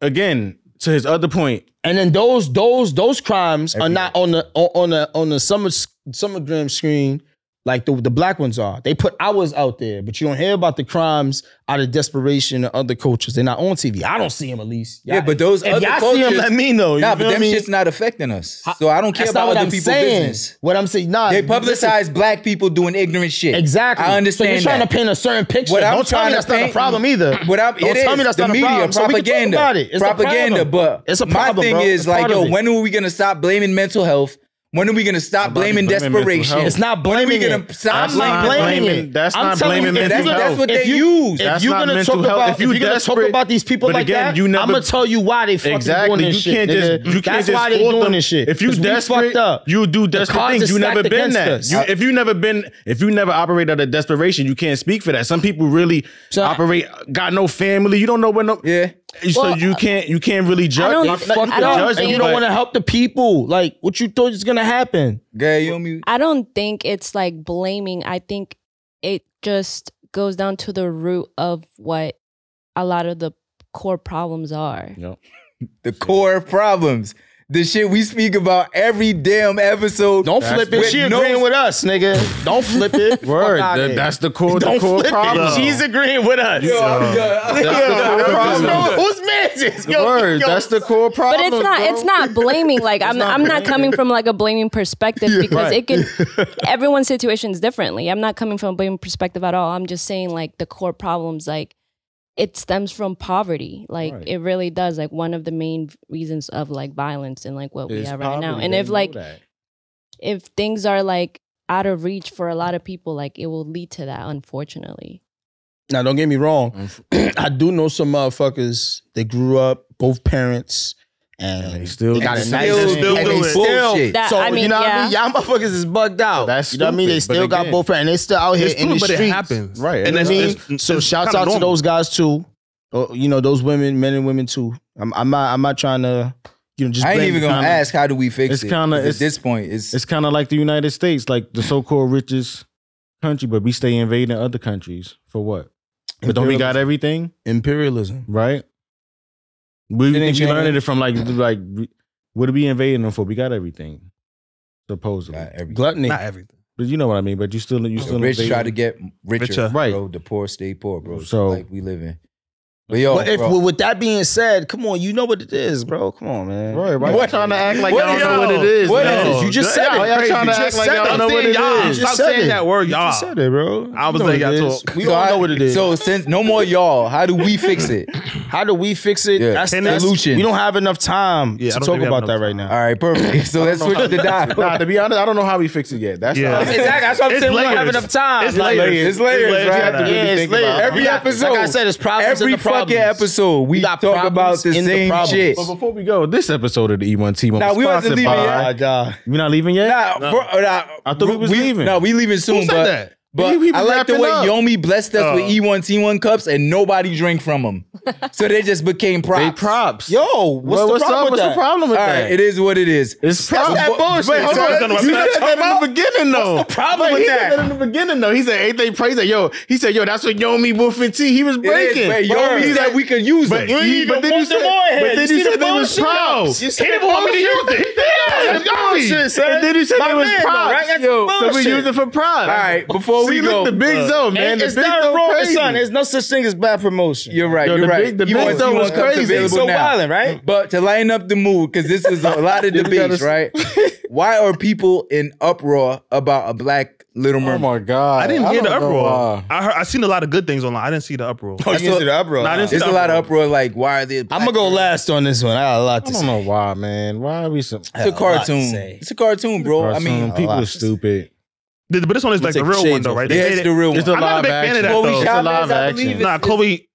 S4: again, to his other point,
S6: And then those those those crimes are not on the on, on the on the summer summergram screen like the the black ones are. They put hours out there, but you don't hear about the crimes out of desperation and other cultures. They're not on TV. I don't see them at least. Y'all-
S1: Yeah, but those
S6: if
S1: other
S6: y'all see them,
S1: cultures-
S6: let me know. You
S1: Nah,
S6: feel
S1: but them
S6: me?
S1: shit's not affecting us. So I don't care
S6: That's
S1: about
S6: not what
S1: other
S6: I'm
S1: people's
S6: saying.
S1: business.
S6: What I'm saying, nah,
S1: They
S6: listen,
S1: publicize black people doing ignorant shit.
S6: Exactly.
S1: I
S6: So you're
S1: understand
S6: trying
S1: that.
S6: to paint a certain picture.
S1: What
S6: Don't
S1: I'm
S6: tell
S1: trying
S6: me
S1: to
S6: that's not
S1: paint-
S6: a problem either.
S1: What I'm,
S6: Don't
S1: it
S6: tell
S1: is.
S6: me that's
S1: the
S6: not
S1: media,
S6: a problem. So we can talk
S1: propaganda,
S6: about it. It's a
S1: propaganda.
S6: problem.
S1: But
S6: It's a
S1: my
S6: problem,
S1: thing
S6: bro.
S1: is
S6: It's
S1: like,
S6: part
S1: yo,
S6: of it.
S1: when are we gonna stop blaming mental health? When are we gonna stop
S4: Nobody
S1: blaming
S4: blaming mental
S1: desperation?
S4: health.
S6: It's not
S1: When are we
S6: blaming
S1: gonna
S6: it.
S1: stop
S6: I'm not
S1: blaming-
S6: blaming
S4: blaming-
S6: it.
S4: that's
S6: I'm
S4: not
S6: telling you,
S4: blaming
S6: if
S4: mental
S6: you
S1: That's-
S6: gonna-
S1: that's what
S6: if
S1: they
S6: you-
S1: use.
S6: If
S4: That's
S6: you're
S4: not
S6: gonna
S4: mental
S6: talk
S4: health.
S6: about,
S4: If
S6: if
S4: you
S6: you're gonna talk
S4: desperate-
S6: about these people
S4: but
S6: like
S4: again,
S6: that,
S4: you
S6: I'm
S4: never-
S6: gonna tell you why they fucking
S4: exactly.
S6: doing
S4: You
S6: this shit.
S4: can't just.
S6: nigga.
S4: You can't
S6: That's
S4: just
S6: why they
S4: fault
S6: doing
S4: them.
S6: this shit.
S4: If you
S6: 'Cause we
S4: desperate,
S6: fucked up.
S4: you do
S6: cards
S4: desperate
S6: are
S4: things. You
S6: stacked
S4: never been
S6: against
S4: that.
S6: us.
S4: You, if you never been, if you never operate out of desperation, you can't speak for that. Some people really
S6: So I-
S4: operate. Got no family. You don't know when. No,
S1: Yeah.
S4: So
S2: Well,
S4: you can't. You can't really judge.
S2: don't
S4: you
S2: even-
S4: fucked
S2: I
S4: up
S2: don't-
S4: judge
S6: and
S4: them,
S6: you don't
S4: but-
S6: want to help the people. Like what you thought is gonna happen.
S1: Gay, you me?
S2: I don't think it's like blaming. I think it just goes down to the root of what a lot of the core problems are.
S1: The core problems. The shit we speak about every damn episode.
S6: Don't flip it.
S1: with
S6: She
S1: no-
S6: agreeing with us, nigga. Don't flip it.
S4: Word.
S6: Fuck outta
S4: That-
S6: here.
S4: that's the core.
S6: Don't
S4: The core
S6: flip it.
S4: problem.
S6: She's agreeing with us.
S1: Yo, I'm done.
S4: uh, That's the core problem.
S6: Who's managed? Yo,
S4: Word.
S6: yo,
S4: That's the core
S2: But
S4: problem.
S2: it's not it's not blaming like I'm
S4: not
S2: I'm not coming from like a blaming perspective because
S4: Right.
S2: it can everyone's situation is differently. I'm not coming from a blaming perspective at all. I'm just saying like the core problems like it stems from poverty. Like
S4: Right.
S2: it really does. Like one of the main reasons of like violence and like what we
S4: It's
S2: have right now.
S4: poverty.
S2: And
S4: They
S2: if
S4: know
S2: like
S4: that.
S2: if things are like out of reach for a lot of people, like it will lead to that, unfortunately.
S6: Now, don't get me wrong. I do know some motherfuckers that grew up, both parents, and,
S4: And they still
S6: got
S4: do
S6: a
S4: the
S6: nice
S4: same
S1: Still
S4: thing.
S1: do
S6: and
S1: it.
S6: they still.
S1: Bullshit.
S2: That-
S6: so
S2: I mean,
S6: you know
S2: yeah.
S6: what I mean? Y'all motherfuckers is bugged out.
S4: that's
S6: you know what I mean? They
S4: stupid, but
S6: still got
S4: again-
S6: both parents. And they still out here
S5: It's
S6: in
S5: blue,
S6: the
S5: but it
S6: streets.
S5: happens.
S4: Right.
S5: And
S4: And
S5: that's,
S6: I mean,
S5: it's- it's
S6: so shouts
S5: kinda
S6: out to
S5: normal.
S6: those guys too. Or, you know those women, men and women too. I'm, I'm not. I'm not trying to. You know, just.
S1: I ain't
S6: blame
S1: even
S6: the
S1: gonna
S6: family.
S1: ask how do we fix
S4: It's
S1: it.
S4: kinda-
S1: 'cause
S4: it's-
S1: at this point, it's,
S4: It's kind of like the United States, like the so-called richest country, but we stay invading other countries for what? But don't we got everything
S6: imperialism.
S4: right? We
S6: It ain't
S4: think we learned
S6: changing.
S4: it from like like we- what are we invading them for? We got everything, supposedly.
S1: Not every-
S6: Gluttony.
S5: Not everything.
S4: But you know what I mean. But you still you
S1: The
S4: still
S1: rich
S4: invading-
S1: try to get richer,
S5: Richer.
S1: right?
S4: Right.
S1: Bro, the poor stay poor, bro. So
S4: So-
S1: like we live in. But yo,
S6: but if
S1: bro,
S6: with that being said, come on, you know what it is, bro. Come on, man.
S4: Right, why
S1: What-
S4: y'all trying to act like
S1: what
S4: y'all
S1: is-
S4: don't know what it is?
S1: what
S4: man?
S1: is-
S6: you just said
S4: y'all,
S6: it.
S4: y'all
S6: Crazy.
S4: trying to
S6: You
S4: act
S6: just
S4: like
S6: said
S4: y'all
S6: it.
S4: don't know what it
S5: Saying y'all.
S4: is.
S5: Stop
S6: You just said
S5: saying
S6: it.
S5: that word,
S6: You just
S5: y'all.
S6: said it, bro.
S5: I was
S6: You know
S5: like,
S6: what
S5: y'all
S6: it is.
S5: talk.
S6: We
S1: so
S6: all
S1: I-
S6: know what it is.
S1: So since no more y'all, how do we fix it?
S6: How do we fix it?
S1: Yeah.
S6: That's,
S1: Ten
S6: that's-
S1: solutions.
S6: We don't have enough time
S5: Yeah, I
S6: to
S5: don't
S6: talk
S5: think we have
S6: about that
S5: enough
S6: right
S5: time.
S6: now.
S1: All right, perfect. So let's switch the
S4: Nah,
S1: dial.
S4: to be honest, I don't know how we fix it yet. That's
S5: Yeah.
S4: not-
S5: Exactly.
S6: That's what I'm
S5: It's
S6: saying. We don't have
S5: layers.
S6: enough time.
S5: It's
S6: Like,
S5: layers.
S1: It's layers,
S5: It's layers,
S1: right?
S5: you have to
S4: really
S6: yeah, it's
S4: think about
S6: layers.
S4: it.
S1: Every
S6: We got-
S1: episode.
S6: Like I said, it's problems. in
S1: Every
S6: the problems.
S1: fucking episode, we,
S6: got
S1: talk about
S6: problems
S1: the
S6: in the
S1: same
S6: problems.
S1: shit.
S4: But before we go, this episode of the E E1 Team,
S1: Nah, we wasn't
S4: sponsored
S1: leaving
S4: by.
S1: yet.
S6: God.
S4: You're not leaving yet.
S1: Nah, bro, nah,
S4: I thought we was leaving.
S1: No, we leaving soon.
S5: Who
S1: but
S5: said that?
S1: but
S4: We- we
S1: I
S4: was
S1: like the
S4: wrapping
S1: way
S4: up.
S1: Yomi blessed us with E
S5: Oh.
S1: E1T1 cups and nobody drank from them, so they just became props.
S4: They props.
S6: Yo, what's
S4: Well,
S6: the
S4: what's
S6: problem
S4: up?
S6: with
S4: What's
S6: that?
S4: the problem with
S1: All
S4: that?
S1: right, it is what it is.
S4: It's props.
S6: that bullshit.
S4: Wait, hold
S5: So
S4: on.
S5: that's-
S4: You
S5: that's
S4: said that in the beginning, though.
S6: the problem
S4: Wait,
S6: with
S4: he
S6: that?
S4: said that in the beginning, though. He said, "Ain't they praise that?" Yo, he said, "Yo, that's what Yomi Wolf and T." He was
S1: It is,
S4: breaking.
S1: but
S4: Bro,
S1: Yomi
S4: he's
S1: said
S4: like-
S1: we could use
S4: But
S1: them.
S4: you ain't- but then you said, but then you said they was props.
S6: You said
S4: He didn't want me to use it. He said, "Yeah, it's Yomi."
S6: bullshit, son.
S4: And then he said
S6: My
S4: it was
S6: man, though, right?
S4: props.
S6: That's
S1: Yo, so
S4: So we
S6: bullshit.
S4: used it for props.
S1: All right, before
S4: See,
S1: we
S4: look,
S1: go,
S4: the big zone, man.
S6: And
S4: The
S6: it's
S4: big
S6: not
S4: zone
S6: wrong,
S4: crazy.
S6: son. There's no such thing as bad promotion.
S1: you're right.
S4: Yo, the
S1: you're right.
S4: big- the
S1: You
S4: big
S1: want-
S4: zone
S1: you
S4: was
S1: want cups
S4: crazy.
S1: available
S6: so
S1: now.
S6: wildin', right?
S1: But to lighten up the mood, because this was a lot of debates, right? Why are people in uproar about a black Little
S4: Oh
S1: Mermaid?
S4: my god!
S5: I didn't hear the
S4: don't know
S5: uproar.
S4: why.
S5: I heard. I seen a lot of good things online. I didn't see the uproar.
S6: Oh,
S1: That's what-
S6: the uproar.
S5: Nah, I didn't see
S1: There's
S5: the
S1: a lot of uproar. Like, why are they?
S6: I'm gonna go last on this one. I got a lot
S4: I
S6: to
S4: don't
S6: say.
S4: know why, man. Why are we some?
S6: I
S1: It's a
S6: got lot to
S1: cartoon.
S6: say.
S1: It's a cartoon, bro. I mean,
S4: people
S6: lot
S4: are
S6: to say.
S4: stupid.
S5: Th- But this one is
S6: We'll
S5: like the
S6: take
S5: real
S6: shades
S5: one though,
S6: off
S5: right?
S1: yeah,
S5: They
S1: it's
S5: made
S1: the
S5: it-
S1: real
S4: It's
S1: one.
S4: a
S5: I'm not a
S4: live
S5: big fan of
S4: action.
S5: that,
S1: Chloe
S5: though.
S4: It's
S5: It's
S4: a
S1: Chavez,
S4: live
S1: I believe
S4: action.
S1: it's-
S5: Nah, Chloe.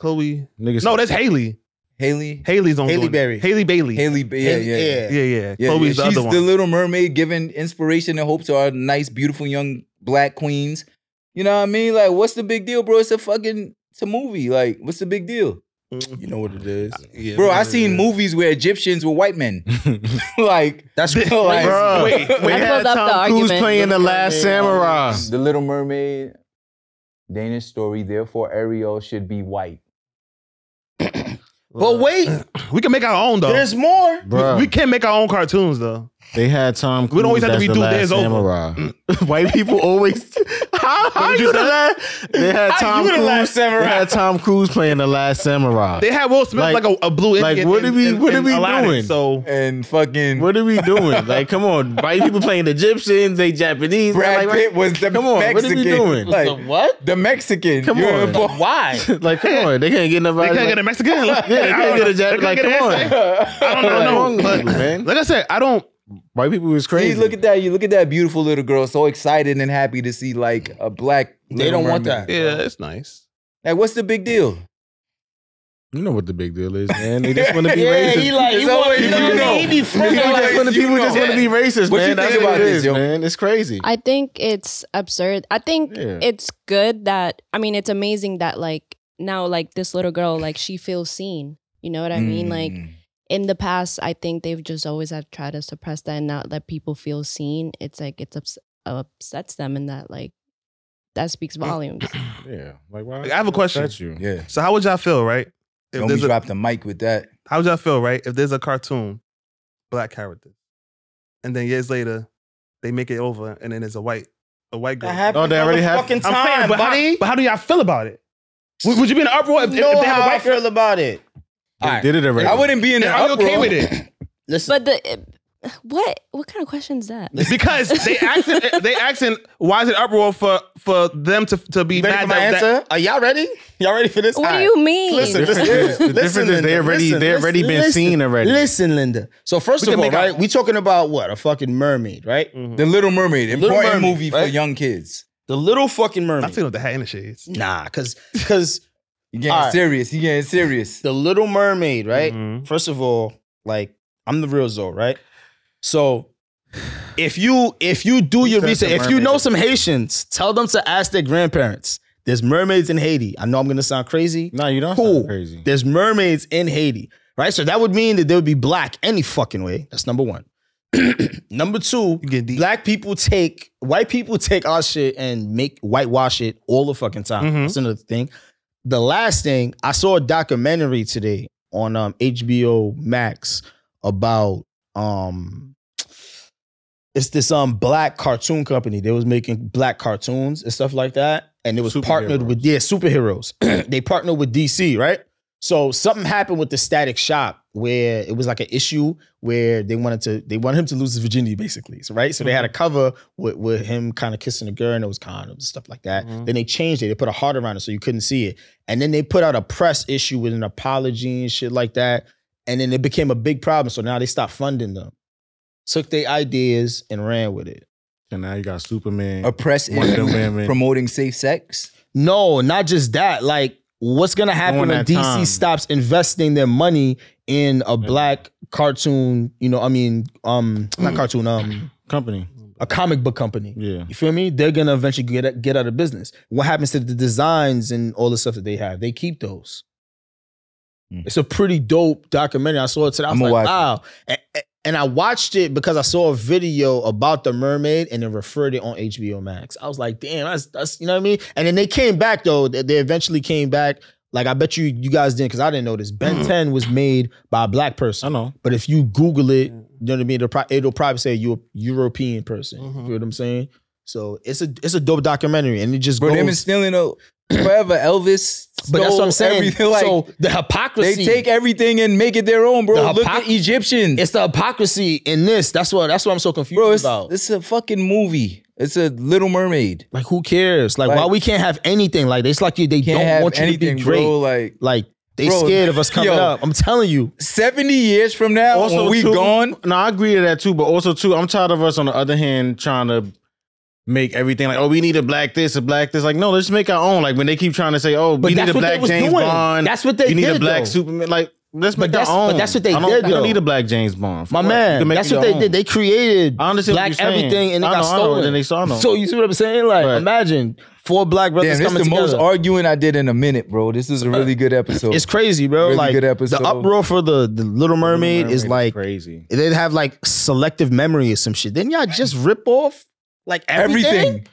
S5: Chloe.
S4: Niggas
S5: No, that's Haley.
S1: Haley,
S5: Haley's on.
S6: Haley
S5: doing it.
S6: Berry.
S5: Haley Bailey.
S1: Haley, yeah, yeah, yeah.
S5: Yeah, yeah.
S1: Yeah,
S5: Chloe's
S1: yeah.
S5: the
S1: She's
S5: other one.
S1: the Little Mermaid, giving inspiration and hope to our nice, beautiful young black queens. You know what I mean? Like, what's the big deal, bro? It's a fucking, it's a movie. Like, what's the big deal,
S6: You know what it is.
S5: Yeah,
S1: bro? I
S5: yeah,
S1: seen
S5: yeah.
S1: movies where Egyptians were white men. like,
S6: That's
S1: like,
S4: Bro,
S5: Wait,
S4: we
S2: I
S4: had
S2: pulled up the
S4: Tom Cruise
S2: argument.
S4: playing the Last Samurai.
S1: the Little Mermaid, Danish story. Therefore, Ariel should be white.
S6: But wait,
S5: we can make our own though.
S6: there's more.
S4: Bro,
S5: We can make our own cartoons though.
S4: they had Tom. Cruise
S5: We don't always have to
S4: as
S5: redo
S4: the last
S5: theirs over.
S4: samurai. White people always. How, how you the last? They had Tom
S6: you the
S4: Cruise.
S6: last samurai?
S4: They had Tom Cruise playing the last samurai.
S5: They had Will Smith like,
S4: Like-
S5: a, a blue
S4: like,
S5: Indian.
S4: what are
S5: in-
S4: we-
S5: in-
S4: what are
S5: in
S4: we
S5: Aladdin,
S4: doing?
S5: So
S1: And fucking
S4: what are we doing? Like, come on, white people playing Egyptians, they Japanese.
S1: Brad
S4: like,
S1: Pitt was the
S4: Come on, what are we
S1: Mexican.
S4: doing?
S1: Like,
S6: The what?
S1: the Mexican.
S4: Come
S1: You
S4: on.
S1: remember?
S6: Why?
S4: like, come on, they can't get
S5: they
S4: nobody.
S5: can't
S4: like,
S5: get a Mexican. yeah,
S4: yeah, they can't get a Japanese. Like, come on.
S5: I don't know. I don't know.
S4: Like,
S5: But,
S4: man.
S5: like I said, I don't.
S4: White people was crazy.
S1: See, look at that. You look at that beautiful little girl, so excited and happy to see like a black.
S6: They
S1: Little
S6: don't want
S1: Mermaid.
S6: that.
S5: Yeah, it's nice.
S1: Like, what's the big deal?
S4: you know what the big deal is, man. They just want to be
S6: Yeah,
S4: racist.
S6: he like he
S1: It's
S6: want
S1: always
S6: you
S1: you
S6: know,
S1: know.
S6: he be
S4: people
S6: fronting
S4: just
S6: like
S4: want to
S1: you
S4: people just
S1: know.
S4: want to be racist,
S1: What
S4: man.
S1: you
S4: That's
S1: think
S4: what
S1: about
S4: it
S1: this,
S4: is,
S1: yo?
S4: man. It's crazy.
S2: I think it's absurd. I think
S4: Yeah.
S2: it's good that I mean it's amazing that like now like this little girl like she feels seen. You know what I mean? Like
S1: Mm.
S2: in the past, I think they've just always have tried to suppress that and not let people feel seen. It's like it's ups- upsets them and that like that speaks
S4: Mm.
S2: volumes.
S4: yeah, like why?
S5: I have a question.
S4: That's you.
S1: yeah.
S5: So how would y'all feel, right? If
S1: Don't be
S5: there's a,
S1: drop the mic with that.
S5: how would y'all feel, right? If there's a cartoon, black character, and then years later, they make it over, and then it's a white, a white girl.
S6: That happened
S4: Oh, they
S6: all
S4: already
S6: the
S4: have-
S6: fucking
S5: I'm saying,
S6: time,
S5: but how,
S6: buddy.
S5: but how do y'all feel about it? Would, would you be in an uproar if,
S6: You
S5: if,
S6: know
S5: they have a
S6: how I
S5: white girl?
S6: feel about it.
S4: They
S6: All right.
S4: did it already.
S1: I wouldn't be in the
S5: Are you
S1: uproar.
S5: okay with it?
S6: Listen,
S2: But the eh, what what kind of question is that?
S5: Because they asking, they asking, why is it uproar for for them to to be
S6: you ready
S5: mad
S6: for my
S5: that, that-
S6: answer? Are y'all ready? Y'all ready for this?
S2: What
S6: All
S2: do
S6: right.
S2: you mean?
S6: Listen,
S4: The
S6: listen,
S4: difference is- the
S6: listen,
S4: difference is
S6: Linda,
S4: they already-
S6: listen,
S4: they already been
S6: listen,
S4: seen already.
S6: Listen, Linda. So first
S5: We
S6: of
S5: can
S6: all,
S5: make
S6: right?
S5: out-
S6: we talking about what? A fucking mermaid, right?
S5: Mm-hmm.
S1: The Little Mermaid,
S6: Little
S1: important
S6: Mermaid,
S1: movie for
S6: right?
S1: young kids.
S6: The little fucking
S5: I'm
S6: mermaid.
S5: feeling with the hat and the shades.
S6: Nah, cause cause
S1: You getting
S6: All right.
S1: serious? You getting serious?
S6: the little mermaid, right?
S4: Mm-hmm.
S5: Mhm.
S6: First of all, like I'm the real Zo, right? So if you if you do your
S4: said
S6: research,
S4: the
S6: if you know
S4: mermaid?
S6: some Haitians, tell them to ask their grandparents. There's mermaids in Haiti. I know I'm gonna sound crazy.
S4: No, you don't.
S6: cool.
S4: Sound crazy.
S6: There's mermaids in Haiti, right? So that would mean that they would be black any fucking way. That's number one. number two,
S5: You get deep.
S6: black people take white people take our shit and make whitewash it all the fucking time.
S5: Mhm.
S6: That's another thing. the last thing I saw a documentary today on um, HBO Max about um, it's this um black cartoon company. They was making black cartoons and stuff like that, and it was partnered with yeah superheroes. they partnered with DC, right? So something happened with the Static Shop where it was like an issue where they wanted to they wanted him to lose his virginity basically, so, right? So they had a cover with, with him kind of kissing a girl and it was condoms and stuff like that.
S5: Mhm.
S6: Then they changed it; they put a heart around it so you couldn't see it. And then they put out a press issue with an apology and shit like that. And then it became a big problem. So now they stopped funding them, took their ideas and ran with it.
S4: And now you got Superman.
S1: Oppress
S4: Wonder
S1: and
S4: Woman.
S1: promoting safe sex.
S6: No, not just that. Like, what's gonna happen
S4: During
S6: when
S4: that
S6: DC
S4: time.
S6: stops investing their money in a black cartoon? You know, I mean, um,
S4: Mm.
S6: not cartoon, um,
S4: company.
S6: a comic book company.
S4: Yeah.
S6: You feel me? They're gonna eventually get get out of business. What happens to the designs and all the stuff that they have? They keep those.
S1: Mm.
S6: It's a pretty dope documentary. I saw it today. I was
S1: I'ma
S6: like,
S1: watch it.
S6: wow. A- a- And I watched it because I saw a video about the mermaid and then referred it on HBO Max. I was like, damn, that's that's you know what I mean? And then they came back though. They they eventually came back. Like I bet you you guys didn't because I didn't know this. Ben 10 was made by a black person.
S4: I know.
S6: But if you Google it,
S1: Mm.
S6: you know what I mean. It'll, pro- it'll probably say you're a European person. You
S1: Mm-hmm.
S5: Mhm.
S6: feel what I'm saying? So it's a it's a dope documentary, and it just
S1: Bro,
S6: goes.
S1: them is stealing a forever. Elvis.
S6: but that's what
S1: stole
S6: I'm saying.
S1: everything, like,
S6: so the
S1: they
S6: hypocrisy.
S1: take everything and make it their own, bro.
S6: The
S1: Look
S6: hypocr-
S1: at Egyptians,
S6: it's the hypocrisy in this. That's what that's what I'm so confused
S1: bro. It's,
S6: about.
S1: it's a fucking movie. It's a Little Mermaid.
S6: like who cares? Like,
S1: Like-
S6: why we can't have anything? Like it's like you, they
S1: Can't
S6: don't
S1: have
S6: want you
S1: anything,
S6: to be great.
S1: bro. Like
S6: Like they
S1: Bro,
S6: scared of us coming
S1: yo.
S6: up. I'm telling you.
S1: seventy years from now,
S4: Also,
S1: when we
S4: too-
S1: gone,
S4: No, I agree to that too. But also too, I'm tired of us on the other hand trying to make everything like, oh, we need a black this, a black this. Like, no, let's make our own. Like when they keep trying to say, oh,
S6: But
S4: we
S6: that's
S4: need a
S6: what they
S4: black
S6: was
S4: James
S6: doing.
S4: Bond.
S6: That's what they
S4: You need
S6: did,
S4: a black
S6: though.
S4: Superman. Like, let's
S6: But
S4: make our
S6: that's-
S4: own.
S6: but that's what they
S4: I don't,
S6: did,
S4: I don't
S6: though.
S4: need a black James Bond.
S6: My
S4: Fuck, you
S6: man,
S4: can make
S6: that's
S4: it
S6: what
S4: your
S6: they did.
S4: own.
S6: They created
S4: I understand what
S6: black
S4: you're saying.
S6: everything, and it
S4: I
S6: got
S4: know, I know,
S6: stolen.
S4: and they saw them.
S6: So you see what I'm saying? Like,
S4: Right.
S6: imagine four black
S1: damn,
S6: brothers
S1: this
S6: coming
S1: the
S6: together.
S1: most arguing I did in a minute, bro. This is a really good episode.
S6: It's crazy, bro.
S1: Really
S6: like
S1: good episode.
S6: the uproar for the, the Little Mermaid is like
S4: crazy.
S6: they have like selective memory or some shit. Then y'all just rip off like everything.
S1: everything,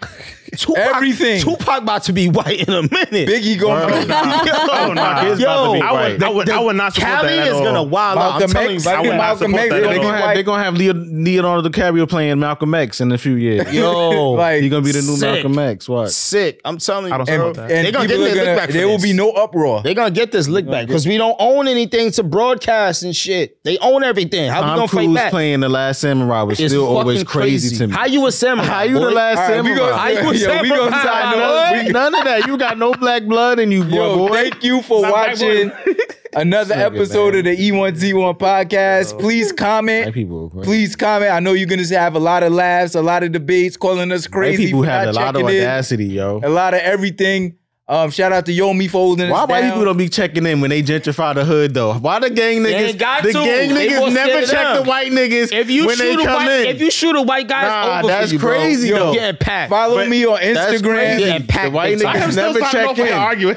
S6: Tupac,
S1: everything.
S6: Tupac about to be white in a minute.
S1: Biggie going.
S4: Word.
S6: Yo,
S4: Oh, nah, his about to be
S6: yo,
S5: I would,
S4: white.
S5: I would, I would not support
S6: Cali
S5: that at
S6: is
S5: all.
S6: gonna wild out. I'm
S1: Malcolm
S6: telling you,
S1: X,
S5: I would not
S1: Malcolm
S5: support
S1: X,
S5: that at
S1: gonna
S4: They're
S5: all.
S4: gonna have, they gonna have Leo, Leonardo DiCaprio playing Malcolm X in a few years.
S6: yo,
S1: Like,
S4: He's gonna be the new
S6: sick.
S4: Malcolm X. What?
S6: sick. I'm telling you,
S5: I don't
S6: bro.
S5: support
S1: and,
S5: that.
S1: and
S6: They gonna
S1: people
S6: get
S1: are
S6: their lick
S1: gonna-
S6: back for
S1: there will
S6: this.
S1: be no uproar.
S6: They gonna get this lick back because we don't own anything to broadcast and shit. They own everything. How we
S4: Tom
S6: gonna fight
S4: Cruise
S6: back?
S4: playing the Last Samurai was
S6: It's
S4: still always
S6: fucking
S4: crazy, to me.
S6: How you a samurai?
S4: How you the
S6: boy?
S4: last
S1: All right, we
S4: samurai?
S1: gonna-
S4: How you
S1: yo,
S4: a
S1: we
S4: samurai?
S1: gonna sign
S4: None,
S1: off.
S4: we- none of that. You got no black blood in you, boy.
S1: Yo,
S4: boy.
S1: thank you for watching another
S4: Nigga,
S1: episode
S4: man.
S1: of the E E1Z1 podcast. Please comment.
S4: people. right?
S1: Please comment. I know you're gonna have a lot of laughs, a lot of debates, calling us
S4: White
S1: crazy.
S4: people
S1: for
S4: have a
S1: not
S4: lot of
S1: checking in,
S4: audacity, yo.
S1: a lot of everything. Um, shout out to Yomi for holding
S4: Why
S1: us
S4: white
S1: down.
S4: people don't be checking in when they gentrify the hood though? Why the gang niggas?
S6: ain't got
S4: the
S6: to.
S4: gang
S6: They more
S4: niggas
S6: scared
S4: never
S6: of
S4: check
S6: them.
S4: the white niggas
S6: If you
S4: when they
S6: shoot a
S4: come
S6: white,
S4: in.
S6: if you shoot a white guy,
S4: Nah,
S6: it's over
S4: that's
S6: for you, bro.
S4: crazy,
S6: Yo,
S4: though.
S6: Getting packed.
S1: Follow
S4: But
S1: me on
S4: That's
S1: Instagram.
S4: crazy.
S6: Yeah,
S4: the
S6: packed
S4: white
S6: big time. I am
S4: niggas
S5: Still
S4: never
S5: starting
S4: check
S5: off with
S4: in.
S5: arguing.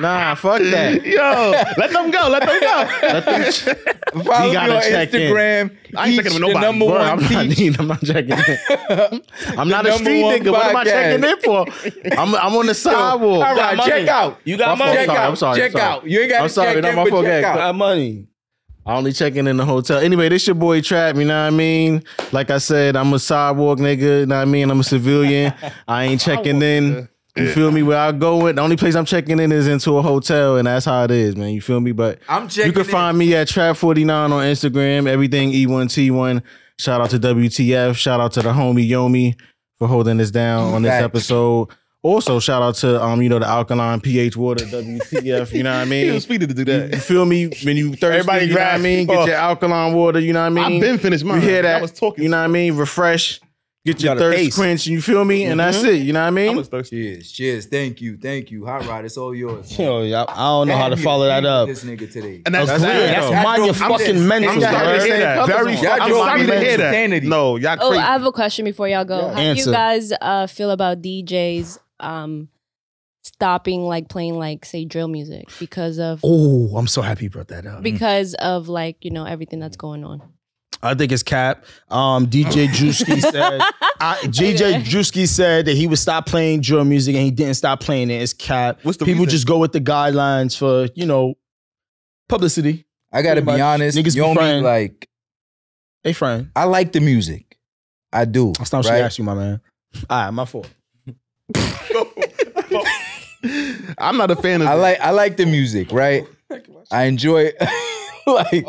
S4: Nah, fuck that.
S5: Yo, let them go. Let them go.
S4: Let them ch-
S1: Follow
S4: We
S1: me
S4: gotta
S1: on
S4: check in.
S1: Instagram.
S5: I ain't
S1: Each
S5: checking with
S1: the
S5: nobody.
S1: number
S4: Word,
S1: one
S4: I'm not,
S1: team.
S4: I'm not checking in. I'm not a
S1: number
S4: street
S1: one
S4: nigga. What am I checking
S1: podcast.
S4: in for? I'm, I'm on the sidewalk.
S1: All right, check out.
S6: You got
S4: My
S6: money.
S4: fault,
S1: Check
S4: sorry,
S1: out.
S4: I'm sorry,
S1: Check
S4: I'm sorry.
S1: out. You ain't got
S4: I'm
S1: to
S4: sorry,
S1: check
S4: not
S1: in,
S4: my
S1: but
S4: fault,
S1: check
S4: guys.
S1: out.
S6: Got money.
S4: I only checking in the hotel. Anyway, this your boy Trap, you know what I mean? Like I said, I'm a sidewalk nigga, you know what I mean? I'm a civilian. I ain't checking in. You feel me? Where I go with the only place I'm checking in is into a hotel, and that's how it is, man. You feel me? But
S1: I'm
S4: you
S1: checking
S4: can
S1: in.
S4: find me at Trap49 on Instagram, everything E E1T1. Shout out to WTF. Shout out to the homie Yomi for holding us down on this
S1: Facts.
S4: episode. Also, shout out to um, you know, the alkaline pH water, WTF, you know what I mean?
S5: He was speeding to do
S4: You
S5: that.
S4: feel me? When you thirsty,
S5: Everybody
S4: you know what I
S5: grab-
S4: mean? Get your alkaline water, you know what I mean?
S5: I've been finished mine.
S4: You hear that?
S5: I was talking.
S4: You know what I mean? Refresh, get your
S6: gotta
S4: thirst
S6: pace.
S4: quench, you feel me? And
S5: Mm-hmm.
S4: that's it, you know what I
S5: I
S4: mean?
S5: was thirsty.
S1: Cheers, cheers. Thank you, thank you. Hot rod, it's all yours. man.
S6: Yo, I, I don't know how to
S1: Damn,
S6: follow
S1: you
S6: that
S1: beat
S6: up.
S1: This nigga today.
S5: And that's,
S4: That's
S5: sad,
S4: weird.
S5: though.
S6: That's
S1: Y'all
S6: mind your
S1: drove- I'm
S6: fucking
S1: just-
S6: mental.
S5: I'm starting to
S6: bro.
S5: hear that.
S4: Very
S5: Very
S1: Y'all
S5: I'm
S1: drove
S5: starting
S1: me
S5: to
S1: to
S5: hear that.
S1: insanity.
S5: No, y'all
S2: Oh,
S5: crazy.
S2: I have a question before y'all go. How do
S6: Answer.
S2: you guys uh, feel about DJs um, stopping like playing like say drill music because of
S6: Oh, I'm so happy you brought that up.
S2: because of like you know everything that's going on?
S6: I think it's cap. Um, DJ Drewski said I, DJ
S2: Okay.
S6: Drewski said that he would stop playing drill music and he didn't stop playing it. It's cap.
S5: What's the
S6: People
S5: reason?
S6: just go with the guidelines for you know publicity.
S1: I gotta
S6: Pretty
S1: be
S6: much.
S1: honest.
S6: Niggas be
S1: you know me,
S6: friend.
S1: like
S6: Hey, friend,
S1: I like the music. I do.
S6: that's not what she
S1: right?
S6: asked you, my man. All right, my fault.
S5: I'm not a fan of.
S1: I
S5: it.
S1: like I like the music, right? I enjoy like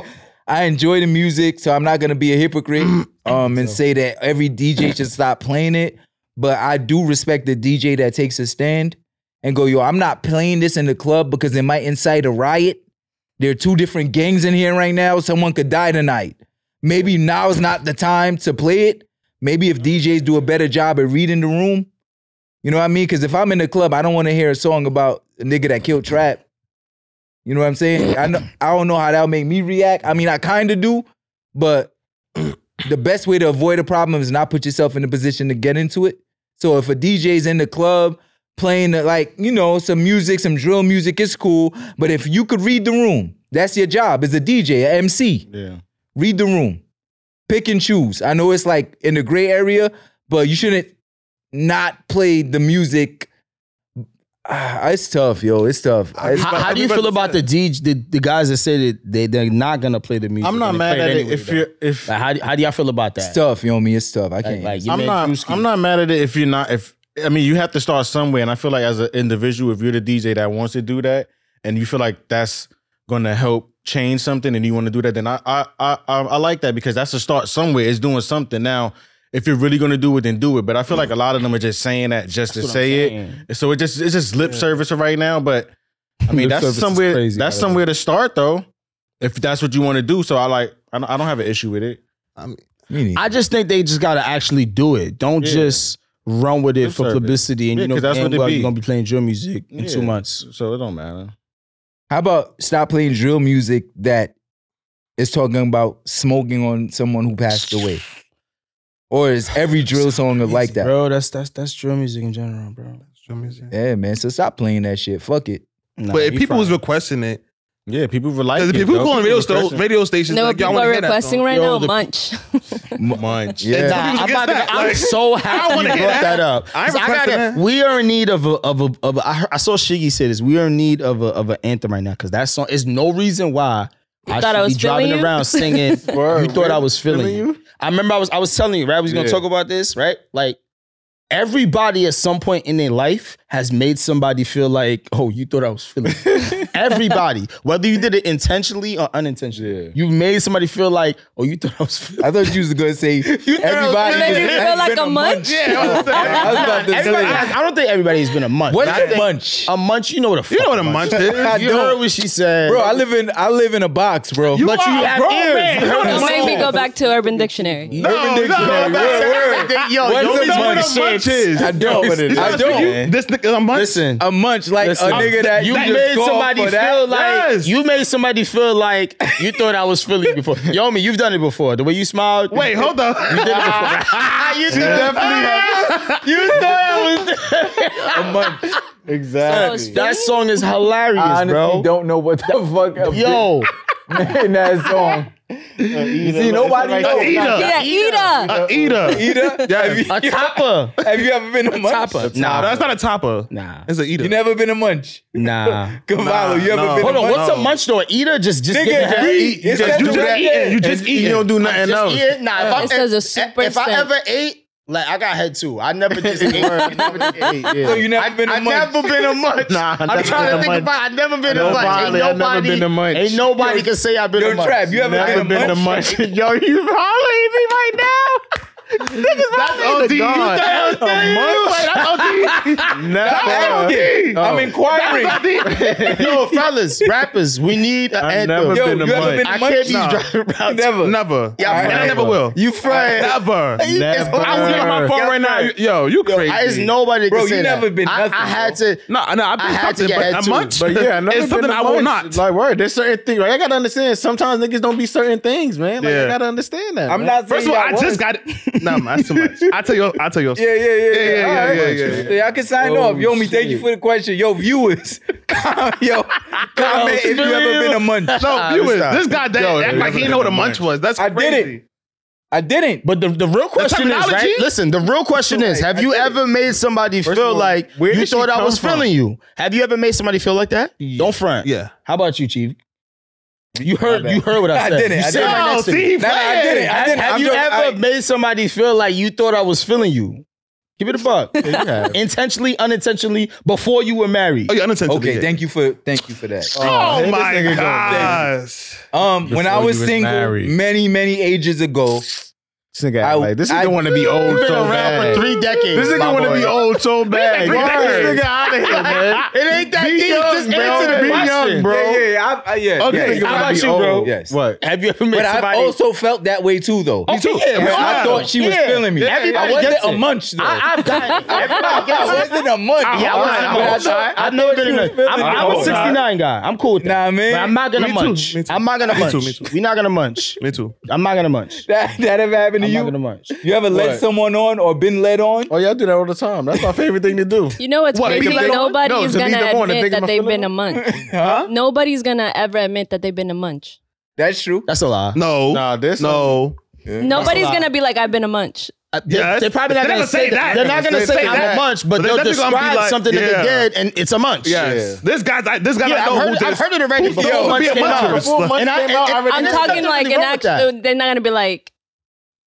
S1: I enjoy the music, so I'm not gonna be a hypocrite um and say that every DJ should stop playing it. But I do respect the DJ that takes a stand and go, yo, I'm not playing this in the club because it might incite a riot. There are two different gangs in here right now. Someone could die tonight. Maybe now is not the time to play it. Maybe if DJs do a better job at reading the room, you know what I mean? Because if I'm in the club, I don't want to hear a song about a nigga that killed Trap. You know what I'm saying? I know, I don't know how that'll make me react. I mean, I kind of do, but the best way to avoid a problem is not put yourself in a position to get into it. So if a DJ's in the club playing the, like you know some music, some drill music, it's cool. But if you could read the room, that's your job as a DJ, a MC
S4: Yeah.
S1: read the room, pick and choose. I know it's like in the gray area, but you shouldn't not play the music. Ah, it's tough, yo. It's tough. It's-
S6: How, how do you feel about the DJ, the, the guys that say that they they're not gonna play the music?
S10: I'm not
S6: and they
S10: mad
S6: play
S10: at it
S6: anyway,
S4: If
S6: though?
S4: you're if
S6: Like, how do, how do y'all feel about
S1: it's
S6: that?
S1: tough, yo. Me, it's tough. I can't.
S6: like,
S4: I'm not. I'm not mad at it if you're not. If I mean, you have to start somewhere, and I feel like as an individual, if you're the DJ that wants to do that, and you feel like that's going to help change something, and you want to do that, then I I I I I like that because that's a start somewhere. It's doing something now. If you're really going to do it, then do it. But I feel like a lot of them are just saying that just to say it. So it just it's just lip service right now. But I
S6: Lip
S4: mean, that's
S6: service is
S4: somewhere.
S6: crazy,
S4: that's
S6: by the way.
S4: somewhere to start though. If that's what you want to do, so I like. I don't, I don't have an issue with it.
S1: me neither.
S6: I just think they just gotta actually do it. Don't
S4: Yeah.
S6: just run with it
S4: Lip
S6: for
S4: service.
S6: publicity and
S4: Yeah,
S6: you know
S4: 'cause that's
S6: damn
S4: what it
S6: well
S4: be.
S6: you're gonna be playing drill music in two
S4: Yeah.
S6: months.
S4: So it don't matter.
S1: How about stop playing drill music that is talking about smoking on someone who passed away? Or is every drill song like that?
S6: Bro, that's that's that's drill music in general, bro.
S1: Yeah, man. So stop playing that shit. Fuck it.
S6: Nah,
S5: But if
S6: you
S5: people was
S6: fine.
S5: requesting it,
S4: Yeah, people were like
S5: because
S4: it,
S5: people
S4: though.
S5: calling radio,
S4: People
S5: sto-
S4: pressing-
S5: radio stations,
S2: No,
S5: like, y'all
S2: people
S5: want
S2: are
S5: to hear that
S2: requesting
S5: song.
S2: right
S6: Yo,
S2: now.
S6: the-
S2: Munch.
S4: Munch.
S1: Yeah.
S6: Nah, I'm,
S5: People
S6: about
S5: get that,
S6: to, I'm
S5: like-
S6: so happy you
S5: wanna
S6: brought
S5: hear
S6: that,
S5: that.
S6: up.
S5: I ain't
S6: 'Cause
S5: requesting that.
S6: we are in need of a of a of a, I, heard- I saw Shiggy say this. We are in need of a of an anthem right now because that song is no reason why I
S2: thought
S6: should
S2: I was
S6: be driving
S2: feeling you?
S6: around singing. you thought I was feeling,
S4: feeling
S6: you. I remember I was I was telling you right. We was gonna
S4: Yeah.
S6: talk about this right. Like everybody at some point in their life has made somebody feel like oh you thought I was feeling. you." everybody, whether you did it intentionally or unintentionally,
S4: Yeah.
S6: you made somebody feel like oh you thought I was feeling.
S1: I thought you was gonna say everybody.
S2: You made me
S1: just
S2: feel
S1: has
S2: like
S1: been
S2: a munch?
S1: I was about to
S6: Everybody-
S1: say.
S6: I, I don't think everybody's been a munch.
S1: What's
S6: I
S1: a
S6: think-
S1: munch?
S6: A munch, you know what a
S5: You know what a
S6: fucking
S5: munch is?
S1: I
S6: You
S1: don't.
S6: heard what she said,
S1: Bro, I live in I live in a box, bro.
S5: You
S6: but you
S5: are a
S6: have
S5: grown
S6: ears.
S5: man.
S6: You heard
S5: You're
S6: a
S2: Don't
S5: not
S2: make me
S5: small.
S2: go back to Urban Dictionary.
S5: No, no,
S1: Dictionary.
S5: that's-
S1: Word, word.
S6: Yo, yo,
S1: What's
S6: yo,
S1: a
S6: these
S1: munch?
S6: shits-
S1: I don't. I don't.
S5: This nigga, I'm
S6: Listen,
S1: A munch like
S6: listen.
S1: a nigga that
S6: you
S1: you, just
S6: made
S1: called
S6: somebody
S1: for
S6: feel
S1: that.
S6: like
S5: Yes.
S6: you made somebody feel like you thought I was feeling before. Yo, me, you've done it before. The way you smiled.
S5: Wait, hold up.
S6: You did it before. you did
S1: a munch.
S2: So
S1: Exactly.
S2: it's
S6: That
S2: feeling-
S6: song is hilarious,
S1: I honestly
S6: bro.
S1: don't know what the fuck
S6: Yo,
S1: in that song. you see, nobody knows.
S5: Ida.
S2: Yeah, Ida.
S5: Ida.
S1: Ida? Have, you,
S6: a topper.
S1: have you ever been a munch?
S6: Topper. Nah,
S5: Nah, that's not a topper.
S6: nah,
S5: It's a Ida.
S1: You never been a munch.
S6: nah.
S1: Cavallo, you ever
S5: no.
S1: been
S6: Hold
S1: a
S6: on,
S1: munch?
S6: what's a munch though? Eater just just
S1: Nigga,
S6: give me that.
S1: we-
S6: eat.
S1: it's that
S5: You
S1: dude
S5: just
S1: that-
S5: eating. You just
S4: Just eat. You
S5: eating.
S4: don't do nothing
S6: just
S4: else.
S6: eat. Nah, if I-
S2: This is a super
S6: if I
S2: scent.
S6: ever ate, like I got head too. I never just ate. I never just ate.
S1: So Oh, you never been a
S6: I
S1: munch?
S6: never been a munch.
S4: Nah, I
S6: I'm
S4: never
S6: trying
S4: been
S6: to
S4: a
S6: think
S4: munch.
S6: about. I never been a munch.
S4: Nobody,
S6: Ain't
S4: I never been a munch.
S6: Ain't nobody can say I've been a
S1: Yo,
S6: munch.
S1: Trap, you ever
S4: Never
S1: been a
S4: been a
S1: munch?
S4: munch. Yo, you hollering me right now. That's OD. You thought that was a munch. Never.
S1: Asking. I'm inquiring.
S6: Yo, fellas, rappers, we need an
S4: I've
S6: anthem.
S4: never
S1: Yo,
S4: been
S1: you
S4: a
S1: ever
S4: munch.
S1: been
S6: I
S1: a
S6: can't be
S1: munch?
S6: driving around.
S1: Never.
S5: Never.
S6: Yeah,
S5: And I
S1: Alright.
S5: never will.
S6: You friend.
S5: Never.
S4: Never.
S5: I was looking at my phone
S6: Yo,
S5: right now.
S6: friend.
S5: Yo, you crazy.
S6: I just nobody
S1: Bro,
S6: can
S1: you
S6: say that.
S1: never been
S6: I,
S1: nothing,
S6: I had to.
S5: No, no, I've
S6: I
S5: been
S6: had to
S5: something,
S6: get
S5: but
S6: head
S5: a
S6: too.
S5: munch
S4: But yeah, another
S5: is something
S4: thing
S5: I will
S4: amongst-
S5: not.
S4: Like, word, there's certain things. Like, I gotta understand. Sometimes niggas don't be certain things, man. Like,
S5: Yeah.
S4: I gotta understand that.
S1: I'm
S4: man.
S1: not saying
S5: First of all,
S1: y'all
S5: I
S1: was.
S5: just got it. Nah, man, that's too much. I tell you, I tell you.
S1: Yeah, yeah, yeah,
S5: Yeah, yeah,
S1: All
S5: yeah,
S1: right.
S5: yeah, yeah,
S1: So y'all can sign off. Yo, me, thank you
S6: Oh,
S1: for the question. Yo, viewers, com- yo, comment if you ever been a munch.
S5: No, viewers, this guy that act like he know what a munch was. That's
S1: I did
S5: crazy.
S1: it. I didn't.
S6: But the, the real question is, right?
S5: technology?
S6: Listen, the real question is, have you ever made somebody
S4: First
S6: feel
S4: of all,
S6: like
S4: where
S6: you
S4: did she
S6: thought I
S4: come
S6: was
S4: from?
S6: feeling you? Have you ever made somebody feel like that? Don't front.
S5: Yeah.
S6: How about you, Chief? You heard
S1: bad.
S6: you heard what I
S1: I
S6: said.
S1: didn't,
S6: You
S1: I
S6: sat
S1: didn't.
S6: right
S1: No,
S6: next
S5: Oh,
S6: to me.
S1: Nah, I didn't. I
S6: Have-
S1: didn't.
S6: Have
S1: I'm
S6: you
S1: joking.
S6: ever
S1: I-
S6: made somebody feel like you thought I was feeling you? Give it a fuck. Intentionally, unintentionally, befly you were married.
S5: Oh, yeah, unintentionally.
S1: Okay,
S5: yeah.
S1: thank you for thank you for that.
S5: Oh, my
S4: nigga go,
S5: gosh.
S6: Oh,
S1: Um, when I
S4: Before
S1: was
S4: you was
S1: single
S4: married.
S1: many many ages ago,
S4: This nigga,
S1: I-
S4: like, this
S1: I-
S4: nigga want to be old
S6: Been
S4: so
S6: around
S4: bad.
S6: for three decades.
S4: This
S6: my
S4: nigga want to
S6: boy.
S4: be old so bad.
S5: three
S4: Get
S5: decades.
S4: this nigga out of here, man.
S6: It ain't that
S4: Be
S6: deep.
S4: young,
S6: Just
S4: bro.
S6: answer the
S4: Be young,
S6: question.
S4: bro.
S1: yeah, yeah, I, I, yeah,
S4: Other
S1: yeah,
S4: nigga
S1: yeah.
S6: How
S4: wanna
S6: about
S4: be
S6: you,
S4: old.
S6: bro?
S1: Yes.
S4: What?
S6: Have you ever made
S1: But I
S6: somebody?
S1: also felt that way too, though.
S6: Okay, yeah,
S1: Where
S6: bro.
S1: I thought she was
S6: Yeah.
S1: feeling me.
S6: Everybody
S1: I wasn't
S6: gets
S1: a
S6: it.
S1: munch though.
S6: I, I've gotten it. Everybody
S1: I
S6: gets it.
S1: wasn't a munch.
S6: Yeah, I
S1: All
S6: was
S1: right,
S6: in
S1: but
S6: my
S1: I thought-
S6: old side. I've never been in
S1: you
S6: a.
S1: was feeling
S6: I'm,
S1: me.
S6: I'm a
S1: Oh,
S6: 69 guy. I'm cool with that.
S1: Nah, man.
S6: But I'm not gonna
S5: Me too,
S6: munch.
S5: me too.
S6: I'm not gonna
S5: Me
S6: munch.
S5: too, me too.
S6: We're not gonna munch.
S5: Me too.
S6: I'm not gonna munch.
S1: That that ever happened to
S6: I'm
S1: you?
S6: not gonna munch.
S1: You ever led
S4: What?
S1: someone on or been led on?
S4: Oh, y'all do that all the time. That's my favorite thing to do.
S2: You know what's
S4: What,
S2: crazy?
S4: leave them alone?
S2: Nobody
S4: No,
S2: is
S4: to leave
S2: gonna
S4: them on and
S2: admit
S4: think
S2: that
S4: I'm
S2: they've
S4: feeling
S2: been a munch.
S1: Huh?
S2: Nobody's gonna ever admit that they've been a munch.
S1: That's true.
S6: That's a lie.
S5: No.
S4: Nah, this
S5: No.
S2: Nobody's gonna be like, I've been a munch.
S6: Uh, They,
S5: Yes.
S6: They're probably not
S5: They're
S6: gonna
S5: gonna
S6: say
S5: say
S6: that.
S5: that.
S6: They're not
S5: They're
S6: gonna
S5: gonna
S6: say
S5: say
S6: I'm a
S5: that.
S6: munch, but
S5: But
S6: they'll
S5: they're definitely gonna be
S6: describe
S5: like,
S6: something that
S5: yeah.
S6: they did, and it's a munch.
S5: Yes. This guy's I this guy
S6: Yeah,
S5: I
S6: I've,
S5: know who
S6: heard, I've
S5: this
S6: heard it already. Before
S1: Yo,
S6: munch
S5: be a
S6: came
S5: muncher.
S6: out.
S5: Before
S6: And I- and- and-
S2: I'm
S6: and there's
S2: talking
S6: nothing
S2: like
S6: wrong
S2: an
S6: with that. Mm.
S2: actual. They're not gonna be like,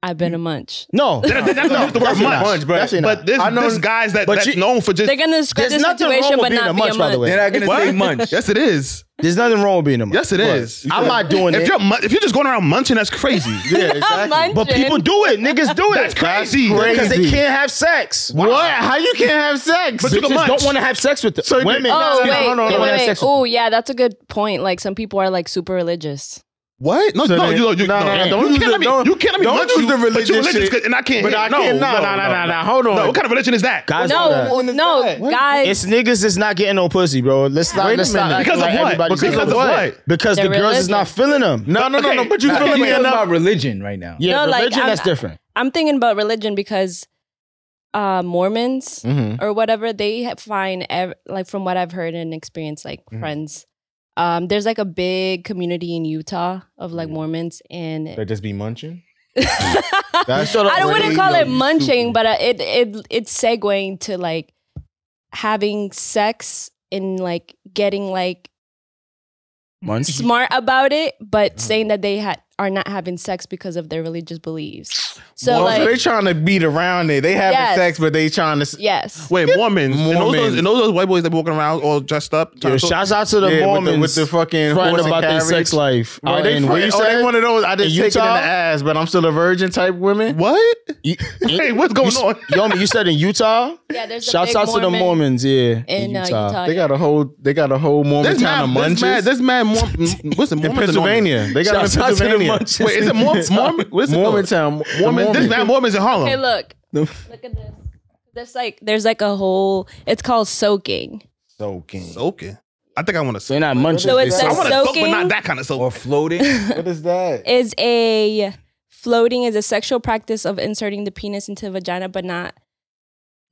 S2: I've been a munch.
S6: No,
S5: That- that- that's not the word
S6: definitely
S5: munch,
S6: not.
S4: but-
S6: Definitely not.
S5: but this,
S4: I know-
S5: this guy's that,
S6: but
S5: that's
S6: you-
S5: known for just
S2: They're gonna describe
S6: There's
S2: the
S6: nothing wrong
S2: situation,
S6: with
S2: but
S6: being
S2: not
S6: a
S2: be
S6: munch,
S2: a
S6: by the
S2: munch.
S1: They're
S6: way.
S1: not gonna say munch.
S5: Yes, it is.
S6: There's nothing wrong with being a munch.
S5: Yes, it
S6: But
S5: is.
S6: I'm not doing
S5: If
S6: it.
S5: you're mun- if you're just going around munching, that's crazy.
S4: Yeah, exactly.
S2: Munching. Oh,
S6: But people do it. Niggas do it.
S5: That's crazy.
S6: Because they
S4: Crazy.
S6: can't have sex.
S4: What? How you can't have sex?
S5: But you can
S6: Bitches
S5: munch.
S6: don't want to have sex with the
S4: So you-
S6: women.
S4: No,
S2: Oh
S4: no,
S2: wait,
S4: no, no,
S2: wait,
S4: no,
S6: no,
S2: wait,
S6: that's sexist.
S2: Oh yeah, that's a good point. Like some people are like super religious.
S5: What? No,
S4: So
S5: no,
S4: then-
S5: you, no, you,
S4: nah,
S5: no,
S4: nah,
S5: no,
S4: don't
S5: you
S4: use
S5: can't
S4: the-
S5: let me.
S4: don't-
S5: you can't let me
S4: don't
S5: munch
S4: use
S5: you,
S4: the
S5: but you're
S4: religious
S5: religious,
S4: shit.
S5: 'cause- and I can't.
S4: But
S5: hear-
S4: I
S5: no,
S4: can't-
S5: No,
S4: nah,
S5: no,
S4: nah,
S5: no,
S4: nah,
S5: no,
S4: nah,
S5: no.
S4: hold on.
S5: No, what kind of religion is that?
S6: Guys do that.
S2: No, no, guys.
S6: It's niggas that's not getting no pussy, bro. Let's not.
S4: Wait a
S6: Let's not
S4: minute.
S6: act
S5: Because
S6: like
S5: of what?
S6: everybody's
S5: Because
S6: getting
S5: of
S6: no pussy.
S5: what?
S6: Because the
S2: They're
S6: girls is not
S2: religious.
S6: feeling them.
S4: No, no, no,
S5: Okay.
S4: no. But you
S5: Nah,
S4: feeling
S5: you
S4: me
S5: know
S4: enough?
S1: about religion right now.
S6: Yeah,
S2: No, like,
S6: religion
S2: I'm-
S6: that's different.
S2: I'm thinking about religion because uh, Mormons
S4: Mm-hmm.
S2: or whatever they ha- find ev- like from what I've heard and experienced, like
S6: Mm-hmm.
S2: friends. Um, there's like a big community in Utah of like
S6: Mm-hmm.
S2: Mormons, and
S4: That just be munching.
S6: That's what
S2: I
S6: I'm
S2: wouldn't
S6: really
S2: call it
S6: know, you
S2: munching,
S6: stupid.
S2: but uh, it it it's segueing to like having sex and like getting like
S6: Munch. Mm-hmm.
S2: smart about it, but saying that they had are not having sex because of their religious beliefs. So
S4: oh,
S2: like
S4: so they trying to beat around it. They having
S2: Yes.
S4: sex, but they trying to. s-
S2: yes,
S5: Wait, Mormons. And those,
S4: Mormons.
S5: those, and those, those white boys that be walking around all dressed up.
S6: Yo,
S5: trying to-
S6: shouts out to the
S4: Yeah, with the-
S6: Mormons
S4: with the fucking
S6: fronting
S4: horse and
S6: about their
S4: carriage.
S6: sex life.
S4: Right,
S6: out
S4: they
S6: in-
S4: front-
S6: what you
S4: oh, they
S6: said?
S4: one of those. I just
S6: In
S4: take it in the
S6: Utah?
S4: ass, but I'm still a virgin type women.
S5: What?
S6: You-
S5: Hey, what's going
S6: you,
S5: on?
S6: Yomi, you said in Utah?
S2: yeah. There's a
S6: Shouts
S2: big
S6: out to the Mormons, yeah.
S2: in uh, Utah.
S4: They got a whole. They got a whole Mormon
S5: There's
S4: town
S5: mad,
S4: of
S5: there's mad,
S4: munches
S5: there's mad Mormon. What's it?
S4: in
S5: Mormons and Mormons?
S4: Pennsylvania. They got
S6: Shouts
S4: them
S6: out
S4: in
S6: to the
S4: Pennsylvania.
S6: munches.
S5: Wait, is it Mor- Mormon? What's it
S4: Mormon
S5: called?
S4: town.
S5: Mormon. There's mad Mormons in Harlem.
S2: Okay, look.
S6: No.
S2: look at this. There's like there's like a whole. It's called soaking.
S4: soaking.
S5: Soaking. I think I want to
S6: So they're
S5: soak.
S6: not munching.
S2: So it's
S5: I
S2: like
S5: want to soak, but
S2: soaking
S5: not that kind of soak.
S1: Or floating.
S4: What is that?
S2: is a floating is a sexual practice of inserting the penis into the vagina but not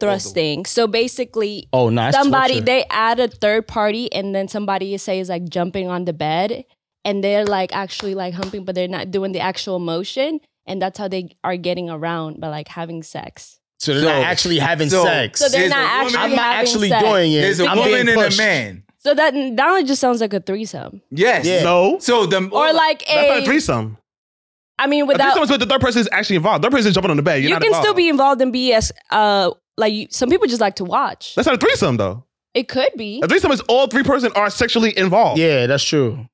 S2: thrusting. So basically,
S6: Oh, no, that's
S2: somebody
S6: torture.
S2: they add a third party and then somebody say is like jumping on the bed and they're like actually like humping but they're not doing the actual motion and that's how they are getting around by like having sex.
S6: So they're
S1: So-
S6: not actually having
S1: so-
S6: sex.
S2: So they're
S1: There's
S2: not
S1: a woman-
S2: actually
S6: I'm not
S2: having
S6: actually
S2: sex.
S6: doing it.
S1: There's a
S6: I'm
S1: woman
S6: being
S1: and a
S6: pushed.
S1: man.
S2: So that that one just sounds like a threesome.
S1: Yes.
S6: Yeah.
S5: No.
S1: So the
S2: Or like
S5: That's not a
S2: a
S5: threesome.
S2: I mean
S5: A
S2: without
S5: threesome is when the third person is actually involved. Third person is jumping on the bed. You're
S2: you
S5: not
S2: can
S5: involved.
S2: still be involved and be as uh like you, some people just like to watch.
S5: That's not a threesome though.
S2: It could be.
S5: A threesome is all three person are sexually involved.
S6: Yeah, that's true.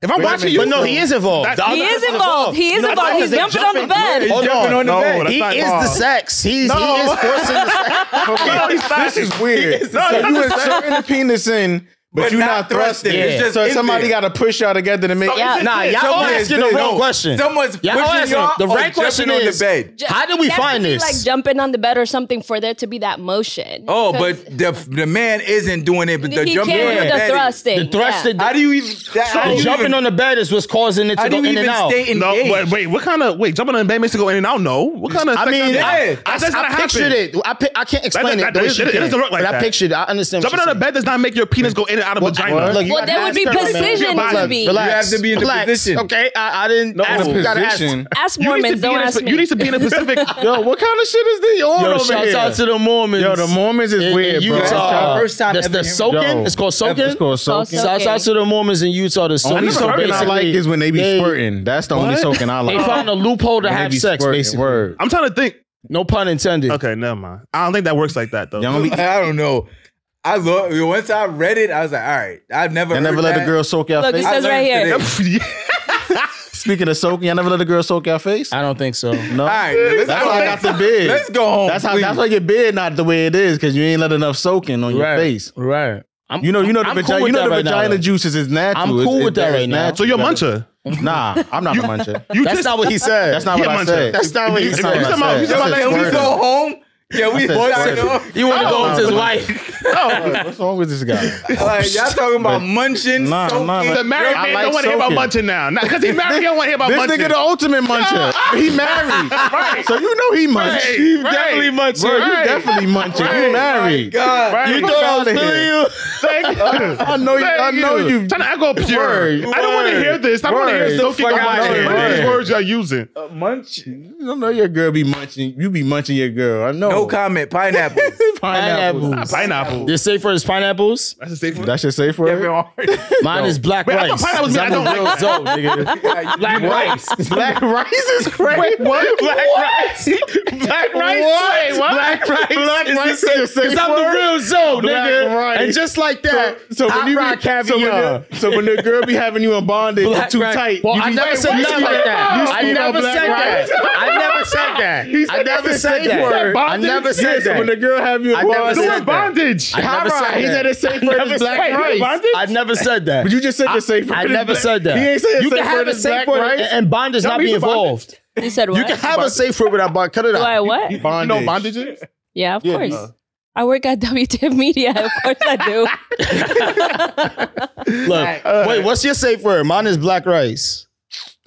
S5: If I'm
S1: Wait a
S5: watching
S1: minute.
S5: you,
S6: But no, he is involved.
S5: That-
S6: The
S2: He
S6: other
S2: is
S6: person's
S2: involved. He is
S6: You know,
S2: involved.
S6: because
S2: He's
S6: they
S2: jumping on the
S6: jumping.
S2: bed.
S6: Hold
S1: jumping
S6: on.
S1: on the
S5: No,
S1: bed.
S5: that's
S6: He
S5: not
S6: is the
S5: involved.
S6: sex. He's
S5: No.
S6: he is forcing the sex.
S5: No, he's not.
S4: This is weird.
S5: No,
S4: so
S5: that's
S4: you
S5: not-
S4: inserting the penis in, but,
S1: But
S4: you're
S1: not
S4: not, thrusting.
S1: thrusting.
S6: It's
S4: Yeah.
S1: just
S4: so
S1: in
S4: somebody
S1: there.
S4: got to push y'all together to make.
S5: So
S2: Yeah.
S5: it's
S6: Nah,
S5: this.
S6: y'all
S5: Someone
S1: is
S6: asking the
S1: big.
S6: wrong question.
S1: Someone's
S6: Y'all
S1: pushing
S6: asking-
S1: y'all.
S6: the
S1: or
S6: right question
S1: jumping
S6: is-
S1: on the bed.
S2: Ju-
S6: How did we
S2: there has to
S6: find
S2: be,
S6: this?
S2: Like jumping on the bed or something for there to be that motion.
S1: Oh,
S2: Because
S1: but the the man isn't doing it, but the
S2: he
S1: jumping on
S2: can't
S1: the
S2: do the
S1: bed. is-
S2: thrusting.
S6: The thrusting.
S1: How do you even? That, how do
S6: The
S1: you
S6: jumping
S1: even,
S6: on the bed is what's causing it
S1: How
S6: to
S1: do
S6: go
S1: you
S6: in
S1: even
S6: and out.
S1: stay engaged?
S5: No, wait, wait. What kind of wait? Jumping on the bed makes it go in and out. No, what kind of?
S6: I
S5: sex-
S6: mean, I,
S1: Yeah.
S6: I,
S5: That's not
S6: I pictured
S5: happening.
S6: it. I, pi- I can't explain
S5: That-
S6: it. the way
S5: that-
S6: she
S5: it- it
S6: can.
S5: doesn't look like
S6: but I
S5: that.
S6: pictured it. I understand.
S5: jumping on the bed does not make your penis go in and out of
S6: Well,
S5: vagina.
S6: well, look, you
S2: Well,
S6: gotta
S2: there would
S6: ask
S2: be
S6: her, man.
S2: precision
S5: Relax,
S2: to be.
S1: You have to be in the
S6: Relax,
S1: position.
S6: Okay, I, I didn't.
S4: No,
S6: ask, you gotta ask.
S4: position.
S2: Ask
S5: you, need
S2: Mormons,
S5: to be
S2: don't
S5: in a,
S2: ask
S5: sp-
S2: me.
S5: you need to be in a Pacific.
S4: Yo, what kind of shit is this? Yo,
S6: Yo,
S4: over
S6: shout
S4: here?
S6: out to the Mormons.
S4: Yo, the Mormons is
S6: in,
S4: weird,
S6: in
S4: bro.
S6: Utah.
S1: That's our first time
S6: That's
S1: ever
S6: the
S1: hearing-
S6: soaking.
S4: Yo.
S6: it's called soaking.
S4: It's called
S2: Called
S4: soaking.
S2: soaking.
S6: Shout out to the Mormons in Utah. The soaking.
S4: Only
S5: never heard
S4: soaking I
S5: of
S4: like is when they be
S6: they-
S4: squirting. That's the only
S5: What?
S4: soaking I
S6: They
S4: like.
S6: found a loophole to
S4: When they
S6: have
S4: be
S6: sex,
S4: squirting,
S6: basically.
S4: Word.
S5: I'm trying to think.
S6: No pun intended.
S5: Okay, never mind. I don't think that works like that though.
S4: Y'all don't be-
S1: I don't know. I love once I read it, I was like, all right, I've never
S4: Y'all never
S1: heard
S4: let
S1: that.
S4: a girl soak your
S2: Look, it
S4: face.
S2: says right
S1: learned
S2: here.
S1: today.
S4: Speaking of soaking, y'all never let a girl soak your face.
S6: I don't think so.
S4: No.
S1: All right, let's
S4: That's
S1: go.
S4: how I got the bid.
S1: Let's go home.
S4: That's how.
S1: please.
S4: That's why your beard not the way it is because you ain't let enough soaking on your
S6: Right.
S4: face.
S6: Right. I'm,
S4: You know, you know the
S6: I'm cool
S4: vagina.
S6: with
S4: you know the
S6: that right now,
S4: vagina
S6: though.
S4: juices is natural.
S6: I'm
S4: It's-
S6: cool
S4: it's-
S6: with that
S4: it's
S6: right now.
S4: natural.
S5: so you're muncher.
S4: Nah, I'm not a muncher.
S5: You
S6: That's
S5: just,
S6: not what he said.
S4: That's not what I
S5: muncher.
S4: said.
S5: That's
S4: not what
S5: you said. You talking about- you talking
S1: Can we go home? Can we
S4: said
S1: sign
S4: squirted.
S1: off?
S6: You want to go with his wife?
S4: What's wrong with this guy?
S1: Like y'all talking about munching?
S4: Nah,
S1: soaking.
S4: nah,
S5: the married
S4: I
S5: man
S4: like
S5: don't want to hear about
S4: soaking.
S5: munching now, because he married. He don't want to hear about
S4: This
S5: munching.
S4: nigga the ultimate muncher. He married.
S5: Right.
S4: So you know he munch.
S5: Right,
S4: He
S5: right,
S4: definitely munch. Bro, you
S5: right.
S4: definitely munch.
S5: Right.
S4: You married.
S1: God.
S5: Right.
S4: You thought I was feeling you?
S5: Thank you.
S4: I know you. Oh, I
S5: Thank
S4: know you.
S5: Trying to I go pure.
S4: Word,
S5: I don't want to
S4: word,
S5: hear this. I don't want to hear
S4: word.
S5: silky.
S4: Fuck
S5: I
S4: outta
S5: wanna hear
S4: here.
S5: these
S4: Word.
S5: words y'all using.
S1: Uh, munching.
S4: I know your girl be munching. You be munching your girl. I know.
S1: No comment. Pineapples.
S4: Pineapple.
S6: Pineapples.
S5: Uh, Pineapple.
S6: Your safe word is pineapples.
S5: That's a safe one.
S4: That shit safe
S1: Yeah,
S4: word.
S1: man.
S6: Mine is black
S5: Wait, I thought
S6: rice.
S5: pineapples mean I
S6: I'm a
S5: don't like
S6: real
S5: that.
S6: dope, nigga. Black rice.
S4: Black rice is crazy.
S5: Wait, what? Black rice. Black rice.
S4: What?
S5: Wait, what?
S4: Black rice. Black
S6: Is
S4: rice
S6: this
S4: is the
S6: Cause
S4: safe
S6: I'm the
S4: word.
S6: real zone,
S4: Black
S6: nigga.
S4: rice.
S6: And just like that,
S4: So when
S6: I
S4: you
S6: rock
S4: be, so when,
S6: caviar.
S4: the, so when the girl be having you in bondage
S6: Black
S4: too
S6: rice.
S4: tight,
S6: Well,
S4: you
S6: I
S4: be-
S6: never said
S4: you
S6: nothing
S4: speak-
S6: like that.
S4: you
S6: I
S4: speak
S6: never
S4: about black
S6: said
S4: rice.
S6: that. I never said that.
S5: He said
S6: I never
S5: that's a
S6: said
S5: safe
S6: that.
S5: word.
S6: I never
S5: Bondage?
S6: said
S4: So when
S6: that.
S4: the girl have you
S6: I
S4: in
S6: never
S4: bondage,
S5: The
S6: said
S5: word
S6: that.
S5: bondage.
S6: I never
S4: Hara,
S6: said
S4: he
S6: that.
S4: said it's safe word
S5: never
S4: is black
S5: said- Wait,
S4: rice.
S5: bondage?
S6: I never said that.
S4: But you just said the safe word.
S6: I
S4: is
S6: never
S4: black-
S6: said that.
S4: He ain't said
S6: you
S4: safe
S6: can have
S4: word
S6: a
S4: is
S6: safe
S4: black
S6: word
S4: rice.
S6: and- and bondage not
S5: means
S6: be
S5: bondage.
S6: involved.
S2: You said
S6: You can
S2: what?
S6: have a safe word without bondage. Cut it
S2: Do I
S6: out.
S2: what?
S5: You know bondages?
S2: Yeah, of
S4: Yeah,
S2: course.
S4: uh.
S2: I work at WTF Media. Of course I do.
S6: Look, wait, what's your safe word? Mine is black rice.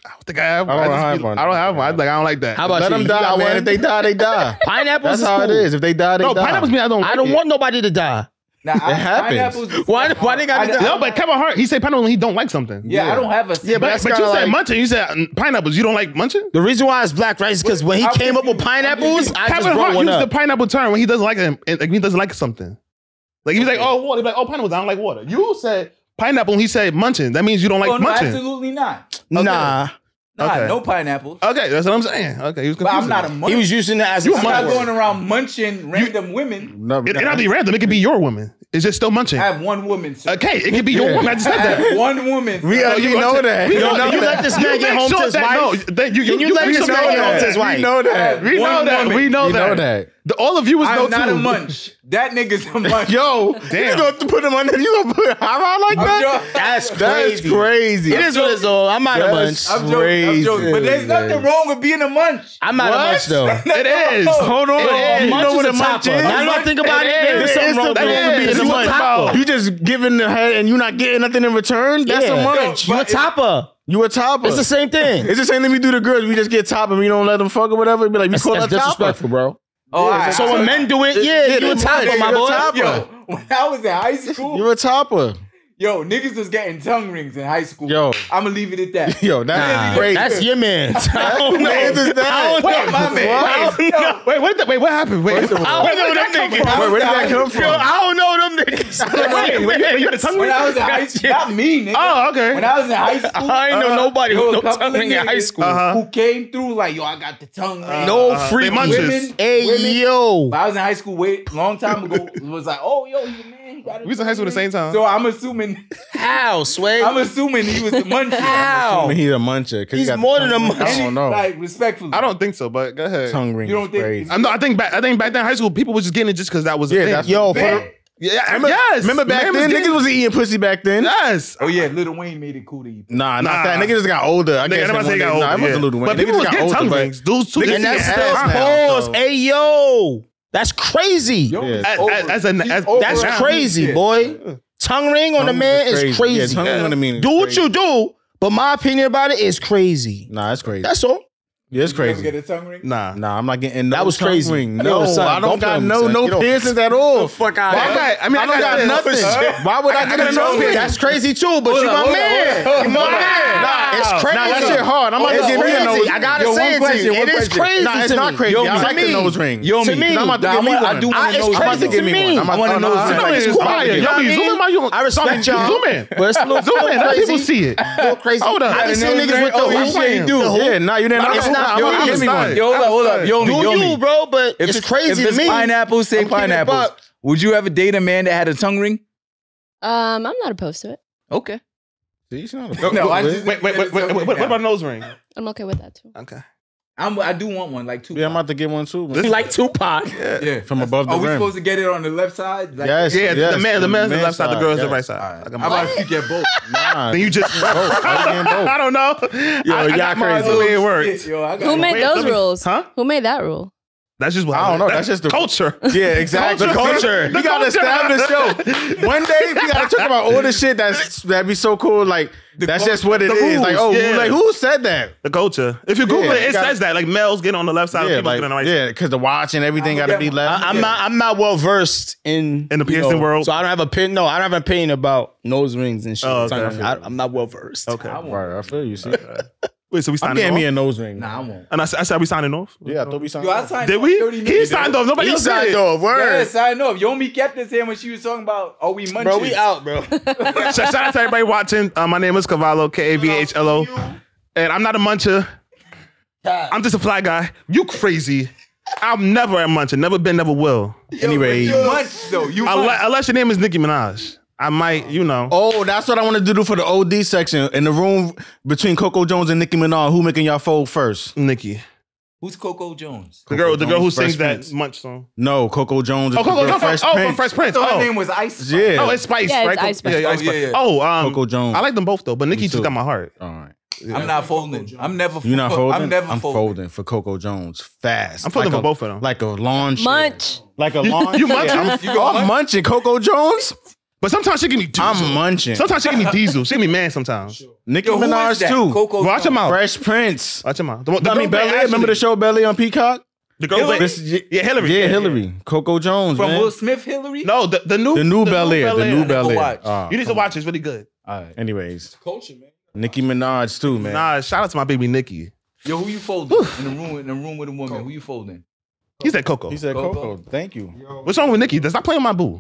S5: I think I have.
S4: I
S5: one.
S4: don't
S5: I,
S4: have
S5: just be-
S4: one.
S5: I don't have one. I like. I don't like that.
S6: How about
S4: Let
S6: you?
S4: them
S6: You
S4: die,
S6: got
S4: man.
S6: one?
S4: If they die, they die.
S6: Pineapples
S4: That's
S6: is
S4: how it
S6: cool.
S4: is. If they die, they
S5: no
S4: die.
S5: pineapples mean I don't. Like
S6: I don't
S5: it.
S6: want nobody to die.
S1: Nah, I,
S4: happens.
S1: pineapples is-
S6: Why- why they gotta
S1: I-
S6: do-
S5: No, but Kevin Hart, he said pineapple when he don't like something.
S1: yeah, I don't have a.
S4: Yeah,
S5: But,
S4: that's
S5: but you
S4: kinda
S5: said
S4: like-
S5: munching. You said mm, pineapples. You don't like munching.
S6: The reason why it's black rice is because when he
S1: I'm
S6: came up with
S1: confused. I'm
S6: pineapples,
S1: confused.
S6: I just
S5: Kevin
S6: brought
S5: Hart
S6: one
S5: used the
S6: up.
S5: pineapple term when he doesn't like him, and, like, he doesn't like something. Like he was like, oh, water. He's like, oh, pineapples. I don't like water. You said pineapple. When he said munching. That means you don't like
S1: oh, no,
S5: munching.
S1: absolutely not.
S6: Nah,
S1: Nah,
S5: Okay.
S1: no pineapples.
S5: Okay, that's what I'm saying. Okay, he was
S1: but I'm
S5: confused.
S1: not a
S6: he
S1: munch.
S6: was using that as a
S5: You
S1: I'm
S5: munch.
S1: not
S6: word.
S1: going around munching random women.
S4: No,
S5: It, it not be random. It could be your woman. It's just still munching.
S1: I have one woman. sir.
S5: Okay, it could be your woman. I just said
S1: I
S5: that.
S1: have one woman.
S4: We
S1: sir.
S5: So
S4: already
S5: you
S4: know
S5: want to-
S4: that.
S5: we
S4: You
S5: know-
S4: know
S5: you
S4: that.
S6: let this man
S5: You
S6: get
S5: make
S6: home to
S5: sure
S6: his
S5: that- no,
S6: wife.
S5: that you,
S6: Can you let
S5: we
S6: this
S5: know
S6: man get
S5: that.
S6: home to his wife?
S4: We know
S1: I
S4: that.
S1: have
S5: We
S1: one
S5: know that.
S1: woman.
S5: We know
S4: You
S5: that.
S4: know that.
S5: The- all of you was know
S1: I'm not
S5: too.
S1: a munch. That nigga's a munch.
S4: Yo, you
S5: Damn.
S4: gonna put him under? You gonna put Hara like
S1: I'm
S4: that?
S1: jo-
S6: That's
S4: That's
S6: crazy.
S4: crazy.
S6: It is what it's all. I'm out of munch.
S4: That's-
S1: I'm joking. I'm joking. But there's
S4: Crazy.
S1: nothing wrong with being a munch.
S6: I'm out
S4: What?
S6: of munch though.
S5: It is.
S4: Hold on.
S6: It is.
S4: You
S6: Munch
S4: know
S6: is
S4: what
S6: a
S4: a munch
S6: topper.
S4: is?
S6: Now that I think about it,
S4: It
S6: there's
S4: is.
S6: something
S4: It's
S6: wrong
S4: the
S6: with
S4: wrong
S5: it.
S4: to be
S5: It's
S4: in the
S5: a
S4: munch.
S5: topper.
S4: You just giving the head and you not getting nothing in return. That's
S6: Yeah.
S4: a munch.
S1: Yo,
S6: You a
S1: but-
S6: topper.
S4: You a topper.
S6: It's the same thing.
S4: It's the same thing we do to girls. We just get top and we don't let them fuck or whatever. Be like, we
S6: That's
S4: call her
S6: that's disrespectful,
S4: topper.
S6: bro.
S1: Oh, all right.
S6: So when men do it,
S4: yeah,
S6: yeah, you
S4: they
S6: a topper,
S4: munch.
S6: my
S4: You a
S6: boy.
S4: topper.
S1: yo, when I was in high
S4: You're
S1: school,
S4: a topper.
S1: yo, niggas was getting tongue rings in high school.
S4: Yo.
S1: I'm gonna leave it at that.
S4: Yo, that's
S6: Nah,
S4: crazy.
S6: that's your man. I
S4: Who
S6: don't know.
S4: is that? I
S1: Wait, my man. Wait, yo,
S5: Wait, what? Did, wait, what happened? Wait, wait,
S6: I don't know
S5: that
S6: them
S5: come
S6: niggas.
S4: Wait, where did that come from?
S6: Yo, I don't know them niggas.
S5: wait, wait, wait, you had a tongue
S1: When
S5: ring?
S1: I was in high school, not me, nigga.
S5: Oh, okay.
S1: When I was in high school,
S6: I ain't know nobody
S1: there
S6: with
S1: was
S6: no
S1: a couple
S6: tongue
S1: of
S6: ring in
S1: niggas
S6: high school.
S5: Uh-huh.
S1: Who came through like, yo, I got the tongue ring.
S6: No
S5: Uh, they
S6: free
S5: munches.
S1: women, women.
S6: Hey yo,
S1: But I was in high school wait long time ago. It was like, oh, yo, you man. you got a
S5: We was in high school at the
S1: tongue
S5: same
S1: ring?
S5: time.
S1: So I'm assuming,
S6: how sway?
S1: I'm assuming he was the munchie.
S6: How?
S4: mean, he's a muncher. 'cause
S6: He's
S4: he got
S6: more
S4: the
S6: than a
S4: tongue-
S6: muncher.
S4: I don't know.
S1: Like respectfully,
S5: I don't think so, but go ahead.
S4: tongue ring.
S1: You don't
S4: is
S1: think-
S4: crazy.
S5: I know. I think back. I think back then in high school, people was just getting it just because that was a
S4: Yeah,
S5: thing.
S4: that's-
S6: Yo, for
S1: Man.
S6: the-
S5: yeah.
S4: Remember,
S5: yes.
S4: remember back
S5: Man
S4: then,
S5: getting-
S4: niggas was eating pussy back then.
S5: Yes.
S1: Oh yeah, Lil Wayne made it cool to you.
S4: Nah,
S5: Nah.
S4: not that. Niggas just got older. I
S5: Nigga,
S4: guess
S5: nobody say
S4: they-
S5: they got
S4: nah,
S5: older,
S4: it wasn't
S5: yeah.
S4: Lil Wayne.
S5: But
S4: Niggas
S5: people
S4: just
S5: was
S4: got
S5: getting
S4: older,
S5: tongue
S4: but-
S5: rings. Dudes too.
S4: Niggas
S5: This
S6: and
S4: Yeah,
S5: is
S6: that's
S4: ass
S6: that's
S4: now,
S6: pause.
S4: so-
S6: Hey yo, that's crazy.
S1: Yo,
S4: Yeah.
S1: it's
S5: As-
S1: over.
S5: as- as a-
S1: He's
S5: as-
S1: over
S6: That's
S1: now.
S6: crazy,
S1: Yeah.
S6: boy. Tongue ring on a man is crazy.
S4: Yeah, tongue ring on the mean.
S6: do what you do, but my opinion about it is crazy.
S4: Nah, that's crazy.
S6: That's all.
S4: Yeah, it's crazy.
S1: Get a tongue ring.
S5: Nah.
S4: Nah, I'm not getting no
S3: That was
S4: tongue
S3: crazy.
S4: ring. No,
S3: son,
S4: I
S3: don't
S4: don't
S3: play with
S4: got
S3: me,
S4: no
S3: son.
S4: no
S3: Get off.
S4: piercings at all. Fuck out.
S5: Well, I got, I mean, I,
S4: don't got
S5: this.
S4: nothing.
S5: Uh,
S4: Why would I, get
S5: got
S4: a
S5: a tongue
S4: tongue
S5: ring.
S4: ring? That's crazy too, but
S5: Hold
S4: you my
S5: up, hold up,
S4: man.
S5: hold up.
S4: You my
S5: Nah,
S4: man. Nah,
S3: it's
S4: Nah, that
S3: crazy.
S4: shit hard. I'm about
S3: It's
S4: to get me a
S3: crazy.
S4: nose.
S3: I gotta say
S4: Yo, one
S3: it to
S4: question,
S3: you.
S4: one
S3: It is
S4: question.
S3: crazy
S4: Nah, it's
S3: to
S4: not
S3: me.
S4: crazy.
S3: Yo,
S4: I
S3: to
S4: like the
S3: me.
S4: nose ring.
S1: Yo,
S4: To
S1: me.
S4: me, I'm
S1: Nah,
S4: about to
S1: I
S4: get me
S1: want- I
S4: one.
S1: do want a
S4: I- it's
S1: nose
S4: crazy
S1: ring.
S4: to me.
S1: I want
S4: I'm about
S1: a
S4: to-
S1: nose
S4: nah,
S1: ring.
S4: nah,
S5: Zoom in
S4: it's
S5: is
S4: fire.
S5: fire.
S4: Yo,
S5: Yo,
S4: you
S5: zoom in my unit.
S3: I respect y'all.
S5: Zoom in.
S3: But it's a little,
S5: Zoom in. Let
S3: crazy.
S5: people see it.
S3: A little crazy.
S5: Hold up.
S3: I be seeing niggas with the
S1: Oh,
S3: hoop.
S1: you say you
S5: The
S1: do.
S4: Yeah, nah, you didn't.
S3: It's
S4: I'm-
S3: not
S4: I'm
S3: yo,
S4: about
S3: it's
S4: to get me
S5: not-
S4: one.
S1: Yo, hold up, hold up.
S5: Outside.
S1: Yo,
S3: Do
S1: me, yo, me.
S3: you, bro? But
S1: If
S3: it's crazy
S1: if
S3: to
S1: it's
S3: me.
S1: Pineapples, say
S3: I'm keeping it
S1: pineapples.
S3: buck.
S1: Would you ever date a man that had a tongue ring?
S2: Um, I'm not opposed to it.
S1: Okay.
S4: See, it's not
S1: No,
S4: a-
S1: I just-
S5: Wait, wait, wait, wait, wait, What about nose ring?
S2: I'm okay with that too.
S5: Okay.
S1: I'm, I do want one, like two.
S4: Yeah, I'm about to get one too. man.
S5: This-
S3: Like Tupac.
S1: yeah.
S4: From above the
S1: Are we
S4: rim.
S1: supposed to get it on the left side? Like,
S4: Yes,
S5: Yeah,
S4: yes,
S5: the man, the man's the
S4: man's
S5: left side, the girl's the
S4: yes.
S5: right
S1: All
S5: side.
S1: right.
S5: Like
S1: I'm
S5: a
S1: about
S5: mom.
S1: to get both.
S4: Nah,
S5: Then you just. I don't know. Yo, I,
S4: y'all
S5: I got mine
S4: crazy.
S5: the way it worked.
S1: Yo, I got
S2: Who
S1: one.
S2: made
S5: Wait,
S2: those
S5: let me-
S2: rules?
S5: Huh?
S2: Who made that rule?
S5: That's just what
S4: I don't know.
S5: like.
S4: That's just the-
S5: culture.
S4: Yeah, exactly. The culture.
S5: The
S4: we gotta
S5: culture.
S4: establish yo. One day we gotta talk about all this shit that's that'd be so cool. Like that's
S1: cul-
S4: just what it
S5: the
S4: is. Like, oh,
S5: rules, yeah.
S4: like who said that?
S5: The culture. If you Google
S4: Yeah,
S5: it,
S4: you
S5: it
S4: got-
S5: says that. Like males get on the left side, yeah,
S4: yeah,
S5: females
S4: like,
S5: get on the right side.
S4: yeah, because the watch and everything gotta be left.
S3: I, I'm not. I'm not well versed in
S5: In
S3: you
S5: the piercing
S3: know,
S5: world?
S3: so I don't have a pin. No, I don't have an opinion about nose rings and shit.
S5: Oh,
S3: It's not
S5: okay.
S3: gonna- I, am not well versed.
S5: Okay.
S1: I want-
S4: Right, I feel you. See,
S5: Wait, so we
S4: I'm
S5: signed
S4: getting me
S5: off?
S4: a nose ring.
S1: Nah, I won't.
S5: And I, s- I said we signing off.
S4: Yeah, I thought we signed.
S1: Yo, I
S4: off.
S1: signed
S5: Did
S1: off
S5: we?
S1: 30
S5: He
S1: minutes
S5: signed
S1: ago.
S5: off. Nobody else
S3: signed
S5: did.
S3: off. Word.
S1: Yes, I know. Yomi kept this here when she was talking about, oh, we munchies.
S3: Bro, we out, bro.
S5: Sh- Shout out to everybody watching. Uh, my name is Cavallo, K A V H L O, and I'm not a muncher. I'm just a fly guy. You crazy? I'm never a muncher. Never been. Never will.
S4: Anyway,
S1: You munch, though. You munch.
S5: Unless, unless your name is Nicki Minaj, I might. You know.
S4: Oh, that's what I want to do for the OD section in the room between Coco Jones and Nicki Minaj. Who making y'all fold first?
S5: Nicki,
S1: Who's Coco Jones?
S5: the girl, the girl who
S4: Jones, Oh, Fresh
S5: sings that
S4: Prince.
S5: munch song.
S4: No, Coco Jones. is
S5: Oh,
S4: the
S5: Coco,
S4: girl,
S5: no,
S4: Fresh
S5: oh, from
S4: Prince.
S5: Fresh Prince.
S1: So her
S5: Oh,
S1: name was Ice.
S4: Yeah.
S5: oh, it's Spice,
S2: Yeah, it's
S5: right?
S2: Ice Spice.
S5: Yeah, Ice
S1: Oh, yeah,
S5: Spice.
S1: yeah.
S5: Oh, um,
S4: Coco Jones.
S5: I like them both though, but Nicki
S4: too.
S5: just got my heart.
S4: All right.
S1: I'm not folding. I'm never
S4: You're not
S1: fold-
S4: folding.
S1: I'm never
S4: I'm
S1: folding.
S4: folding for Coco Jones fast.
S5: I'm folding
S4: Like
S5: for
S4: a-
S5: both of them.
S4: Like a lawn chair.
S2: Munch.
S4: Like a lawn
S5: you
S4: chair.
S5: munching?
S4: I'm,
S1: You gonna
S4: I'm
S1: munch?
S4: munching Coco Jones.
S5: But sometimes she give me diesel.
S4: I'm munching.
S5: sometimes she give me diesel. She give me man sometimes.
S4: Nicki
S1: Yo, who is
S4: Minaj
S1: that?
S4: too.
S1: Coco
S5: Watch
S1: Jones.
S5: him out. Uh,
S4: Fresh Prince.
S5: Watch him out. The, one- the
S4: I mean,
S5: girl
S4: Belly.
S5: named
S4: Remember
S5: Ashley.
S4: the show Belly on Peacock?
S5: The girl,
S1: Hillary?
S5: this- yeah, Hillary.
S4: Yeah, Hillary. Coco Jones.
S1: From
S4: man.
S1: Will Smith, Hillary?
S5: No, the, the new
S4: The new Bel Air. The
S1: I
S4: new
S1: never
S4: Bel Air.
S1: watched.
S4: Ah,
S5: You need to
S4: come
S5: watch. It's really good.
S1: All right.
S4: on. Anyways,
S1: Culture, man.
S4: Nicki Minaj too, man.
S5: Nah, shout out to my baby Nikki.
S1: Yo, who you folding in the room? In the room with a woman, who you folding?
S5: He said Coco.
S4: He said
S1: Coco.
S4: Coco. Thank you.
S5: What's wrong with Nikki? That's not playing my boo.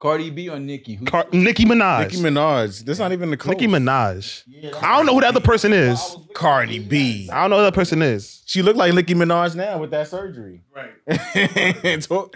S1: Cardi B or Nicki? Who,
S5: Car- Nicki Minaj.
S4: Nicki Minaj. That's not even the close.
S5: Nicki Minaj. I don't know who the other person is.
S4: Cardi B.
S5: I don't know who the other person is.
S4: She looked like Nicki Minaj now with that surgery. Right.